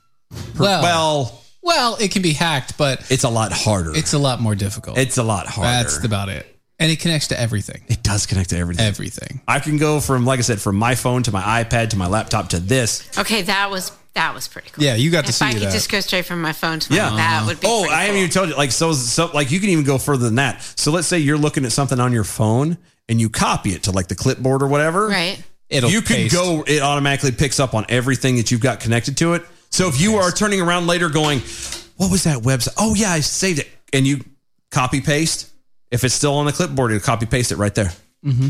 Speaker 10: Well-
Speaker 1: well,
Speaker 10: Oh. Well, it can be hacked, but
Speaker 1: it's a lot harder.
Speaker 10: It's a lot more difficult.
Speaker 1: It's a lot harder.
Speaker 10: That's about it. And it connects to everything.
Speaker 1: It does connect to everything. Everything. I can go from, like I said, from my phone to my iPad to my laptop to this.
Speaker 3: Okay, that was that was pretty cool.
Speaker 1: Yeah, you got to
Speaker 3: if
Speaker 1: see
Speaker 3: I could
Speaker 1: that.
Speaker 3: just go straight from my phone to my
Speaker 1: Yeah,
Speaker 3: that would be
Speaker 1: Oh,
Speaker 3: pretty
Speaker 1: I haven't even told you. Like so, so, like you can even go further than that. So let's say you're looking at something on your phone and you copy it to like the clipboard or whatever.
Speaker 3: Right.
Speaker 1: It'll you can go. It automatically picks up on everything that you've got connected to it. So if you are turning around later, going, "What was that website? Oh yeah, I saved it," and you copy paste. If it's still on the clipboard, you copy paste it right there.
Speaker 10: Mm-hmm.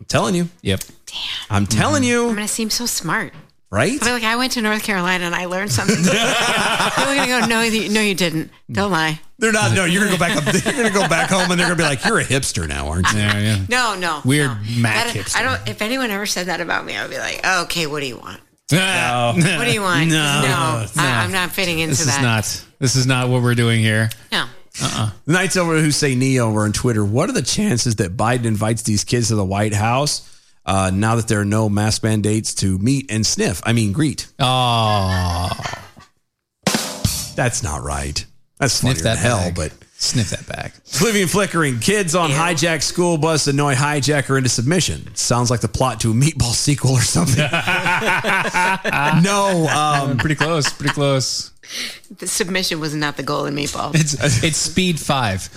Speaker 1: I'm telling you. Yep. Mm-hmm. I'm Uh-huh. telling you.
Speaker 3: I'm gonna seem so smart.
Speaker 1: Right?
Speaker 3: I'll be like, I went to North Carolina and I learned something. People are gonna go, no, you- no, you didn't. Don't lie.
Speaker 1: They're not. No, you're gonna go back up. You're gonna go back home, and they're gonna be like, "You're a hipster now, aren't you?"
Speaker 10: Yeah, yeah.
Speaker 3: No, no.
Speaker 1: Weird Mac
Speaker 3: That-
Speaker 1: hipster.
Speaker 3: I don't. If anyone ever said that about me, I would be like, oh, okay, what do you want?
Speaker 10: No.
Speaker 3: What do you want?
Speaker 10: No.
Speaker 3: no,
Speaker 10: No.
Speaker 3: I, am not fitting into
Speaker 10: This is
Speaker 3: that.
Speaker 10: not. This is not what we're doing here.
Speaker 3: No.
Speaker 1: Uh-uh. Knights over who say Neo were on Twitter. What are the chances that Biden invites these kids to the White House uh, now that there are no mask mandates to meet and sniff? I mean, greet. Oh, that's not right. That's funnier
Speaker 10: that
Speaker 1: than hell,
Speaker 10: bag.
Speaker 1: but
Speaker 10: Sniff that back.
Speaker 1: Oblivion flickering. Kids on hijacked school bus annoy hijacker into submission. Sounds like the plot to a meatball sequel or something. no, um,
Speaker 10: pretty close. Pretty close.
Speaker 3: The submission was not the goal in meatball.
Speaker 10: It's it's speed five.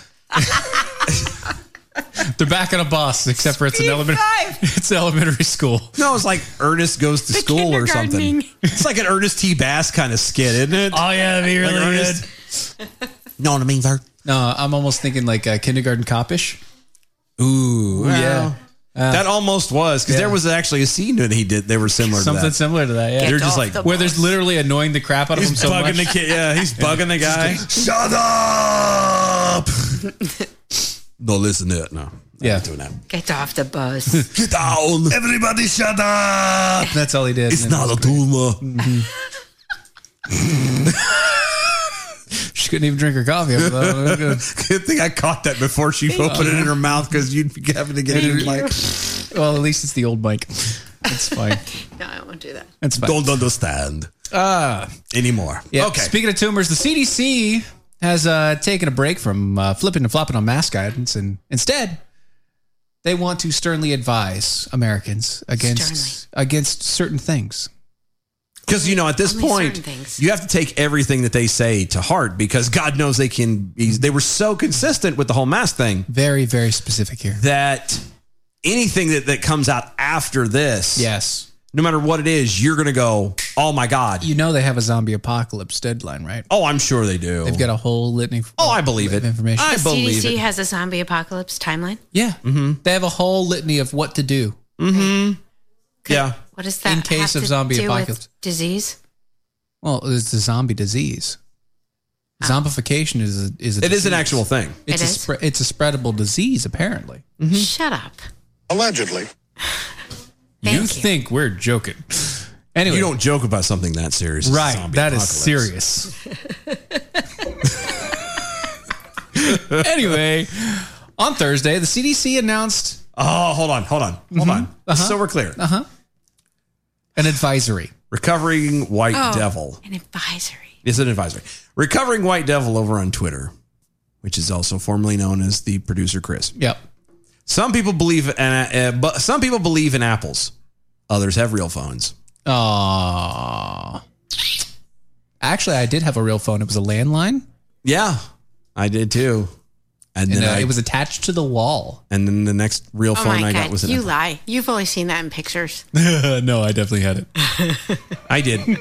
Speaker 2: They're back on a bus, except for it's an elementary. It's elementary school.
Speaker 1: No, it's like Ernest goes to school or something. It's like an Ernest T. Bass kind of skit, isn't it?
Speaker 2: Oh yeah, that'd be
Speaker 1: Like
Speaker 2: really
Speaker 1: Ernest-
Speaker 2: good.
Speaker 1: know what I mean, sir?
Speaker 2: No, I'm almost thinking like uh, kindergarten copish.
Speaker 1: Ooh,
Speaker 2: Ooh, yeah. Uh,
Speaker 1: that almost was because there was actually a scene that he did. They were similar.
Speaker 2: Something
Speaker 1: to that.
Speaker 2: similar to that. Yeah,
Speaker 1: They're just like
Speaker 2: where there's literally annoying the crap out of
Speaker 1: He's
Speaker 2: him so
Speaker 1: bugging
Speaker 2: much.
Speaker 1: the kid. Yeah, he's bugging the guy.
Speaker 2: Shut up.
Speaker 1: No, listen to it. No, yeah, doing that.
Speaker 3: Get off the bus.
Speaker 1: Get down.
Speaker 3: Everybody
Speaker 1: shut up.
Speaker 2: That's all he did.
Speaker 1: It's
Speaker 2: and it
Speaker 1: not
Speaker 2: was
Speaker 1: a tumor.
Speaker 2: She couldn't even drink her coffee. I thought it was "Oh, good.
Speaker 1: Good thing I caught that before she
Speaker 2: Thank
Speaker 1: opened
Speaker 2: you.
Speaker 1: it in her mouth because you'd be having to get it in like.
Speaker 2: well, at least it's the old mic. That's fine.
Speaker 3: no, I won't do that.
Speaker 2: That's fine.
Speaker 1: Don't understand
Speaker 2: Ah.
Speaker 1: anymore.
Speaker 2: Yeah.
Speaker 1: Okay.
Speaker 2: Speaking of tumors, the CDC has uh, taken a break from uh, flipping and flopping on mask guidance, and instead, they want to sternly advise Americans against against certain things.
Speaker 1: Because you know, at this
Speaker 2: Only certain
Speaker 1: point, you have to take everything that they say to heart because God knows they can. Be, they were so consistent with the whole mask thing
Speaker 2: Very, very specific here.
Speaker 1: that anything that that comes out after this,
Speaker 2: yes,
Speaker 1: no matter what it is, you're gonna go, oh my God.
Speaker 2: You know they have a zombie apocalypse deadline, right?
Speaker 1: Oh, I'm sure they do.
Speaker 2: They've got a whole litany.
Speaker 1: Oh, I believe it.
Speaker 2: Information.
Speaker 1: I
Speaker 3: the
Speaker 1: believe
Speaker 3: CDC
Speaker 1: it.
Speaker 3: has a zombie apocalypse timeline.
Speaker 2: Yeah, they have a whole litany of what to do.
Speaker 1: Mm-hmm. Yeah.
Speaker 3: What does that
Speaker 2: In case
Speaker 3: have
Speaker 2: of
Speaker 3: to
Speaker 2: zombie
Speaker 3: do with
Speaker 2: apocalypse.
Speaker 3: disease?
Speaker 2: Well, it's a zombie disease. Zombification is a, is
Speaker 1: It is
Speaker 2: a
Speaker 1: an
Speaker 2: disease.
Speaker 1: actual thing. Mm-hmm.
Speaker 3: Ah. It
Speaker 2: It's a
Speaker 3: is? Mm-hmm.
Speaker 2: spread it's a spreadable disease apparently.
Speaker 3: Shut up.
Speaker 20: Allegedly.
Speaker 2: you, think we're joking? Anyway,
Speaker 1: you don't joke about something that serious,
Speaker 2: Right, that is
Speaker 1: serious.
Speaker 2: anyway, on Thursday, the CDC announced. Mm-hmm.
Speaker 1: Oh, hold on, hold on, hold on. So we're clear.
Speaker 2: Uh huh. An advisory.
Speaker 1: Recovering white
Speaker 3: Oh,
Speaker 1: devil
Speaker 3: An advisory.
Speaker 1: is an advisory. Recovering white devil over on Twitter, which is also formerly known as the producer Chris.
Speaker 2: Yep.
Speaker 1: Some people believe, in, uh, uh, but some people believe in apples. Others have real phones.
Speaker 2: Aww. Uh, Actually, I did have a real phone. It was a landline,
Speaker 1: Yeah, I did too. And,
Speaker 2: and,
Speaker 1: then
Speaker 2: uh,
Speaker 1: I,
Speaker 2: it was attached to the wall.
Speaker 1: and then the next real
Speaker 3: Oh
Speaker 1: phone
Speaker 3: my
Speaker 1: I got
Speaker 3: god,
Speaker 1: was an
Speaker 3: you lie. You've only seen that in pictures.
Speaker 2: no, I definitely had it.
Speaker 1: I did.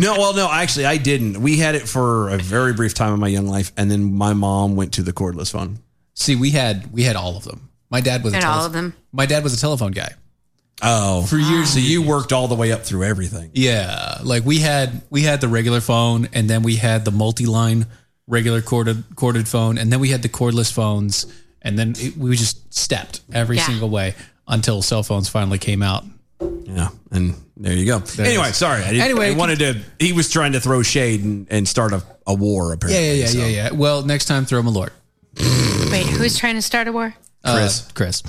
Speaker 1: No, well, no, actually, I didn't. We had it for a very brief time in my young life, and then my mom went to the cordless phone.
Speaker 2: See, we had we had all of them. My dad was a
Speaker 3: And
Speaker 2: tele-
Speaker 3: all of them.
Speaker 2: My dad was a telephone guy.
Speaker 1: Oh,
Speaker 2: for years.
Speaker 1: So you worked all the way up through everything.
Speaker 2: Yeah, like we had we had the regular phone, and then we had the multi-line regular corded corded phone, and then we had the cordless phones, and then it, we just stepped every
Speaker 1: Yeah.
Speaker 2: single way until cell phones finally came out.
Speaker 1: Yeah, and there you go.
Speaker 2: There it
Speaker 1: anyway,
Speaker 2: is.
Speaker 1: sorry. I didn't,
Speaker 2: Anyway,
Speaker 1: anyway, I
Speaker 2: con-
Speaker 1: wanted to. He was trying to throw shade and, and start a, a war.
Speaker 2: Yeah,
Speaker 1: Apparently,
Speaker 2: yeah, yeah,
Speaker 1: so.
Speaker 2: yeah, yeah. Well, next time throw him a lord,
Speaker 3: Wait, who's trying to start a war?
Speaker 2: Chris. Chris,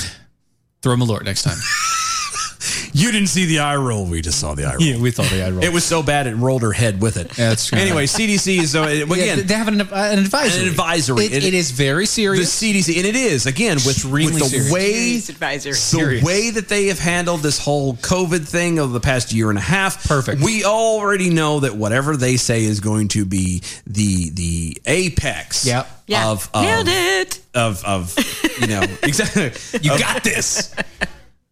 Speaker 2: throw him a lord next time.
Speaker 1: You didn't see the eye roll. We just saw the eye roll.
Speaker 2: Yeah, we saw the eye roll.
Speaker 1: It was so bad it rolled her head with it.
Speaker 2: That's true.
Speaker 1: Anyway, CDC is so again.
Speaker 2: Yeah, they have an, an advisory.
Speaker 1: An advisory.
Speaker 2: It- it is very serious.
Speaker 1: The CDC, and it is again with,
Speaker 2: Extremely
Speaker 1: with the
Speaker 2: serious.
Speaker 1: way
Speaker 2: Serious advisory.
Speaker 1: the
Speaker 2: Serious.
Speaker 1: way that they have handled this whole COVID thing over the past year and a half.
Speaker 2: Perfect.
Speaker 1: We already know that whatever they say is going to be the the apex.
Speaker 2: Yep.
Speaker 3: Yeah.
Speaker 1: Of, of
Speaker 3: Nailed it.
Speaker 1: Of of you know exactly. you got this.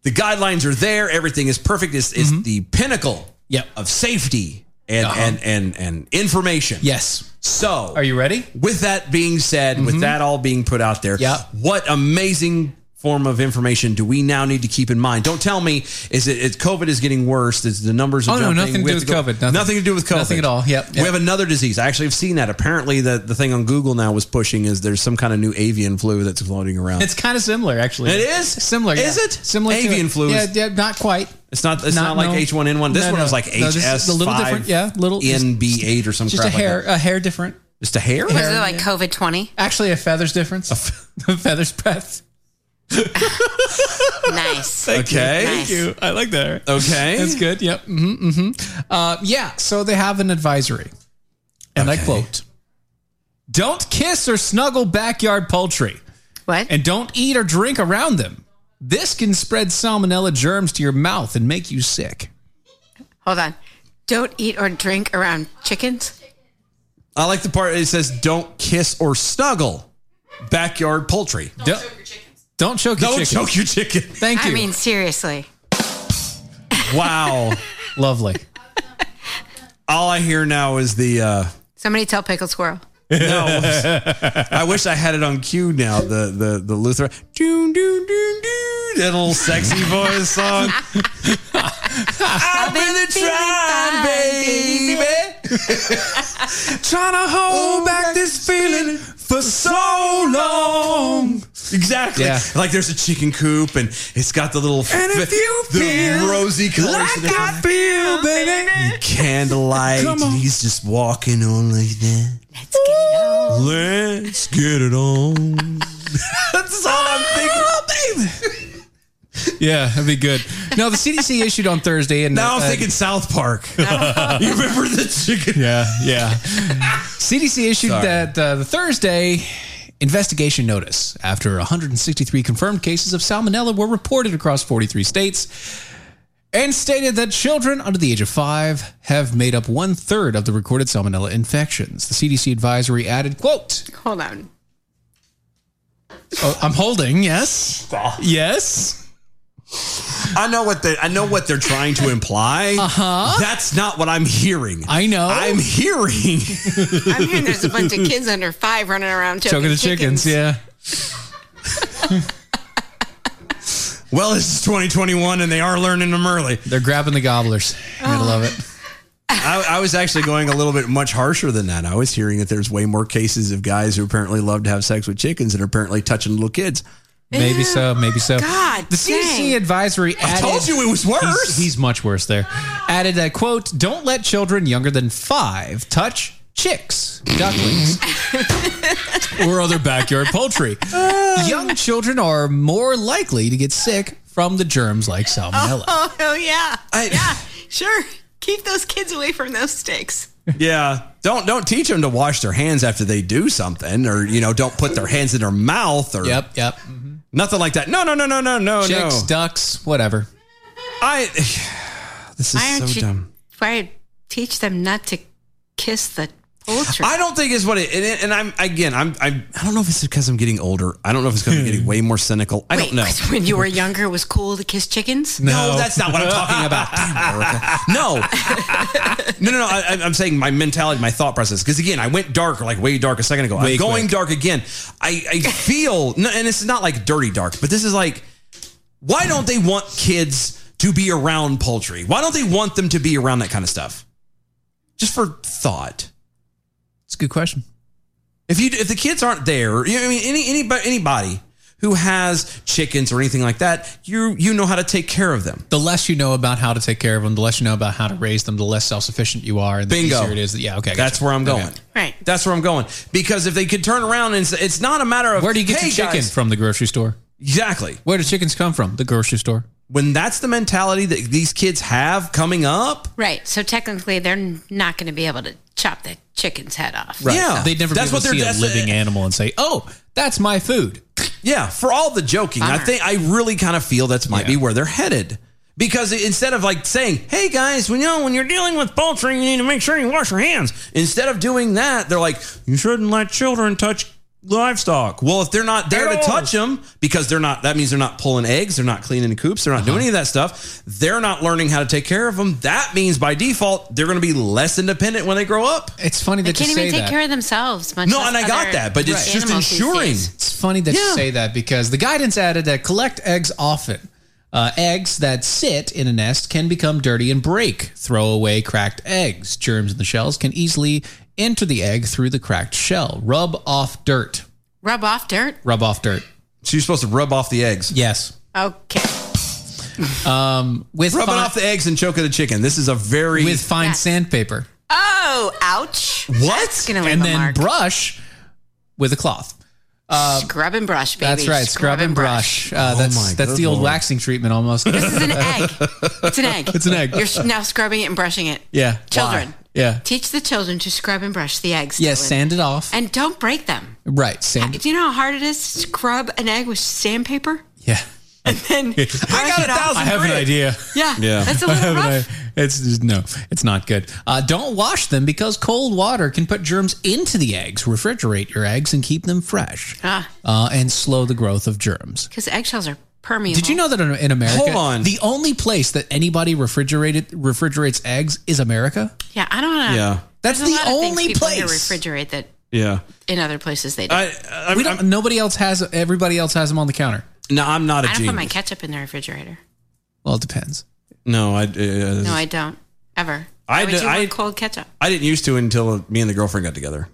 Speaker 1: The guidelines are there. Everything is perfect. It's, it's the pinnacle. Of safety and
Speaker 2: Mm-hmm. Uh-huh.
Speaker 1: and and and information.
Speaker 2: Yes.
Speaker 1: So,
Speaker 2: Are you ready? Mm-hmm.
Speaker 1: with that being said, with that all being put out there,
Speaker 2: Yeah.
Speaker 1: what amazing form of information do we now need to keep in mind? Don't tell me is it is COVID is getting worse? Is the numbers? Are
Speaker 2: Oh, no,
Speaker 1: jumping?
Speaker 2: nothing to
Speaker 1: We
Speaker 2: do
Speaker 1: have
Speaker 2: with
Speaker 1: go-
Speaker 2: COVID, nothing.
Speaker 1: to do with COVID.
Speaker 2: Nothing at all, yep,
Speaker 1: We
Speaker 2: yep.
Speaker 1: have another disease. I actually have seen that. Apparently, the the thing on Google now was pushing is there's some kind of new avian flu that's floating around.
Speaker 2: It's kind of similar, actually.
Speaker 1: It is?
Speaker 2: similar.
Speaker 1: Is
Speaker 2: yeah.
Speaker 1: it?
Speaker 2: similar? to
Speaker 1: Avian
Speaker 2: it.
Speaker 1: flu
Speaker 2: Yeah,
Speaker 1: is-
Speaker 2: yeah, not quite.
Speaker 1: It's not. It's not, like
Speaker 2: no.
Speaker 1: H one N one. This
Speaker 2: No,
Speaker 1: one
Speaker 2: no.
Speaker 1: was like
Speaker 2: No, this is
Speaker 1: HS.
Speaker 2: a little different. Yeah, little
Speaker 1: NB eight or some
Speaker 2: Just a
Speaker 1: crap like
Speaker 2: hair, uh,
Speaker 1: that.
Speaker 2: a hair different.
Speaker 1: Just a hair.
Speaker 3: Was it like COVID twenty?
Speaker 2: Actually, a feather's difference. A, feather's breath.
Speaker 3: Nice.
Speaker 1: Okay.
Speaker 2: Thank you. I like that.
Speaker 1: Okay.
Speaker 2: That's good. Yep. hmm hmm Uh, yeah. So they have an advisory, and I quote: "Don't kiss or snuggle backyard poultry.
Speaker 3: What?
Speaker 2: And don't eat or drink around them. This can spread salmonella germs to your mouth and make you sick."
Speaker 3: Hold on. Don't eat or drink around chickens.
Speaker 1: I like the part it says don't kiss or snuggle backyard poultry.
Speaker 2: Don't, Don't choke your
Speaker 1: Don't
Speaker 2: chicken.
Speaker 1: choke your chicken.
Speaker 2: Thank you.
Speaker 3: I mean, seriously.
Speaker 1: Wow.
Speaker 2: Lovely.
Speaker 1: All I hear now is the uh
Speaker 3: Somebody tell Pickle Squirrel.
Speaker 1: no. I wish I had it on cue now. The the the Luther doon, doon, doon, doon, that little sexy voice song.
Speaker 19: I've been trying, baby. trying to hold back this feeling for so long.
Speaker 1: Exactly.
Speaker 19: Yeah.
Speaker 1: Like there's a chicken coop and it's got the little
Speaker 19: And if you
Speaker 1: the
Speaker 19: feel
Speaker 1: rosy colors
Speaker 19: like
Speaker 1: of the-
Speaker 19: I feel, baby,
Speaker 1: candlelight.
Speaker 19: Come
Speaker 1: and he's just walking on like that. Let's get it on. That's all I'm thinking.
Speaker 2: Yeah, that'd be good. No, the CDC issued on Thursday, and
Speaker 1: Now I'm
Speaker 2: uh,
Speaker 1: thinking South Park. you remember the chicken?
Speaker 2: Yeah, yeah. CDC issued
Speaker 1: Sorry.
Speaker 2: that uh, the Thursday investigation notice after 163 confirmed cases of salmonella were reported across 43 states and stated that children under the age of five have made up one third of the recorded salmonella infections. The CDC advisory added, quote,
Speaker 3: Hold on.
Speaker 2: oh, I'm holding, yes. Yes.
Speaker 1: I know what they I know what they're trying to imply. Uh-huh. That's not what I'm hearing. I know. I'm hearing
Speaker 3: I'm hearing there's a bunch of kids under five running around choking,
Speaker 1: Choking the chickens,
Speaker 3: chickens.
Speaker 2: Yeah.
Speaker 1: Well, this is 2021 and they are learning them early.
Speaker 2: They're grabbing the gobblers. I love it.
Speaker 1: I, I was actually going a little bit much harsher than that. I was hearing that there's way more cases of guys who apparently love to have sex with chickens and are apparently touching little kids.
Speaker 2: Maybe so, maybe so.
Speaker 3: God,
Speaker 2: the CDC advisory. Added,
Speaker 1: told you it was
Speaker 2: He's-
Speaker 1: worse.
Speaker 2: He's, much worse there. Added that quote: "Don't let children younger than five touch chicks, ducklings, or other backyard poultry. Young children are more likely to get sick from the germs like salmonella."
Speaker 3: Oh, oh, yeah. yeah, sure. Keep those kids away from those sticks.
Speaker 1: Yeah. Don't don't teach them to wash their hands after they do something or you know, don't put their hands in their mouth or
Speaker 2: Yep, yep.
Speaker 1: Nothing like that. No, no, no, no, no, no,
Speaker 2: Chicks,
Speaker 1: no.
Speaker 2: ducks, whatever.
Speaker 1: I this is
Speaker 3: Why
Speaker 1: so
Speaker 3: aren't you-
Speaker 1: dumb.
Speaker 3: Why teach them not to kiss the poultry?
Speaker 1: I don't think it's what it. And, and I'm again. I'm. I. I don't know if it's because I'm getting older. I don't know if it's because I'm getting way more cynical. I
Speaker 3: Wait,
Speaker 1: don't know.
Speaker 3: When you were younger, it was cool to kiss chickens?
Speaker 1: No, that's not what I'm talking about. Damn, Erica. No, no, no, no. I, I'm- I'm saying my mentality, my thought process. Because again, I went dark, like way dark a second ago.
Speaker 2: Way
Speaker 1: I'm going dark again. I, I feel, no, and it's not like dirty dark, but this is like, why don't they want kids to be around poultry? Why don't they want them to be around that kind of stuff? Just for thought.
Speaker 2: It's a good question.
Speaker 1: If you if the kids aren't there, you know, I mean, any anybody anybody who has chickens or anything like that, you you know how to take care of them.
Speaker 2: The less you know about how to take care of them, the less you know about how to raise them, the less self-sufficient you are, and the
Speaker 1: Bingo.
Speaker 2: easier it is. that- Yeah, okay, I
Speaker 1: That's
Speaker 2: gotcha.
Speaker 1: where I'm
Speaker 2: Okay.
Speaker 1: going. Right. That's where I'm going because if they could turn around and s- it's not a matter of
Speaker 2: Where do you get
Speaker 1: hey,
Speaker 2: your chicken
Speaker 1: guys."
Speaker 2: from? The grocery store.
Speaker 1: Exactly.
Speaker 2: Where do chickens come from? The grocery store.
Speaker 1: When that's the mentality that these kids have coming up,
Speaker 3: Right. So technically, they're not going to be able to chop that chicken's head off.
Speaker 1: Yeah.
Speaker 2: They'd never
Speaker 1: That's
Speaker 2: be able
Speaker 1: what
Speaker 2: to
Speaker 1: they're-
Speaker 2: see a
Speaker 1: that's-
Speaker 2: living animal and say, oh, that's my food.
Speaker 1: Yeah, for all the joking, I
Speaker 2: Bummer.
Speaker 1: think I really kind of feel that's might be where they're headed. Because instead of like saying, "Hey guys, we know when you're dealing with poultry, you need to make sure you wash your hands." Instead of doing that, they're like, "You shouldn't let children touch livestock." Well, if they're not there to touch them because they're not that means they're not pulling eggs, they're not cleaning the coops, they're not
Speaker 2: Uh-huh.
Speaker 1: doing any of that stuff. They're not learning how to take care of them. That means by default, they're going to be less independent when they grow up.
Speaker 2: It's funny
Speaker 3: They can't even take care of themselves. Much
Speaker 1: No,
Speaker 3: less
Speaker 1: and I got
Speaker 3: other
Speaker 1: that, but it's just
Speaker 3: animals these
Speaker 1: ensuring.
Speaker 3: days.
Speaker 2: It's funny that you
Speaker 3: Yeah.
Speaker 2: say that because the guidance added that collect eggs often. Uh, eggs that sit in a nest can become dirty and break. Throw away cracked eggs. Germs in the shells can easily enter the egg through the cracked shell. Rub off dirt.
Speaker 3: Rub off dirt.
Speaker 2: Rub off dirt.
Speaker 1: So you're supposed to rub off the eggs.
Speaker 2: Yes.
Speaker 3: Okay.
Speaker 2: Um, with
Speaker 1: Rubbing
Speaker 2: fine-
Speaker 1: off the eggs and choking the chicken. This is a very
Speaker 2: with fine sandpaper.
Speaker 3: Oh, ouch.
Speaker 1: What?
Speaker 3: That's going to leave
Speaker 2: and
Speaker 3: a
Speaker 2: then
Speaker 3: mark.
Speaker 2: brush with a cloth. Uh,
Speaker 3: scrub and brush, baby.
Speaker 2: That's right, scrub, and brush.
Speaker 3: Oh
Speaker 2: Uh, that's
Speaker 1: my
Speaker 2: that's
Speaker 1: good
Speaker 2: the old
Speaker 1: Lord.
Speaker 2: waxing treatment almost. this
Speaker 3: is an egg. It's an egg.
Speaker 2: It's an egg.
Speaker 3: You're s- now scrubbing it and brushing it.
Speaker 2: Yeah,
Speaker 3: Children.
Speaker 2: Why? Yeah,
Speaker 3: Teach the children to scrub and brush the eggs.
Speaker 2: yeah.
Speaker 3: Dylan.
Speaker 2: Sand it off.
Speaker 3: And don't break them.
Speaker 2: Right, sand.
Speaker 3: Do you know how hard it is to scrub an egg with sandpaper?
Speaker 2: Yeah.
Speaker 3: And then I got a thousand.
Speaker 10: I have an idea.
Speaker 3: Yeah, that's a little rough.
Speaker 10: It's just, no, it's not good. Uh, don't wash them because cold water can put germs into the eggs. Refrigerate your eggs and keep them fresh,
Speaker 3: Ah,
Speaker 10: uh, and slow the growth of germs.
Speaker 3: because eggshells are permeable.
Speaker 10: Did you know that in, in America,
Speaker 3: Hold on.
Speaker 10: the only place that anybody refrigerated refrigerates eggs is America?
Speaker 3: Yeah, I don't know.
Speaker 10: Yeah. That's
Speaker 3: There's a
Speaker 10: the
Speaker 3: lot of things
Speaker 10: only
Speaker 3: people here
Speaker 10: place.
Speaker 3: refrigerate that
Speaker 1: Yeah.
Speaker 3: in other places they do.
Speaker 10: we don't, nobody else has. Everybody else has them on the counter.
Speaker 1: No, I'm not
Speaker 3: I
Speaker 1: a
Speaker 3: don't put my
Speaker 1: genius.
Speaker 3: ketchup in the refrigerator.
Speaker 10: Well, it depends.
Speaker 1: No, I. Uh,
Speaker 3: No, I don't ever. Why
Speaker 1: I
Speaker 3: would
Speaker 1: do-
Speaker 3: you want
Speaker 1: I-
Speaker 3: cold ketchup.
Speaker 1: I didn't used to until me and the girlfriend got together.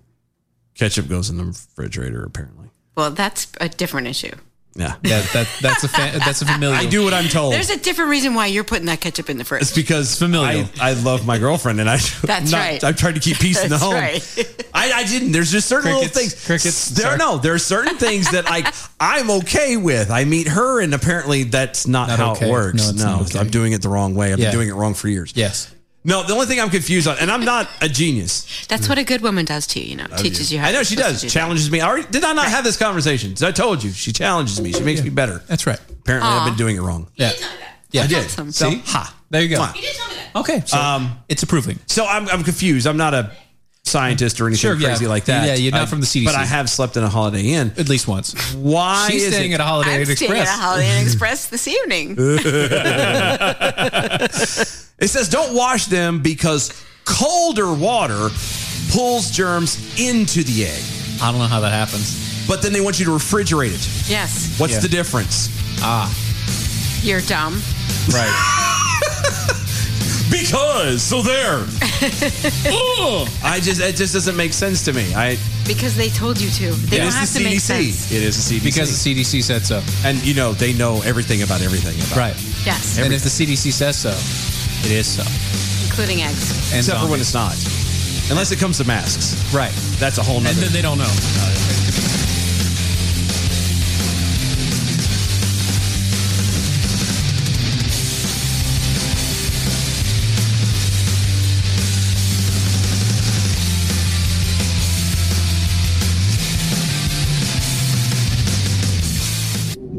Speaker 1: Ketchup goes in the refrigerator, apparently.
Speaker 3: Well, that's a different issue.
Speaker 1: Yeah, that, that that's a fa- that's a familiar. I do what I'm told.
Speaker 3: There's a different reason why you're putting that ketchup in the fridge.
Speaker 1: It's because familiar. I, I love my girlfriend, and I.
Speaker 3: That's
Speaker 1: not-
Speaker 3: right.
Speaker 1: I've tried to keep peace in the
Speaker 3: That's
Speaker 1: home.
Speaker 3: right.
Speaker 1: I, I didn't. There's just certain little
Speaker 10: Crickets,
Speaker 1: things.
Speaker 10: crickets,
Speaker 1: There
Speaker 10: sorry.
Speaker 1: no. There are certain things that I I'm okay with. I meet her, and apparently that's not,
Speaker 10: Not
Speaker 1: how
Speaker 10: okay.
Speaker 1: it works.
Speaker 10: No,
Speaker 1: No,
Speaker 10: it's not okay.
Speaker 1: I'm doing it the wrong way. I've
Speaker 10: Yeah.
Speaker 1: been doing it wrong for years.
Speaker 10: Yes.
Speaker 1: No, the only thing I'm confused on, and I'm not a genius.
Speaker 3: That's what a good woman does to you. You know,
Speaker 1: I love
Speaker 3: teaches you. how.
Speaker 1: I know
Speaker 3: you're
Speaker 1: she
Speaker 3: supposed
Speaker 1: does.
Speaker 3: to do
Speaker 1: Challenges me. I already did I not have this conversation? I told you she challenges me. She makes me better.
Speaker 10: That's right.
Speaker 1: Apparently,
Speaker 10: Aw.
Speaker 1: I've been doing it wrong.
Speaker 10: Yeah. Yeah, I did.
Speaker 1: Awesome.
Speaker 10: See,
Speaker 1: So, ha.
Speaker 10: There you go.
Speaker 1: Mwah.
Speaker 10: Okay, so
Speaker 1: um,
Speaker 10: it's approving.
Speaker 1: So I'm, I'm confused. I'm not a scientist or anything
Speaker 10: Sure, yeah.
Speaker 1: crazy like that.
Speaker 10: Yeah, you're not
Speaker 1: I-
Speaker 10: from the CDC.
Speaker 1: But I have slept in a Holiday Inn
Speaker 10: at least once.
Speaker 1: Why
Speaker 10: She's
Speaker 1: is
Speaker 10: staying
Speaker 1: it-
Speaker 10: at a Holiday
Speaker 3: I'm
Speaker 10: Inn
Speaker 3: staying at
Speaker 10: Express.
Speaker 3: a Holiday Inn Express this evening.
Speaker 1: It says don't wash them because colder water pulls germs into the egg.
Speaker 10: I don't know how that happens.
Speaker 1: But then they want you to refrigerate it.
Speaker 3: yes,
Speaker 1: What's the difference? Ah,
Speaker 3: you're dumb.
Speaker 1: right. because so there. I just it just doesn't make sense to me. I
Speaker 3: because they told you to. They
Speaker 1: it
Speaker 3: don't
Speaker 1: is
Speaker 3: have
Speaker 1: the
Speaker 3: to make
Speaker 1: CDC.
Speaker 3: sense.
Speaker 1: It is the CDC
Speaker 10: Because the CDC said so.
Speaker 1: And you know they know everything about everything. About
Speaker 10: Right.
Speaker 3: Yes,
Speaker 10: And if the CDC says so, it is so.
Speaker 3: including eggs.
Speaker 10: And
Speaker 1: Except for when
Speaker 10: zombies.
Speaker 1: it's not. Unless it comes to masks.
Speaker 10: Right.
Speaker 1: That's a whole nother.
Speaker 10: then they don't know.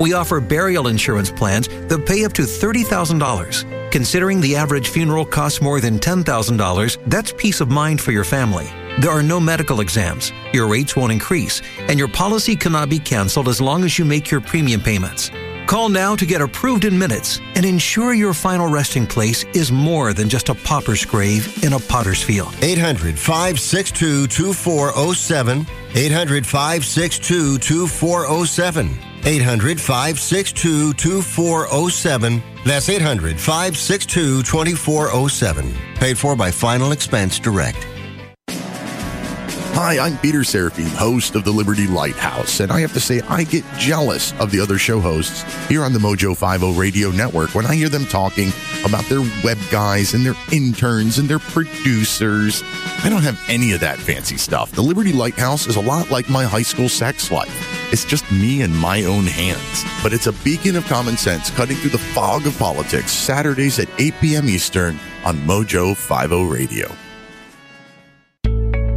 Speaker 21: We offer burial insurance plans that pay up to $30,000. Considering the average funeral costs more than $10,000, that's peace of mind for your family. There are no medical exams, your rates won't increase, and your policy cannot be canceled as long as you make your premium payments. Call now to get approved in minutes and ensure your final resting place is more than just a pauper's grave in a potter's field.
Speaker 22: 800 562 2407. 800 562 2407. 800 562 2407. That's 800 562 2407. Paid for by Final Expense Direct.
Speaker 23: Hi, I'm Peter Seraphine, host of the Liberty Lighthouse, and I have to say I get jealous of the other show hosts here on the Mojo 50 Radio Network when I hear them talking about their web guys and their interns and their producers. I don't have any of that fancy stuff. The Liberty Lighthouse is a lot like my high school sex life. It's just me and my own hands. But it's a beacon of common sense cutting through the fog of politics Saturdays at 8 p.m. Eastern on Mojo 50 Radio.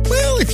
Speaker 24: Well, if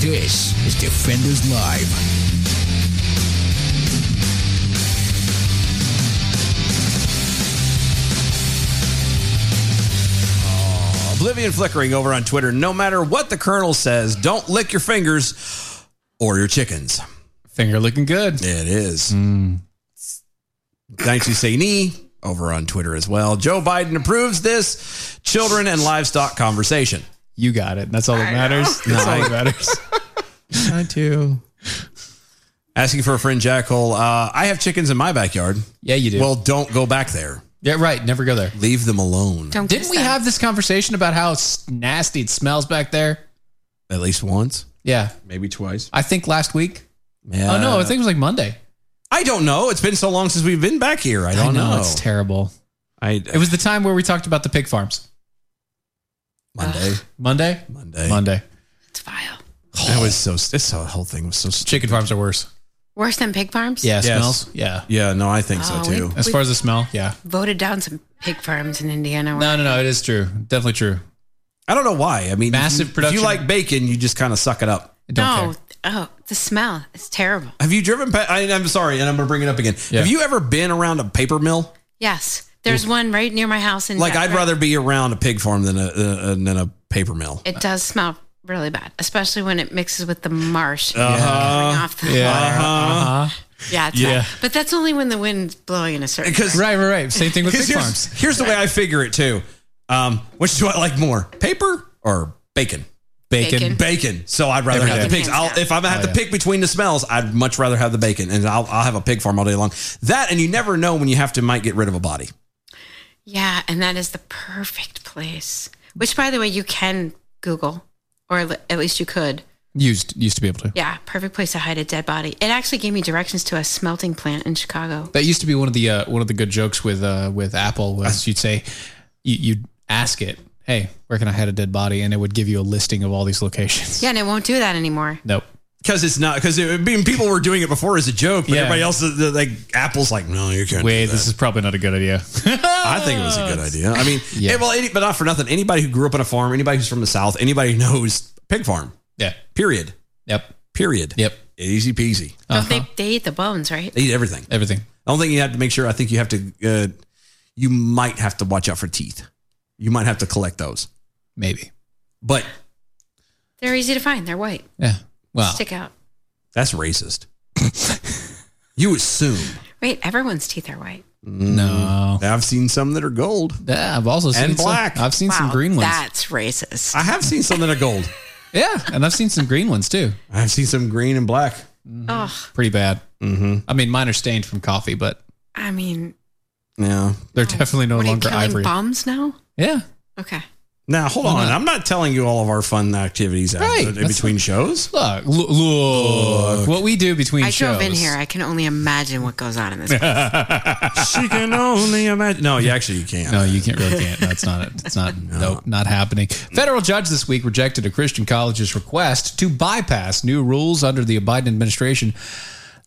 Speaker 9: This is Defenders Live.
Speaker 1: Oblivion flickering over on Twitter. No matter what the colonel says, don't lick your fingers or your chickens. Finger looking good. It is. Thanks, Husseini, over on Twitter as well. Joe Biden approves this children and livestock conversation. You got it. That's all that matters.
Speaker 2: That's all that
Speaker 1: matters. I do. Asking for a friend, Jackal. Uh, I have chickens in my backyard. Yeah, you do. Well, don't go back there. Yeah, right. Never go there. Leave them alone.
Speaker 2: Didn't we have this conversation about how s- nasty it smells back there?
Speaker 1: At least once.
Speaker 2: Yeah.
Speaker 1: Maybe twice.
Speaker 2: I think last week.
Speaker 1: Yeah.
Speaker 2: Oh no, I think it was like Monday.
Speaker 1: I don't know. It's been so long since we've been back here. I don't know.
Speaker 2: It's terrible.
Speaker 1: I,
Speaker 2: It was the time where we talked about the pig farms.
Speaker 1: Monday.
Speaker 2: Monday?
Speaker 1: Monday.
Speaker 2: Monday.
Speaker 1: It's vile. That was so. This whole thing was so.
Speaker 2: Chicken farms are worse.
Speaker 3: Worse than pig farms?
Speaker 1: Yes.
Speaker 2: Yeah.
Speaker 1: Yeah. No, I think
Speaker 3: Oh,
Speaker 1: so too.
Speaker 3: we- As far as the
Speaker 2: smell, yeah.
Speaker 3: Voted down some pig farms in Indiana.
Speaker 2: No, no, no. It is true. Definitely true.
Speaker 1: I don't know why. I mean,
Speaker 2: massive production.
Speaker 1: If you like bacon, you just kind of suck it up.
Speaker 3: no. Oh, the smell is terrible.
Speaker 1: Have you driven? pa- I, I'm sorry, and I'm gonna bring it up again. Have you ever been around a paper mill?
Speaker 3: Yes. There's one right near my house. In
Speaker 1: Like, I'd
Speaker 3: Denver.
Speaker 1: rather be around a pig farm than a uh, than a paper mill.
Speaker 3: It does smell really bad, especially when it mixes with the marsh. Coming
Speaker 1: Uh
Speaker 3: off
Speaker 1: huh.
Speaker 3: the fire.
Speaker 2: Uh-huh.
Speaker 3: Yeah, it's
Speaker 1: Yeah.
Speaker 3: bad. But that's only when the wind's blowing in a certain
Speaker 1: Because
Speaker 3: direction.
Speaker 2: right, right. Same thing with
Speaker 1: Because
Speaker 2: pig
Speaker 1: here's,
Speaker 2: farms.
Speaker 1: Here's the way I figure it too. Um, which do I like more, paper or bacon?
Speaker 2: Bacon.
Speaker 1: Bacon. So I'd rather
Speaker 2: Every
Speaker 1: have the
Speaker 2: day.
Speaker 1: pigs. I'll, if I'm gonna have to
Speaker 2: Oh,
Speaker 1: pick between the smells, I'd much rather have the bacon, and I'll, I'll have a pig farm all day long. That, and you never know when you have to might get rid of a body.
Speaker 3: Yeah, and that is the perfect place. Which, by the way, you can Google, or l- at least you could.
Speaker 2: Used used to be able to.
Speaker 3: Yeah, perfect place to hide a dead body. It actually gave me directions to a smelting plant in Chicago.
Speaker 2: That used to be one of the uh, one of the good jokes with uh, with Apple was you'd say you, you'd ask it, "Hey, where can I hide a dead body?" and it would give you a listing of all these locations.
Speaker 3: Yeah, and it won't do that anymore.
Speaker 2: Nope.
Speaker 1: Because it's not because I mean people were doing it before as a joke, but
Speaker 2: Yeah.
Speaker 1: everybody else is- like Apple's like no, you can't.
Speaker 2: Wait, this is probably not a good idea.
Speaker 1: I think it was a good idea. I mean, eh, well, any, but not for nothing. Anybody who grew up on a farm, anybody who's from the South, anybody who knows pig farm.
Speaker 2: Yeah.
Speaker 1: Period.
Speaker 2: Yep. Uh-huh.
Speaker 1: Period. Yep. Easy peasy.
Speaker 3: Don't They, they eat the bones, right?
Speaker 1: They eat everything.
Speaker 2: Everything.
Speaker 1: I don't think you have to make sure. I think you have to. Uh, you might have to watch out for teeth. You might have to collect those.
Speaker 2: Maybe.
Speaker 1: But
Speaker 3: They're easy to find. They're white.
Speaker 2: Yeah. Well,
Speaker 3: Stick out.
Speaker 1: that's racist. you assume.
Speaker 3: Wait, everyone's teeth are white.
Speaker 1: No. Mm. I've seen some that are gold.
Speaker 2: Yeah, I've also seen
Speaker 1: and
Speaker 2: some-
Speaker 1: black.
Speaker 2: I've seen some Wow, green ones.
Speaker 3: That's racist.
Speaker 1: I have seen some that are gold.
Speaker 2: yeah, and I've seen some green ones too.
Speaker 1: I've seen some green and black.
Speaker 3: Oh,
Speaker 2: Pretty bad. Mm-hmm. I mean, mine are stained from coffee, but
Speaker 3: I mean,
Speaker 1: yeah,
Speaker 2: they're definitely no
Speaker 3: what are you
Speaker 2: longer
Speaker 3: killing
Speaker 2: ivory.
Speaker 3: bombs now?
Speaker 2: Yeah.
Speaker 3: Okay.
Speaker 1: Now hold on, I'm not telling you all of our fun activities out-
Speaker 2: Right,
Speaker 1: in
Speaker 2: that's-
Speaker 1: between shows.
Speaker 2: Look, look, what we do between
Speaker 3: I
Speaker 2: shows.
Speaker 3: drove in here. I can only imagine what goes on in this. place.
Speaker 1: she can only imagine. No, you actually you can't.
Speaker 2: No, you can't really can't. That's not it. It's not no. nope, not happening. Federal judge this week rejected a Christian college's request to bypass new rules under the Biden administration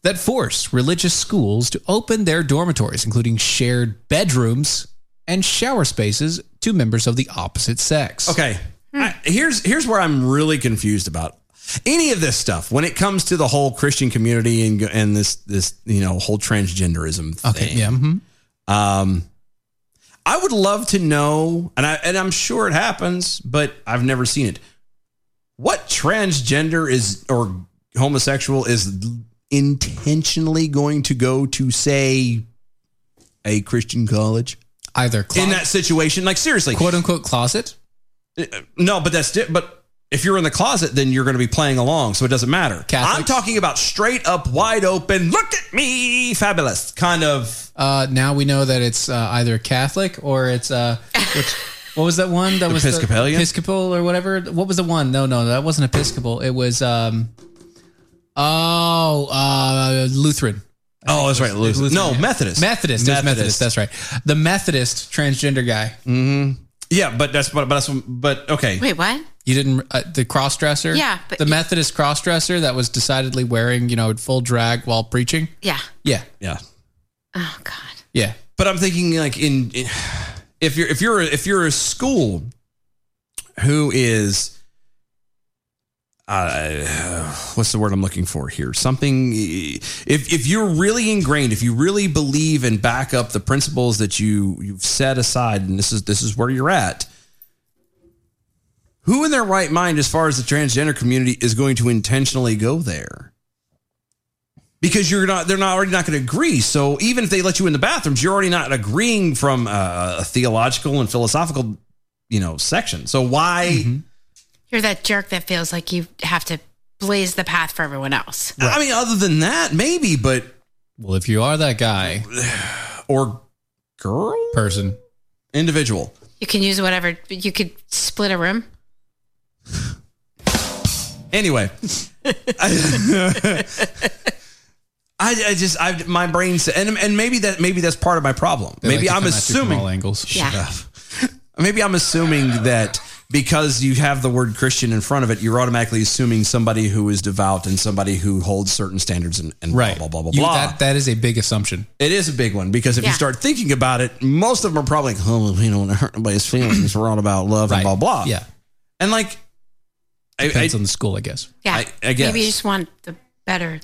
Speaker 2: that force religious schools to open their dormitories, including shared bedrooms and shower spaces to members of the opposite sex.
Speaker 1: Okay.
Speaker 3: Hmm.
Speaker 1: I- here's here's where I'm really confused about any of this stuff when it comes to the whole Christian community and and this this you know whole transgenderism thing.
Speaker 2: Okay. Yeah. mhm.
Speaker 1: Um, I would love to know, and I and I'm sure it happens, but I've never seen it. What transgender is or homosexual is intentionally going to go to say a Christian college?
Speaker 2: Either
Speaker 1: in that situation, like seriously, Uh,
Speaker 2: quote unquote closet.
Speaker 1: No, but that's di- but if you're in the closet, then you're going to be playing along, so it doesn't matter. I'm talking about straight up, wide open. Look at me, fabulous kind of.
Speaker 2: Uh, now we know that it's uh, either Catholic or it's uh, which, what was that one that was the-
Speaker 1: Episcopalian?
Speaker 2: Episcopal or whatever? What was the one? No, no, that wasn't Episcopal. It was um, oh, uh, Lutheran.
Speaker 1: Oh, that's right, Lutheran. No, Methodist.
Speaker 2: Methodist. There's
Speaker 1: Methodist.
Speaker 2: Methodist. That's right. The Methodist transgender guy.
Speaker 1: Mm-hmm. Yeah, but that's but but that's but okay.
Speaker 3: Wait, what?
Speaker 2: You didn't uh, the crossdresser.
Speaker 3: Yeah, but
Speaker 2: the Methodist crossdresser that was decidedly wearing you know full drag while preaching.
Speaker 3: Yeah.
Speaker 2: Yeah.
Speaker 1: Yeah.
Speaker 3: Oh God.
Speaker 2: Yeah.
Speaker 1: But I'm thinking like in, in- if you're if you're if you're a school who is uh, what's the word I'm looking for here? Something if if you're really ingrained, if you really believe and back up the principles that you you've set aside and this is this is where you're at, who in their right mind, as far as the transgender community, is going to intentionally go there? Because you're not, they're not already not going to agree. So even if they let you in the bathrooms, you're already not agreeing from uh, a theological and philosophical, you know, section. So why?
Speaker 2: Mm-hmm.
Speaker 3: You're that jerk that feels like you have to blaze the path for everyone else.
Speaker 1: I mean, other than that, maybe. But
Speaker 2: well, if you are that guy
Speaker 1: or girl,
Speaker 2: person,
Speaker 1: individual,
Speaker 3: You can use whatever. You could split a room.
Speaker 1: Anyway, I, I, I just I my brain sa- and and maybe that maybe that's part of my problem.
Speaker 2: They
Speaker 1: maybe
Speaker 2: like to
Speaker 1: I'm
Speaker 2: come at you from
Speaker 1: assuming
Speaker 2: all angles.
Speaker 1: Shut
Speaker 2: Yeah.
Speaker 1: up. Maybe I'm assuming that because you have the word Christian in front of it, you're automatically assuming somebody who is devout and somebody who holds certain standards and, and
Speaker 2: right?
Speaker 1: blah blah blah blah
Speaker 2: You-
Speaker 1: blah.
Speaker 2: That, that is a big assumption.
Speaker 1: It is a big one because if you
Speaker 2: Yeah.
Speaker 1: start thinking about it, most of them are probably like, oh, we don't want to hurt nobody's feelings. We're all about love and blah, blah.
Speaker 2: Yeah.
Speaker 1: And like,
Speaker 2: depends on the school, I guess.
Speaker 3: Yeah.
Speaker 1: I, I guess.
Speaker 3: Maybe you just want the better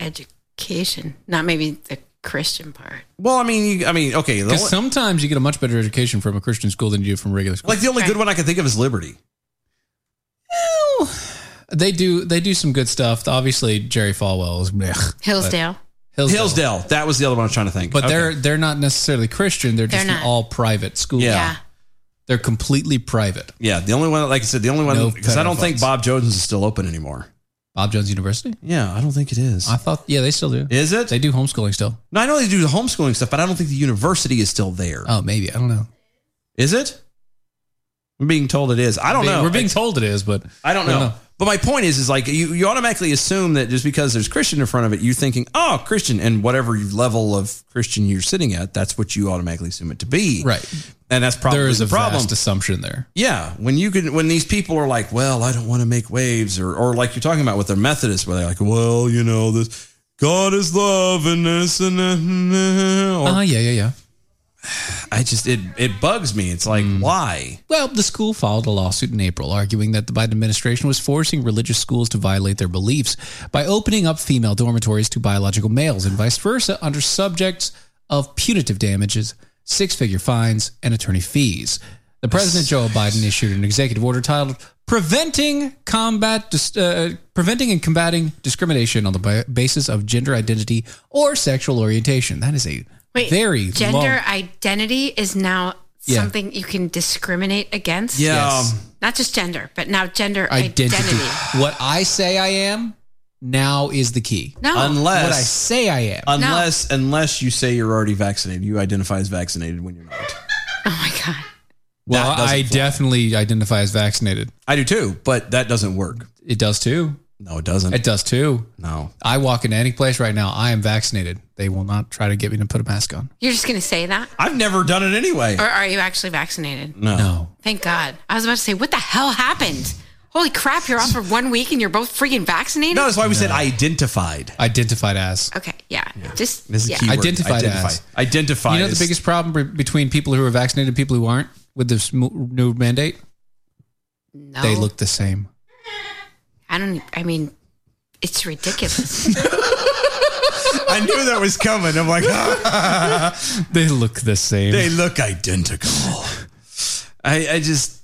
Speaker 3: education, not maybe the Christian part.
Speaker 1: well, I mean, you, I mean, okay. the
Speaker 2: Because
Speaker 1: only-
Speaker 2: sometimes you get a much better education from a Christian school than you do from regular school.
Speaker 1: like the only good one I can think of is Liberty.
Speaker 2: They do they do some good stuff. Obviously, Jerry Falwell is blech, but-
Speaker 3: Hillsdale.
Speaker 2: Hillsdale.
Speaker 1: Hillsdale. That was the other one I was trying to think.
Speaker 2: But
Speaker 1: Okay.
Speaker 2: they're they're not necessarily Christian. They're just
Speaker 3: They're
Speaker 2: an
Speaker 3: not.
Speaker 2: all private school.
Speaker 1: Yeah. Yeah.
Speaker 2: They're completely private.
Speaker 1: Yeah, the only one, like I said, the only
Speaker 2: No
Speaker 1: one because I don't
Speaker 2: pedophiles.
Speaker 1: think Bob Jones is still open anymore.
Speaker 2: Bob Jones University?
Speaker 1: Yeah, I don't think it is.
Speaker 2: I thought yeah, they still do.
Speaker 1: Is it?
Speaker 2: They do homeschooling still.
Speaker 1: No, I know they do the homeschooling stuff, but I don't think the university is still there.
Speaker 2: Oh, maybe. I don't know.
Speaker 1: Is it? I'm being told it is. I don't
Speaker 2: We're being-
Speaker 1: know.
Speaker 2: We're being
Speaker 1: It's-
Speaker 2: told it is, but
Speaker 1: I don't
Speaker 2: I
Speaker 1: know.
Speaker 2: don't know.
Speaker 1: But my point is, is like you, you automatically assume that just because there's Christian in front of it, you're thinking, oh, Christian, and whatever level of Christian you're sitting at, that's what you automatically assume it to be. Right. And that's probably
Speaker 2: there is
Speaker 1: the
Speaker 2: a
Speaker 1: problem.
Speaker 2: vast assumption there.
Speaker 1: Yeah, when you can, when these people are like, "Well, I don't want to make waves," or, or like you're talking about with their Methodists, where they're like, "Well, you know, this God is love and this and that." and that," Or,
Speaker 2: Ah, yeah, yeah, yeah.
Speaker 1: I just it it bugs me. It's like why?
Speaker 2: Hmm. Well, the school filed a lawsuit in April arguing that the Biden administration was forcing religious schools to violate their beliefs by opening up female dormitories to biological males and vice versa under subjects of punitive damages, six figure fines, and attorney fees. The president Joe Biden issued an executive order titled "Preventing Combat Dis- uh, Preventing and Combating Discrimination on the Bi- Basis of Gender Identity or Sexual Orientation." That is a
Speaker 3: Wait,
Speaker 2: very
Speaker 3: gender
Speaker 2: long-
Speaker 3: identity is now
Speaker 2: Yeah.
Speaker 3: something you can discriminate against.
Speaker 2: Yeah, Yes. um,
Speaker 3: Not just gender, but now gender
Speaker 2: identity.
Speaker 3: identity.
Speaker 2: What I say I am now is the key.
Speaker 3: No.
Speaker 1: Unless
Speaker 2: what I say I am.
Speaker 1: Unless unless you say you're already vaccinated, you identify as vaccinated when you're not.
Speaker 2: Oh well,
Speaker 1: that doesn't
Speaker 2: I definitely identify as vaccinated.
Speaker 1: I do too, but that doesn't work.
Speaker 2: It does too.
Speaker 1: No, it doesn't.
Speaker 2: It does too.
Speaker 1: No.
Speaker 2: I walk into any place right now. I am vaccinated. They will not try to get me to put a mask on.
Speaker 3: You're just going to say that?
Speaker 1: I've never done it anyway.
Speaker 3: Or are you actually vaccinated?
Speaker 2: No.
Speaker 3: Thank God. I was about to say, what the hell happened? Holy crap, you're off for one week and you're both freaking vaccinated?
Speaker 1: No, that's why we said identified.
Speaker 2: Identified as.
Speaker 3: Okay, yeah. Just
Speaker 1: This is
Speaker 3: yeah.
Speaker 1: a key word.
Speaker 2: Identified
Speaker 1: identify.
Speaker 2: as.
Speaker 1: Identify.
Speaker 2: you know
Speaker 1: is-
Speaker 2: the biggest problem be- between people who are vaccinated and people who aren't with this m- new mandate?
Speaker 3: No.
Speaker 2: They look the same.
Speaker 3: I don't, I mean, it's ridiculous.
Speaker 1: I knew that was coming. I'm like,
Speaker 2: they look the same.
Speaker 1: They look identical. I, I just.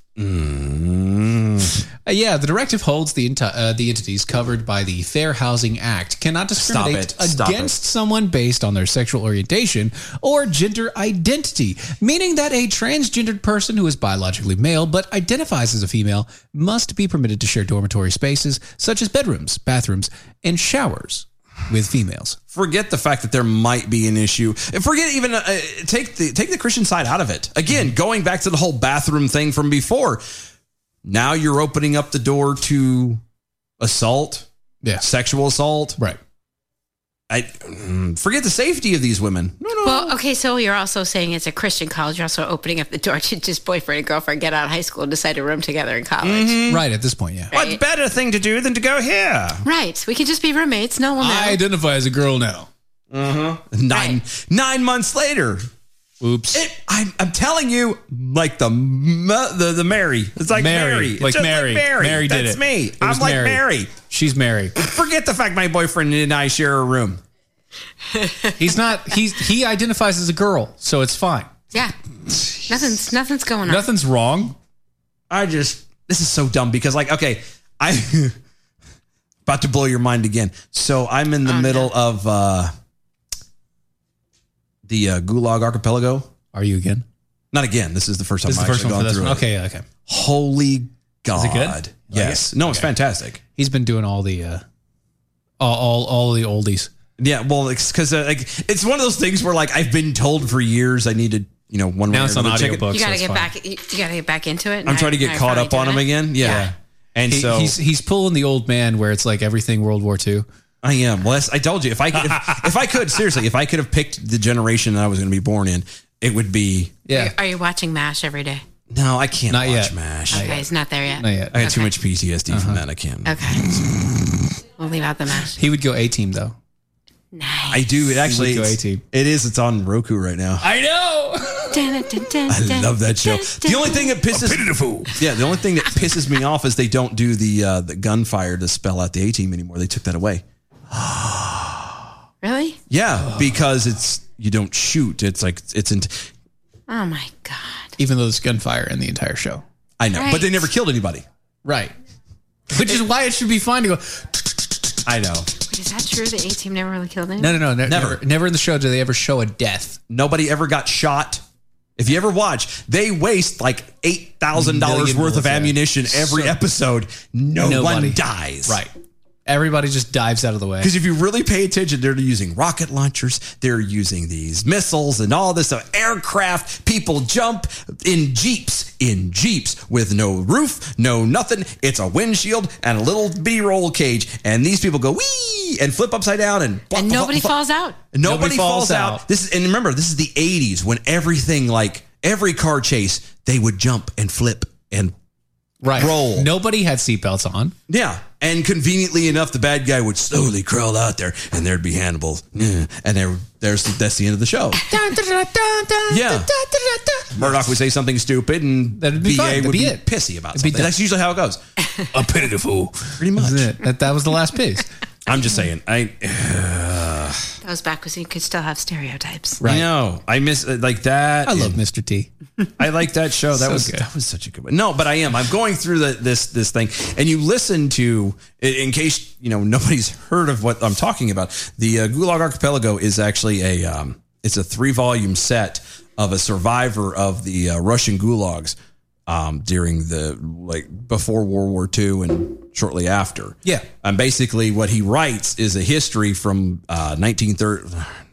Speaker 1: Mm.
Speaker 2: Uh, yeah, the directive holds the enti- uh, the entities covered by the Fair Housing Act cannot
Speaker 1: Stop
Speaker 2: discriminate
Speaker 1: it. Stop
Speaker 2: against someone based on their sexual orientation or gender identity, meaning that a transgendered person who is biologically male but identifies as a female must be permitted to share dormitory spaces such as bedrooms, bathrooms, and showers with females.
Speaker 1: Forget the fact that there might be an issue. And forget even uh, take the take the Christian side out of it. Again,
Speaker 2: Mm-hmm.
Speaker 1: going back to the whole bathroom thing from before. Now you're opening up the door to assault,
Speaker 2: yeah,
Speaker 1: sexual assault,
Speaker 2: right?
Speaker 1: I mm, forget the safety of these women.
Speaker 3: Well, okay, so you're also saying it's a Christian college. You're also opening up the door to just boyfriend and girlfriend get out of high school and decide to room together in college.
Speaker 1: Mm-hmm.
Speaker 2: Right at this point, yeah.
Speaker 3: Right.
Speaker 1: What better thing to do than to go here?
Speaker 3: Right. We could just be roommates. No one will know.
Speaker 2: I identify as a girl now.
Speaker 1: Uh-huh. Nine nine months later.
Speaker 2: Oops.
Speaker 1: I'm, I'm telling you, like the mo- the the Mary. It's like
Speaker 2: Mary,
Speaker 1: Mary. It's
Speaker 2: like
Speaker 1: just
Speaker 2: Mary.
Speaker 1: Mary.
Speaker 2: Mary did
Speaker 1: That's
Speaker 2: it.
Speaker 1: me.
Speaker 2: It
Speaker 1: I'm
Speaker 2: was
Speaker 1: like
Speaker 2: Mary.
Speaker 1: Mary.
Speaker 2: She's Mary.
Speaker 1: Forget the fact my boyfriend and I share a room.
Speaker 2: He's not. He's he identifies as a girl, so it's fine.
Speaker 3: Yeah. Nothing's nothing's going on.
Speaker 2: Nothing's wrong.
Speaker 1: I just This is so dumb because, like, okay, I about to blow your mind again. So I'm in the
Speaker 3: Oh,
Speaker 1: middle of uh, the uh, Gulag Archipelago. Are you again? Not again. This is the first time.
Speaker 2: This is
Speaker 1: I've
Speaker 2: the first
Speaker 1: actually
Speaker 2: one for
Speaker 1: gone
Speaker 2: this
Speaker 1: through
Speaker 2: one.
Speaker 1: it.
Speaker 2: Okay, okay.
Speaker 1: Holy God!
Speaker 2: Is it good? Oh,
Speaker 1: Yes. No, it's fantastic.
Speaker 2: He's been doing all the uh, all all, all the oldies.
Speaker 1: Yeah, well, it's because uh, like it's one of those things where like I've been told for years I need to, you know, one
Speaker 2: Now
Speaker 1: way
Speaker 2: it's
Speaker 1: or
Speaker 2: on
Speaker 1: another check it.
Speaker 2: audiobook,
Speaker 3: you gotta get back. You, you gotta get back into it. and
Speaker 1: I'm trying to get
Speaker 3: I
Speaker 1: caught
Speaker 3: finally
Speaker 1: up on
Speaker 3: done
Speaker 1: him
Speaker 3: it.
Speaker 1: again. Yeah. And
Speaker 2: He-
Speaker 1: so
Speaker 2: he's he's pulling the old man where it's like everything World War II.
Speaker 1: I am. Well, that's- I told you if I could, if, if I could seriously, if I could have picked the generation that I was going to be born in, it would be.
Speaker 3: Are you, are you watching Mash every day?
Speaker 1: No, I can't
Speaker 2: Not
Speaker 1: watch
Speaker 2: yet. Uh-huh.
Speaker 1: Mash.
Speaker 3: Okay, it's not there yet.
Speaker 1: Not yet. I had too much PTSD from that. I can't.
Speaker 3: Okay, we'll leave out the Mash.
Speaker 2: He would go A team though.
Speaker 1: I do. It actually.
Speaker 2: He would go
Speaker 1: It's, it is. It's on Roku right now.
Speaker 2: I know.
Speaker 1: I love that show. The only thing that pisses Yeah, the only thing that pisses me off is they don't do the uh, the gunfire to spell out the A team anymore. They took that away.
Speaker 3: Really?
Speaker 1: Yeah, because it's you don't shoot. It's like it's in.
Speaker 3: Oh my god!
Speaker 2: Even though there's gunfire in the entire show.
Speaker 1: I know, but they
Speaker 2: Right.
Speaker 1: never killed anybody.
Speaker 2: Right. Which is why it should be fine to go.
Speaker 1: I know.
Speaker 3: Wait, is that true? The A team never really killed anyone.
Speaker 2: No, no, no, ne-
Speaker 1: Never.
Speaker 2: never. never, in the show do they ever show a death.
Speaker 1: Nobody ever got shot. If you ever watch, they waste like eight thousand dollars
Speaker 2: Million
Speaker 1: worth of
Speaker 2: bullets, yeah.
Speaker 1: ammunition every
Speaker 2: So-
Speaker 1: episode. No
Speaker 2: Nobody.
Speaker 1: one dies.
Speaker 2: Right. Everybody just dives out of the way.
Speaker 1: Because if you really pay attention, they're using rocket launchers, they're using these missiles and all this stuff. aircraft. People jump in jeeps, in jeeps with no roof, no nothing. It's a windshield and a little B roll cage, and these people go wee and flip upside down and
Speaker 3: And nobody falls out.
Speaker 1: Nobody, falls, out. This is and remember, this is the '80s when everything like every car chase, they would jump and flip and
Speaker 2: right.
Speaker 1: roll.
Speaker 2: Nobody had seatbelts on.
Speaker 1: Yeah. And conveniently enough, the bad guy would slowly crawl out there, and there'd be Hannibal, Yeah. and there, there's that's the end of the show. Yeah, Murdoch would say something stupid, and
Speaker 2: That'd
Speaker 1: BA
Speaker 2: be fine. That'd
Speaker 1: would
Speaker 2: be
Speaker 1: be,
Speaker 2: it.
Speaker 1: pissy about
Speaker 2: It'd be
Speaker 1: something.
Speaker 2: done.
Speaker 1: That's usually how it goes. A pitiful, pretty much.
Speaker 2: That, that was the last piece.
Speaker 1: I'm just saying. I. Uh,
Speaker 3: That was back when you could still have stereotypes.
Speaker 1: I know. I miss uh, like that.
Speaker 2: I love
Speaker 1: and-
Speaker 2: Mr. T.
Speaker 1: I like that show. That
Speaker 2: So
Speaker 1: was
Speaker 2: good.
Speaker 1: that was such a good one. No, but I am. I'm going through the, this this thing, and you listen to i- in case you know nobody's heard of what I'm talking about. The uh, Gulag Archipelago is actually a um, it's a three volume set of a survivor of the uh, Russian gulags um, during the like before World War II and shortly after.
Speaker 2: Yeah.
Speaker 1: And basically, what he writes is a history from uh, 1930,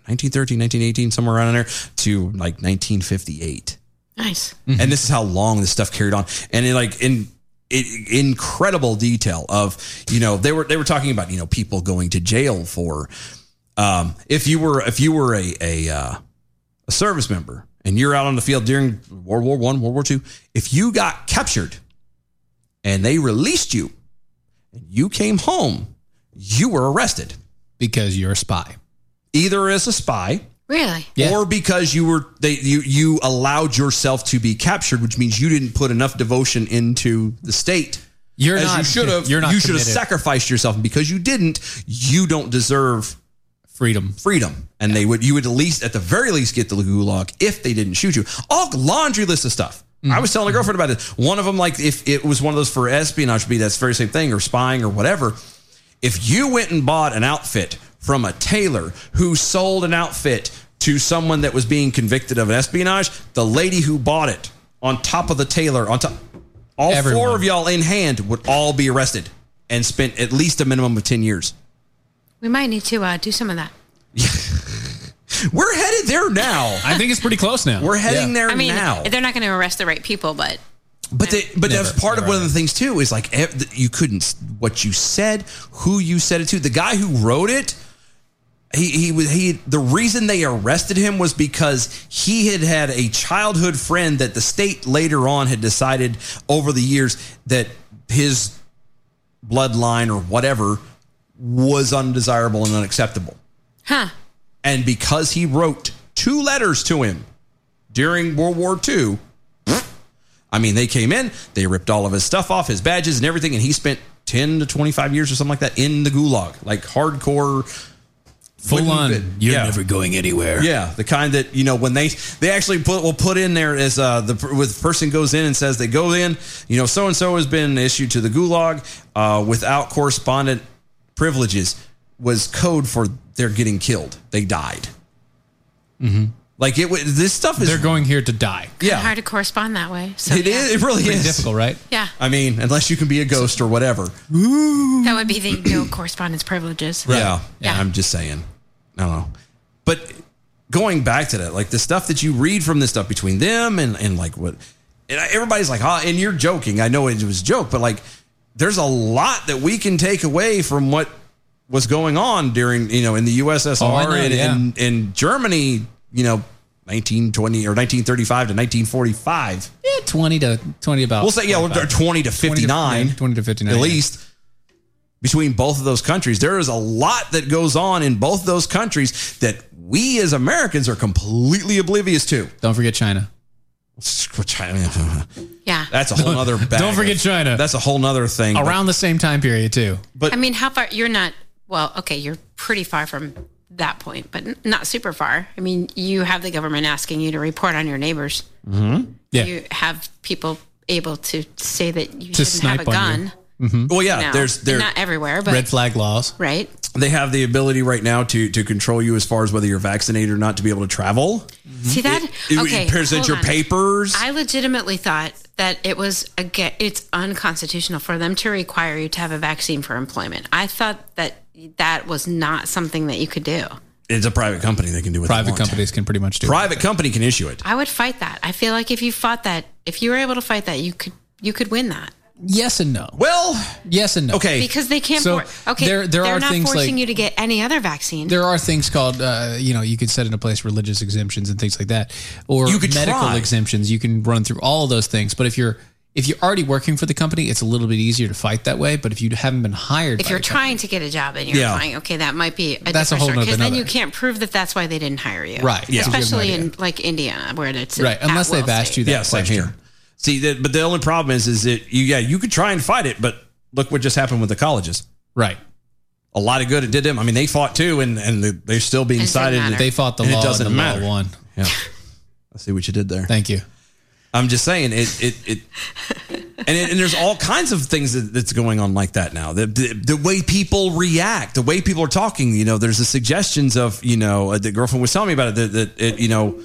Speaker 1: 1913, 1918, somewhere around there, to like 1958
Speaker 3: Nice.
Speaker 1: Mm-hmm. and this is how long this stuff carried on and it like in it, incredible detail of you know they were they were talking about you know people going to jail for um if you were if you were a a uh, a service member and you're out on the field during World War One World War Two if you got captured and they released you and you came home you were arrested
Speaker 2: because you're a spy
Speaker 1: either as a spy
Speaker 3: Really?
Speaker 1: or because you were they you you allowed yourself to be captured, which means you didn't put enough devotion into the state.
Speaker 2: You're
Speaker 1: as
Speaker 2: not-
Speaker 1: You should have.
Speaker 2: you're not
Speaker 1: You should have
Speaker 2: committed.
Speaker 1: sacrificed yourself, and because you didn't, you don't deserve
Speaker 2: freedom.
Speaker 1: Freedom, and they would. You would at least, at the very least, get the gulag if they didn't shoot you. All laundry list of stuff. I was telling a girlfriend about it. One of them, like if it was one of those for espionage, would be that's the very same thing or spying or whatever. If you went and bought an outfit from a tailor who sold an outfit to someone that was being convicted of an espionage, the lady who bought it on top of the tailor, on top, all four of y'all in hand would all be arrested and spent at least a minimum of 10 years.
Speaker 3: We might need to uh, do some of that.
Speaker 1: We're headed there now.
Speaker 2: I think it's pretty close now.
Speaker 1: We're heading there
Speaker 3: I mean,
Speaker 1: now.
Speaker 3: they're not going to arrest the right people, but
Speaker 1: But they, but that's part of one of the things too is like ev- you couldn't s- what you said, who you said it to. The guy who wrote it, he he was he. The reason they arrested him was because he had had a childhood friend that the state later on had decided over the years that his bloodline or whatever was undesirable and unacceptable.
Speaker 3: huh?
Speaker 1: And because he wrote two letters to him during World War II, I mean, they came in, they ripped all of his stuff off, his badges and everything, and he spent 10 to 25 years or something like that in the gulag, like hardcore
Speaker 9: Full on. You're
Speaker 1: Yeah.
Speaker 9: never going anywhere.
Speaker 1: Yeah, the kind that you know when they they actually put will put in there as uh, the per- with the person goes in and says they go in. You know, so and so has been issued to the gulag uh, without correspondent privileges was code for they're getting killed. They died.
Speaker 2: Mm-hmm.
Speaker 1: Like it. wa- This stuff is they're
Speaker 2: going here to die.
Speaker 3: Kinda hard to correspond that way. So
Speaker 1: It is. It really
Speaker 2: Pretty
Speaker 1: is
Speaker 2: difficult, right?
Speaker 3: Yeah.
Speaker 1: I mean, unless you can be a ghost or whatever.
Speaker 3: That would be the no correspondence privileges.
Speaker 1: Yeah. yeah. I'm just saying. I don't know. But going back to that, like the stuff that you read from this stuff between them and, and like what and I- everybody's like, huh? And you're joking. I know it was a joke, but like there's a lot that we can take away from what was going on during, you know, in the USSR
Speaker 2: Oh, I know,
Speaker 1: and,
Speaker 2: yeah.
Speaker 1: and, and Germany, you know, 1920 or 1935 to 1945.
Speaker 2: Yeah, 20 to 20 about.
Speaker 1: We'll say, yeah, or
Speaker 2: 45.
Speaker 1: 20 to 59.
Speaker 2: 20 to, 59.
Speaker 1: At
Speaker 2: yeah.
Speaker 1: least between both of those countries. There is a lot that goes on in both those countries that we as Americans are completely oblivious to.
Speaker 2: Don't forget China.
Speaker 1: China.
Speaker 3: Yeah.
Speaker 1: That's a whole other bag.
Speaker 2: Don't forget
Speaker 1: of-
Speaker 2: China.
Speaker 1: That's a whole nother thing. but-
Speaker 2: Around the same time period, too.
Speaker 1: But
Speaker 3: I mean, how far? You're not. Well, okay, you're pretty far from that point, but n- not super far. I mean, you have the government asking you to report on your neighbors.
Speaker 1: Mm-hmm.
Speaker 3: You have people able to say that you
Speaker 1: To
Speaker 3: shouldn't have a
Speaker 1: snipe on
Speaker 3: gun.
Speaker 1: you. Well, yeah,
Speaker 3: now.
Speaker 1: there's there
Speaker 3: not everywhere, but
Speaker 2: Mm-hmm. flag laws.
Speaker 3: right.
Speaker 1: They have the ability right now to to control you as far as whether you're vaccinated or not to be able to travel.
Speaker 3: See that?
Speaker 1: It- it
Speaker 3: okay, hold
Speaker 1: presents your
Speaker 3: on.
Speaker 1: papers.
Speaker 3: I legitimately thought that it was again, it's unconstitutional for them to require you to have a vaccine for employment. I thought that that was not something that you could do.
Speaker 1: It's a private company. They can do what
Speaker 2: Private
Speaker 1: they want.
Speaker 2: companies can pretty much do.
Speaker 1: Private company can issue it.
Speaker 3: I would fight that. I feel like if you fought that, if you were able to fight that, you could you could win that.
Speaker 2: Yes and no.
Speaker 1: Well,
Speaker 2: yes and no.
Speaker 3: because they can't.
Speaker 2: So
Speaker 3: for, okay,
Speaker 2: there, there
Speaker 3: they're
Speaker 2: are
Speaker 3: not
Speaker 2: things
Speaker 3: forcing
Speaker 2: like
Speaker 3: you to get any other vaccine.
Speaker 2: there are things called uh, you know you could set into place religious exemptions and things like that or you
Speaker 3: could
Speaker 2: medical
Speaker 3: try.
Speaker 2: exemptions you can run through all of those things but if you're if you're already working for the company it's a little bit easier to fight that way but if you haven't been hired
Speaker 3: if
Speaker 2: by
Speaker 3: you're
Speaker 2: the
Speaker 3: trying to get a job and you're
Speaker 2: Yeah.
Speaker 3: applying, okay, that might be a
Speaker 2: That's a whole
Speaker 3: because
Speaker 2: nother-
Speaker 3: then you can't prove that that's why they didn't hire you,
Speaker 2: Right, yeah.
Speaker 3: Especially
Speaker 2: Yeah.
Speaker 3: in like Indiana, where it's
Speaker 2: Right, unless they've
Speaker 3: at-will
Speaker 2: asked you
Speaker 3: state.
Speaker 2: that
Speaker 1: yeah, same here. See, that, but the only problem is, is that you, yeah, you could try and fight it, but look what just happened with the colleges.
Speaker 2: Right.
Speaker 1: A lot of good it did them. I mean, they fought too, and and they- they're still being
Speaker 2: It doesn't
Speaker 1: cited.
Speaker 2: matter. They fought the law, and the law won.
Speaker 1: Yeah. I see what you did there.
Speaker 2: Thank you.
Speaker 1: I'm just saying it. It. it and it, and there's all kinds of things that, that's going on like that now. The, the the way people react, the way people are talking. You know, there's the suggestions of you know uh, the girlfriend was telling me about it that, that it, you know,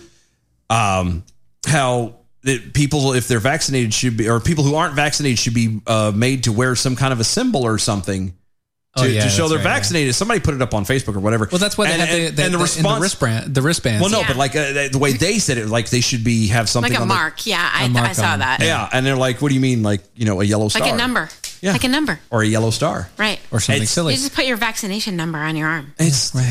Speaker 1: um, how that people if they're vaccinated should be or people who aren't vaccinated should be uh, made to wear some kind of a symbol or something. To,
Speaker 2: Oh, yeah,
Speaker 1: to show
Speaker 2: that's
Speaker 1: they're
Speaker 2: right, yeah.
Speaker 1: vaccinated, somebody put it up on Facebook or whatever.
Speaker 2: well that's why they
Speaker 1: And-
Speaker 2: have the,
Speaker 1: and-
Speaker 2: the,
Speaker 1: and
Speaker 2: the, and the wristband the wristbands
Speaker 1: Well, no, but like uh, the way they said it, like they should be have something
Speaker 3: like a
Speaker 1: on their-
Speaker 3: mark. yeah, I, th- I saw that.
Speaker 1: yeah. and they're like, "What do you mean, like you know, a yellow
Speaker 3: like
Speaker 1: star,
Speaker 3: a number. Like a number,
Speaker 1: or a yellow star,
Speaker 3: right?
Speaker 1: or something silly?"
Speaker 3: You just put your vaccination number on your arm.
Speaker 1: It's it,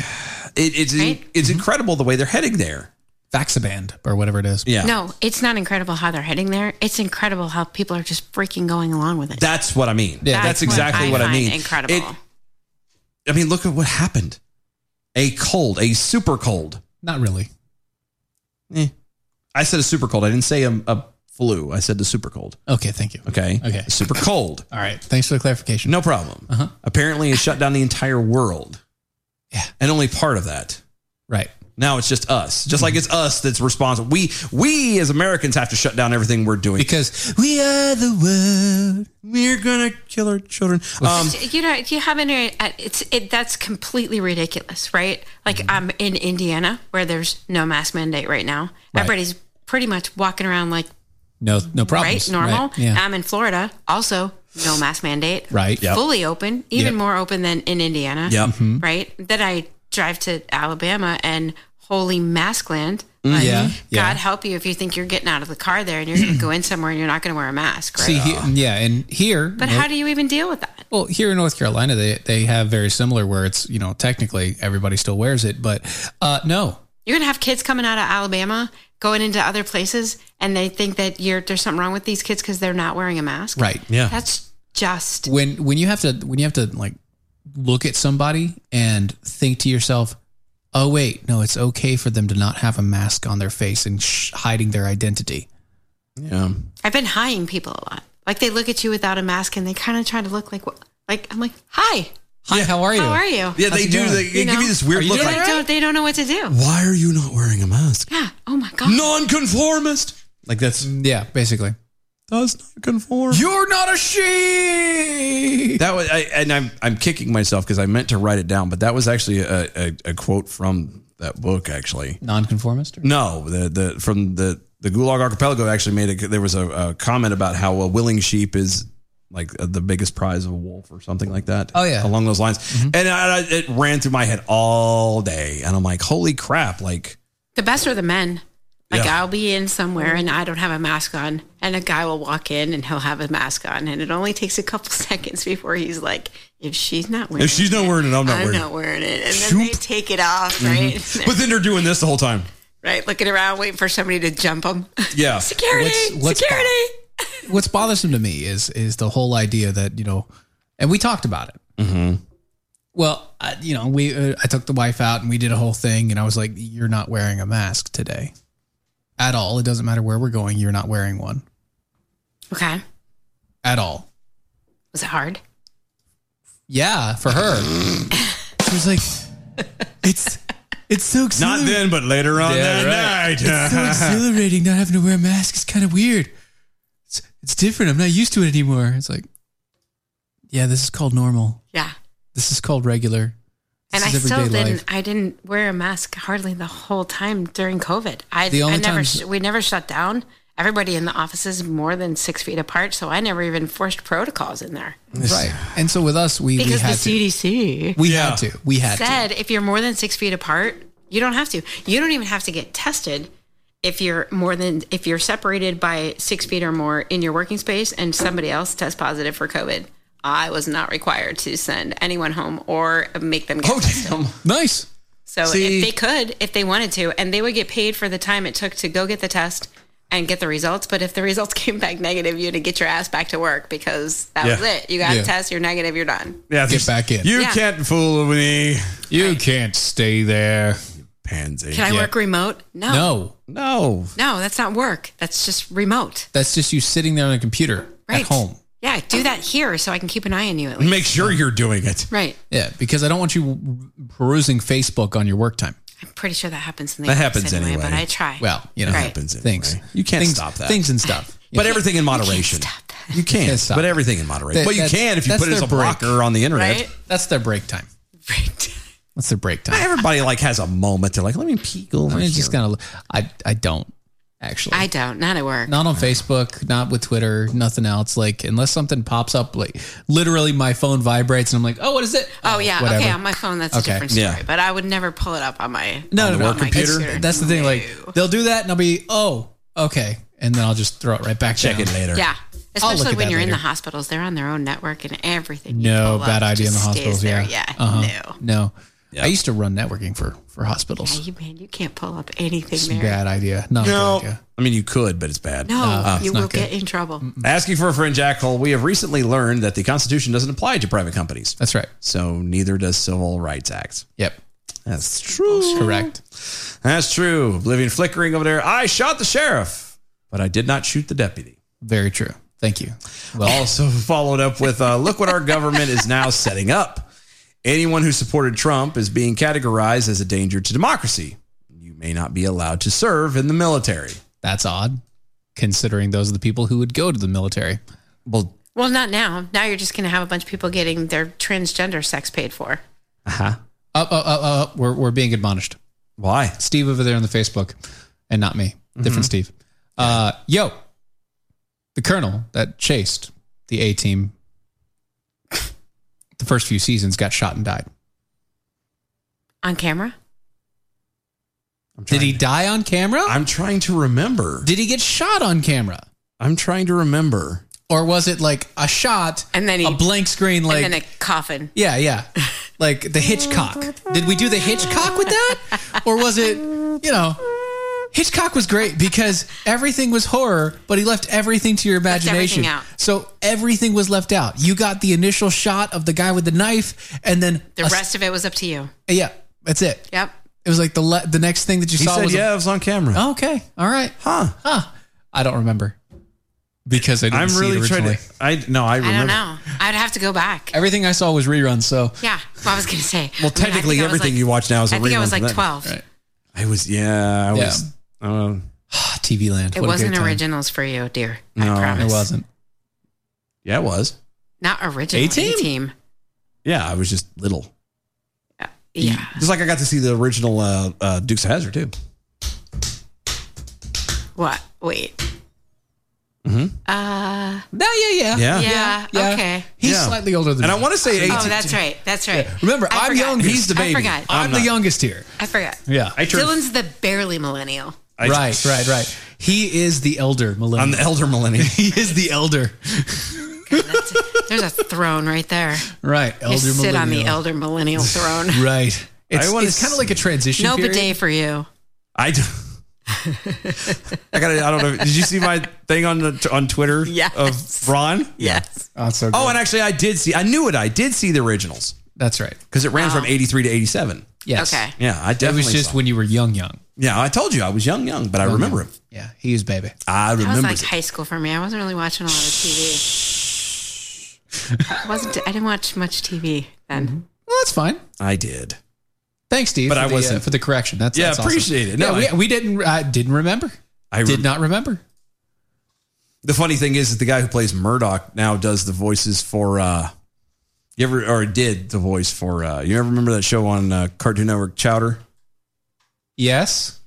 Speaker 1: it's it's incredible the way they're heading there.
Speaker 2: Vaxaband or whatever it is
Speaker 1: Yeah,
Speaker 3: No, it's not incredible how they're heading there. It's incredible how people are just freaking going along with it.
Speaker 1: that's what I mean. Yeah, that's,
Speaker 3: what
Speaker 1: exactly what I,
Speaker 3: find
Speaker 1: mean.
Speaker 3: Incredible.
Speaker 1: It- I mean, look at what happened. A cold, a super cold.
Speaker 2: not really
Speaker 1: I said a super cold. I didn't say a, a flu. I said the super cold.
Speaker 2: okay thank you
Speaker 1: Okay.
Speaker 2: Okay.
Speaker 1: Super cold.
Speaker 2: all right thanks for the clarification
Speaker 1: No problem.
Speaker 2: Uh-huh.
Speaker 1: Apparently, it shut down the entire world. Yeah. And only part of that.
Speaker 2: Right.
Speaker 1: Now it's just us. Just like it's us that's responsible. We we as Americans have to shut down everything we're doing.
Speaker 2: Because we are the world.
Speaker 1: We're gonna kill our children. Um,
Speaker 3: you know, you have any? It's it. That's completely ridiculous, right? Like
Speaker 2: Mm-hmm.
Speaker 3: I'm in Indiana, where there's no mask mandate right now.
Speaker 2: Right.
Speaker 3: Everybody's pretty much walking around like
Speaker 2: no no problem
Speaker 3: right normal.
Speaker 2: yeah
Speaker 3: I'm in Florida, also no mask mandate.
Speaker 2: Right. Yep.
Speaker 3: Fully open, even
Speaker 2: Yep.
Speaker 3: more open than in Indiana.
Speaker 2: Yep. Mhm.
Speaker 3: Right. Then I drive to Alabama and holy mask land.
Speaker 2: Mm,
Speaker 3: Like,
Speaker 2: yeah, yeah.
Speaker 3: God help you if you think you're getting out of the car there and you're going to go in somewhere and you're not going to wear a mask. Right.
Speaker 2: see he, yeah and here
Speaker 3: but
Speaker 2: Nope.
Speaker 3: how do you even deal with that?
Speaker 2: Well, here in North Carolina, they they have very similar where it's you know technically everybody still wears it, but uh, no,
Speaker 3: You're gonna have kids coming out of Alabama, going into other places, and they think that you're there's something wrong with these kids because they're not wearing a mask.
Speaker 2: Right. Yeah.
Speaker 3: That's just
Speaker 2: when when you have to when you have to like look at somebody and think to yourself, oh wait, no, it's okay for them to not have a mask on their face and sh- hiding their identity.
Speaker 1: Yeah,
Speaker 3: I've been hiring people a lot. Like they look at you without a mask and they kind of try to look like what? Like I'm like, hi,
Speaker 2: Hi, how are you?
Speaker 3: How are you?
Speaker 1: Yeah, they do. They, they give you this weird look.
Speaker 3: They,
Speaker 1: Like,
Speaker 3: don't, they don't know what to do.
Speaker 1: Why are you not wearing a mask?
Speaker 3: Yeah. Oh my God.
Speaker 1: Nonconformist.
Speaker 25: Like that's
Speaker 2: Mm,
Speaker 25: yeah, basically.
Speaker 1: Does not conform.
Speaker 25: You're not a she.
Speaker 1: That was, I, and I'm I'm kicking myself because I meant to write it down, but that was actually a, a, a quote from that book. Actually,
Speaker 25: Nonconformist.
Speaker 1: no, the the from the the Gulag Archipelago actually made a there was a, a comment about how a willing sheep is like uh, the biggest prize of a wolf or something like that.
Speaker 25: Oh, yeah.
Speaker 1: along those lines, and I, I- it ran through my head all day, and I'm like, holy crap, like.
Speaker 3: The best are the men. Like
Speaker 1: Yeah.
Speaker 3: I'll be in somewhere and I don't have a mask on, and a guy will walk in and he'll have a mask on, and it only takes a couple seconds before he's like, "If she's not wearing,
Speaker 1: If she's not wearing it, I'm not
Speaker 3: I'm
Speaker 1: wearing
Speaker 3: not
Speaker 1: it.
Speaker 3: wearing it," and then they take it off, right?
Speaker 1: Mhm. But then they're doing this the whole time.
Speaker 3: right, looking around, waiting for somebody to jump them.
Speaker 1: Yeah.
Speaker 3: Security, security.
Speaker 2: what's bothersome to me is is the whole idea that you know, and we talked about it.
Speaker 25: Mm-hmm.
Speaker 2: Well, I, you know, we uh, I took the wife out and we did a whole thing, and I was like, "You're not wearing a mask today, at all. It doesn't matter where we're going. You're not wearing one
Speaker 3: Okay,
Speaker 2: at all."
Speaker 3: was it hard?
Speaker 2: Yeah, for her, she was like, "It's it's so exhilarating.
Speaker 1: Not then, but later on
Speaker 2: Yeah,
Speaker 1: that
Speaker 2: right.
Speaker 1: night.
Speaker 2: It's so exhilarating not having to wear a mask. It's kind of weird. It's it's different. I'm not used to it anymore. It's like, yeah, this is called normal.
Speaker 3: Yeah.
Speaker 2: This is called regular.
Speaker 3: and
Speaker 2: This
Speaker 3: I
Speaker 2: is
Speaker 3: still
Speaker 2: everyday
Speaker 3: didn't.
Speaker 2: life.
Speaker 3: I didn't wear a mask hardly the whole time during COVID. I,
Speaker 2: The only
Speaker 3: I never.
Speaker 2: times-
Speaker 3: sh- We never shut down. Everybody in the offices more than six feet apart, so I never even forced protocols in there.
Speaker 2: Right. And so with us, we, we
Speaker 3: Because the
Speaker 2: had to.
Speaker 3: CDC.
Speaker 2: We had to. We had to.
Speaker 3: said if you're more than six feet apart, you don't have to. You don't even have to get tested if you're more than if you're separated by six feet or more in your working space and somebody else tests positive for COVID. I was not required to send anyone home or make them get tested.
Speaker 2: Nice.
Speaker 3: So
Speaker 2: See-
Speaker 3: if they could, if they wanted to, and they would get paid for the time it took to go get the test and get the results. But if the results came back negative, you had to get your ass back to work because that
Speaker 1: Yeah.
Speaker 3: was it. You got
Speaker 1: Yeah.
Speaker 3: a test, you're negative, you're done.
Speaker 1: Yeah,
Speaker 25: Get back in.
Speaker 1: You
Speaker 3: Yeah.
Speaker 1: can't fool me.
Speaker 25: You can't stay there.
Speaker 1: Pansy.
Speaker 3: Can I work remote? No.
Speaker 2: No.
Speaker 1: No.
Speaker 3: No, that's not work. That's just remote.
Speaker 2: That's just you sitting there on a computer
Speaker 3: Right.
Speaker 2: at home.
Speaker 3: Yeah, do that here so I can keep an eye on you at least.
Speaker 1: Make sure you're doing it.
Speaker 3: Right.
Speaker 2: Yeah, because I don't want you perusing Facebook on your work time.
Speaker 3: I'm pretty sure that happens in the
Speaker 2: That
Speaker 3: office
Speaker 2: happens anyway.
Speaker 3: But I try.
Speaker 2: Well, you know,
Speaker 3: Right.
Speaker 2: happens things.
Speaker 1: You can't
Speaker 2: Things-
Speaker 1: stop that.
Speaker 2: Things and stuff.
Speaker 1: But everything in moderation. You can't. but everything in moderation.
Speaker 2: That-
Speaker 1: Well, you
Speaker 2: that's-
Speaker 1: can if you
Speaker 2: that's
Speaker 1: put it as
Speaker 2: their
Speaker 1: a
Speaker 2: break.
Speaker 1: blocker on the internet.
Speaker 2: Right? That's their break time. That's their break time.
Speaker 1: Not everybody like has a moment. They're like, let me peek over
Speaker 2: I mean,
Speaker 1: here.
Speaker 2: it's just kind of. I I don't actually.
Speaker 3: I don't. Not at work.
Speaker 2: Not on Facebook. Not with Twitter. Nothing else. Like unless something pops up, like literally my phone vibrates and I'm like, oh, what is it?
Speaker 3: Oh, yeah. Okay,
Speaker 2: whatever.
Speaker 3: on my phone, that's
Speaker 2: Okay.
Speaker 3: a different story.
Speaker 2: Yeah.
Speaker 3: But I would never pull it up on my
Speaker 2: no, no, no.
Speaker 3: on my
Speaker 2: It's- That's the thing. Like they'll do that and I'll be, oh, okay, and then I'll just throw it right back.
Speaker 1: Check
Speaker 2: down.
Speaker 1: it later.
Speaker 3: Yeah.
Speaker 2: I'll look
Speaker 3: Especially
Speaker 2: at
Speaker 3: when
Speaker 2: that
Speaker 3: you're in the
Speaker 2: later.
Speaker 3: hospitals, they're on their own network and everything. you
Speaker 2: No
Speaker 3: pull
Speaker 2: bad
Speaker 3: up
Speaker 2: idea in the
Speaker 3: just
Speaker 2: hospitals.
Speaker 3: stays there.
Speaker 2: Yeah,
Speaker 3: Yeah.
Speaker 2: Uh-huh. No, I used to run networking for for
Speaker 3: No. Yeah,
Speaker 2: hospitals.
Speaker 3: you, man, you can't pull up anything
Speaker 2: It's a
Speaker 3: there.
Speaker 2: bad idea. Not
Speaker 1: No.
Speaker 2: a good idea.
Speaker 1: I mean, you could, but it's bad.
Speaker 3: No,
Speaker 1: Uh,
Speaker 3: you will get in trouble.
Speaker 2: Mm-hmm.
Speaker 1: Asking for a friend, Jack Hole, we have recently learned that the Constitution doesn't apply to private companies.
Speaker 2: That's right.
Speaker 1: So neither does Civil Rights Act.
Speaker 2: Yep.
Speaker 1: That's true.
Speaker 2: Correct.
Speaker 1: That's true. Oblivion flickering over there. I shot the sheriff, but I did not shoot the deputy.
Speaker 2: Very true. Thank you.
Speaker 1: also followed up with uh, look what our government is now setting up. Anyone who supported Trump is being categorized as a danger to democracy. You may not be allowed to serve in the military.
Speaker 2: That's odd, considering those are the people who would go to the military.
Speaker 1: Well,
Speaker 3: Well, not now. Now you're just going to have a bunch of people getting their transgender sex paid for.
Speaker 2: uh huh. Up, up, up, up, up. We're, we're being admonished.
Speaker 1: Uh-huh. Why? Mm-hmm.
Speaker 2: Steve over there on the Facebook and not me. Different
Speaker 25: Mhm.
Speaker 2: Steve. Uh, yo, the colonel that chased the A team the first few seasons got shot and died.
Speaker 3: On camera?
Speaker 2: Did he die on camera?
Speaker 1: I'm trying to remember.
Speaker 2: Did he get shot on camera?
Speaker 1: I'm trying to remember.
Speaker 2: Or was it like a shot
Speaker 3: and then
Speaker 2: a blank screen like
Speaker 3: and then a coffin.
Speaker 2: Yeah, yeah. Like the Hitchcock. Did we do the Hitchcock with that? Or was it, you know, Hitchcock was great because everything was horror, but he left everything to your
Speaker 3: Left everything
Speaker 2: imagination.
Speaker 3: out.
Speaker 2: So everything was left out. You got the initial shot of the guy with the knife and then
Speaker 3: The
Speaker 2: a s-
Speaker 3: rest of it was up to you.
Speaker 2: Yeah, that's it.
Speaker 3: Yep.
Speaker 2: It was like the le- the next thing that you
Speaker 1: He
Speaker 2: saw
Speaker 1: said,
Speaker 2: was a-
Speaker 1: yeah, it was on camera.
Speaker 2: Oh, okay. All right.
Speaker 1: Huh.
Speaker 2: Huh. I don't remember. because I didn't
Speaker 1: I'm
Speaker 2: see
Speaker 1: really
Speaker 2: it
Speaker 1: trying
Speaker 2: originally.
Speaker 1: to. I no, I
Speaker 3: I
Speaker 1: remember.
Speaker 3: don't know. I'd have to go back.
Speaker 2: Everything I saw was reruns. So
Speaker 3: Yeah, well, I was gonna say.
Speaker 1: Well,
Speaker 3: I mean, I
Speaker 1: technically,
Speaker 3: think I was
Speaker 1: everything
Speaker 3: like-
Speaker 1: you watch now is a
Speaker 3: I think I
Speaker 1: rerun
Speaker 3: was
Speaker 1: from
Speaker 3: like
Speaker 1: then.
Speaker 3: twelve.
Speaker 1: I was, yeah, I
Speaker 2: Yeah.
Speaker 1: was. Um,
Speaker 2: TV Land.
Speaker 3: It
Speaker 2: what a
Speaker 3: wasn't
Speaker 2: great time.
Speaker 3: originals for you, dear.
Speaker 1: no,
Speaker 3: I promise.
Speaker 1: it wasn't. Yeah, it was.
Speaker 3: Not original.
Speaker 1: A-Team?
Speaker 3: A team.
Speaker 1: Yeah, I was just little.
Speaker 3: Yeah.
Speaker 1: Just like I got to see the original uh, uh, Dukes of Hazard too.
Speaker 3: What? Wait.
Speaker 1: Mm-hmm.
Speaker 3: Uh.
Speaker 2: No.
Speaker 1: Yeah.
Speaker 2: Yeah.
Speaker 3: Yeah. Yeah.
Speaker 2: yeah.
Speaker 3: Okay.
Speaker 2: He's slightly older than
Speaker 1: And
Speaker 2: me.
Speaker 1: I want to say
Speaker 3: Oh,
Speaker 1: 18.
Speaker 3: that's right. That's right.
Speaker 2: Remember,
Speaker 3: I
Speaker 2: I'm
Speaker 3: forgot.
Speaker 2: youngest.
Speaker 3: He's the I baby. forgot.
Speaker 2: I'm,
Speaker 3: I'm
Speaker 2: the
Speaker 3: not.
Speaker 2: youngest here.
Speaker 3: I forgot.
Speaker 2: Yeah. I turned-
Speaker 3: Dylan's the barely millennial.
Speaker 2: right, right, right. He is the elder millennial. I'm the elder millennial. he is the elder.
Speaker 3: There's a throne right there.
Speaker 2: Right.
Speaker 3: You sit on the elder millennial throne.
Speaker 2: Right. It's,
Speaker 1: wanna
Speaker 2: it's kind of like a transition
Speaker 3: no
Speaker 2: period.
Speaker 3: bidet for you.
Speaker 1: I do. I got. I don't know. Did you see my thing on the on Twitter?
Speaker 3: Yes.
Speaker 1: Of Ron.
Speaker 3: Yes.
Speaker 2: Oh, so
Speaker 1: Oh, and actually, I did see. I knew it. I did see the originals
Speaker 2: That's right.
Speaker 1: because it ran
Speaker 2: Wow.
Speaker 1: from eighty three to eighty seven.
Speaker 2: Yes. Okay.
Speaker 1: Yeah, I
Speaker 2: It
Speaker 1: definitely.
Speaker 2: was just
Speaker 1: saw it.
Speaker 2: when you were young, young.
Speaker 1: Yeah, I told you I was young, young, but I remember it.
Speaker 2: Yeah, he was baby.
Speaker 1: I
Speaker 3: That was
Speaker 1: remember.
Speaker 3: like high school for me. I wasn't really watching a lot of TV. I wasn't. I didn't watch much TV then.
Speaker 2: Mm-hmm. Well, that's fine.
Speaker 1: I did.
Speaker 2: Thanks, Steve.
Speaker 1: But
Speaker 2: for
Speaker 1: I
Speaker 2: the,
Speaker 1: wasn't-
Speaker 2: uh, for the correction. That's
Speaker 1: Yeah,
Speaker 2: that's awesome.
Speaker 1: appreciate it. No,
Speaker 2: yeah,
Speaker 1: I-
Speaker 2: we, we didn't. I didn't remember.
Speaker 1: I
Speaker 2: did
Speaker 1: rem-
Speaker 2: not remember.
Speaker 1: The funny thing is that the guy who plays Murdoch now does the voices for. uh You ever or did the voice for? uh You ever remember that show on uh, Cartoon Network, Chowder?
Speaker 2: Yes.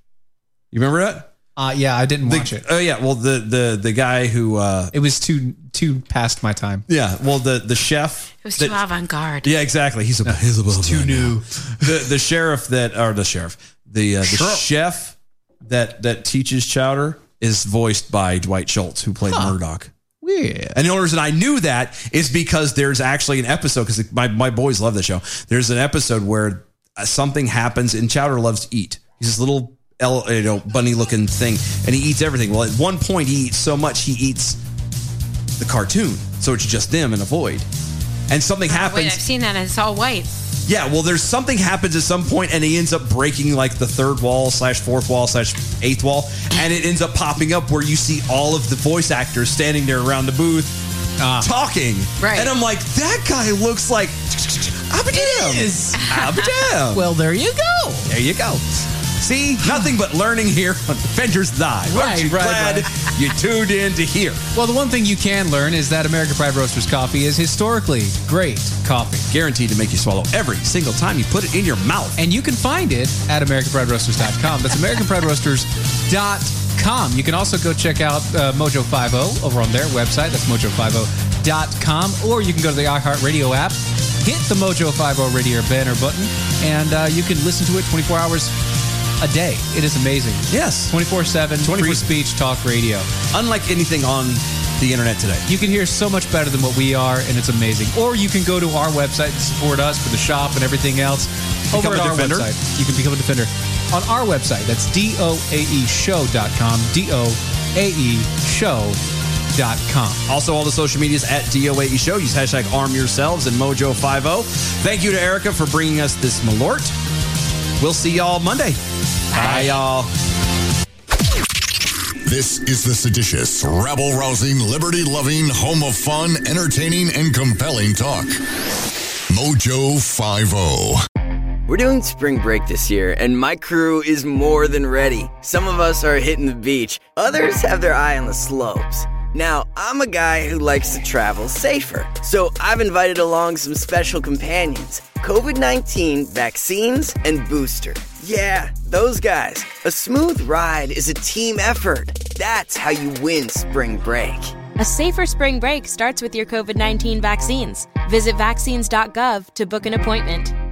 Speaker 1: You remember that?
Speaker 2: Uh, yeah, I didn't
Speaker 1: The-
Speaker 2: watch it.
Speaker 1: Oh yeah, well the the the guy who uh
Speaker 2: It was too too past my time.
Speaker 1: yeah, well the the chef
Speaker 3: It was
Speaker 1: that-
Speaker 3: too avant garde.
Speaker 1: Yeah, exactly. He's a he's above too new. The the sheriff that or the sheriff the uh, the chef that that teaches Chowder is voiced by Dwight Schultz, who played Murdoch.
Speaker 2: Weird.
Speaker 1: And the only reason I knew that is because there's actually an episode because my my boys love the show. There's an episode where uh, something happens and Chowder loves to eat. He's this little el- you know bunny looking thing, and he eats everything. Well, at one point he eats so much he eats the cartoon, so it's just them in a void. And something happens.
Speaker 3: Wait, I've seen that. and It's all white.
Speaker 1: Yeah, well, there's something happens at some point, and he ends up breaking like the third wall slash fourth wall slash eighth wall, and it ends up popping up where you see all of the voice actors standing there around the booth
Speaker 2: Ah.
Speaker 1: talking.
Speaker 3: Right.
Speaker 1: And I'm like, that guy looks like I'm damned. I'm damned.
Speaker 2: Well, there you go.
Speaker 1: there you go. See, nothing but learning here on Defenders Live. Aren't
Speaker 2: Right,
Speaker 1: you
Speaker 2: right,
Speaker 1: glad you tuned in to hear?
Speaker 2: Well, the one thing you can learn is that American Pride Roasters coffee is historically great coffee.
Speaker 1: Guaranteed to make you swallow every single time you put it in your mouth.
Speaker 2: And you can find it at AmericanPrideRoasters.com. That's AmericanPrideRoasters.com. You can also go check out uh, Mojo50 over on their website. That's Mojo50.com. Or you can go to the iHeartRadio app, hit the Mojo50 radio banner button, and uh, you can listen to it 24 hours a day. It is amazing.
Speaker 1: Yes.
Speaker 2: 24 7, free speech, talk radio.
Speaker 1: Unlike anything on the internet today.
Speaker 2: You can hear so much better than what we are, and it's amazing. Or you can go to our website and support us for the shop and everything else.
Speaker 1: Become
Speaker 2: Over
Speaker 1: a
Speaker 2: at
Speaker 1: defender.
Speaker 2: our website, you can become a defender on our website. That's E doaeshow.com. E doaeshow.com.
Speaker 1: Also, all the social medias at DOAE E Show. Use hashtag arm yourselves and mojo50. Thank you to Erica for bringing us this malort. We'll see y'all Monday. Bye, y'all.
Speaker 11: This is the seditious, rabble rousing, liberty loving, home of fun, entertaining, and compelling talk. Mojo
Speaker 1: oh.
Speaker 11: 50.
Speaker 10: We're doing spring break this year, and my crew is more than ready. Some of us are hitting the beach, others have their eye on the slopes. Now, I'm a guy who likes to travel safer, so I've invited along some special companions COVID 19 vaccines and booster. Yeah, those guys. A smooth ride is a team effort. That's how you win spring break.
Speaker 7: A safer spring break starts with your COVID 19 vaccines. Visit vaccines.gov to book an appointment.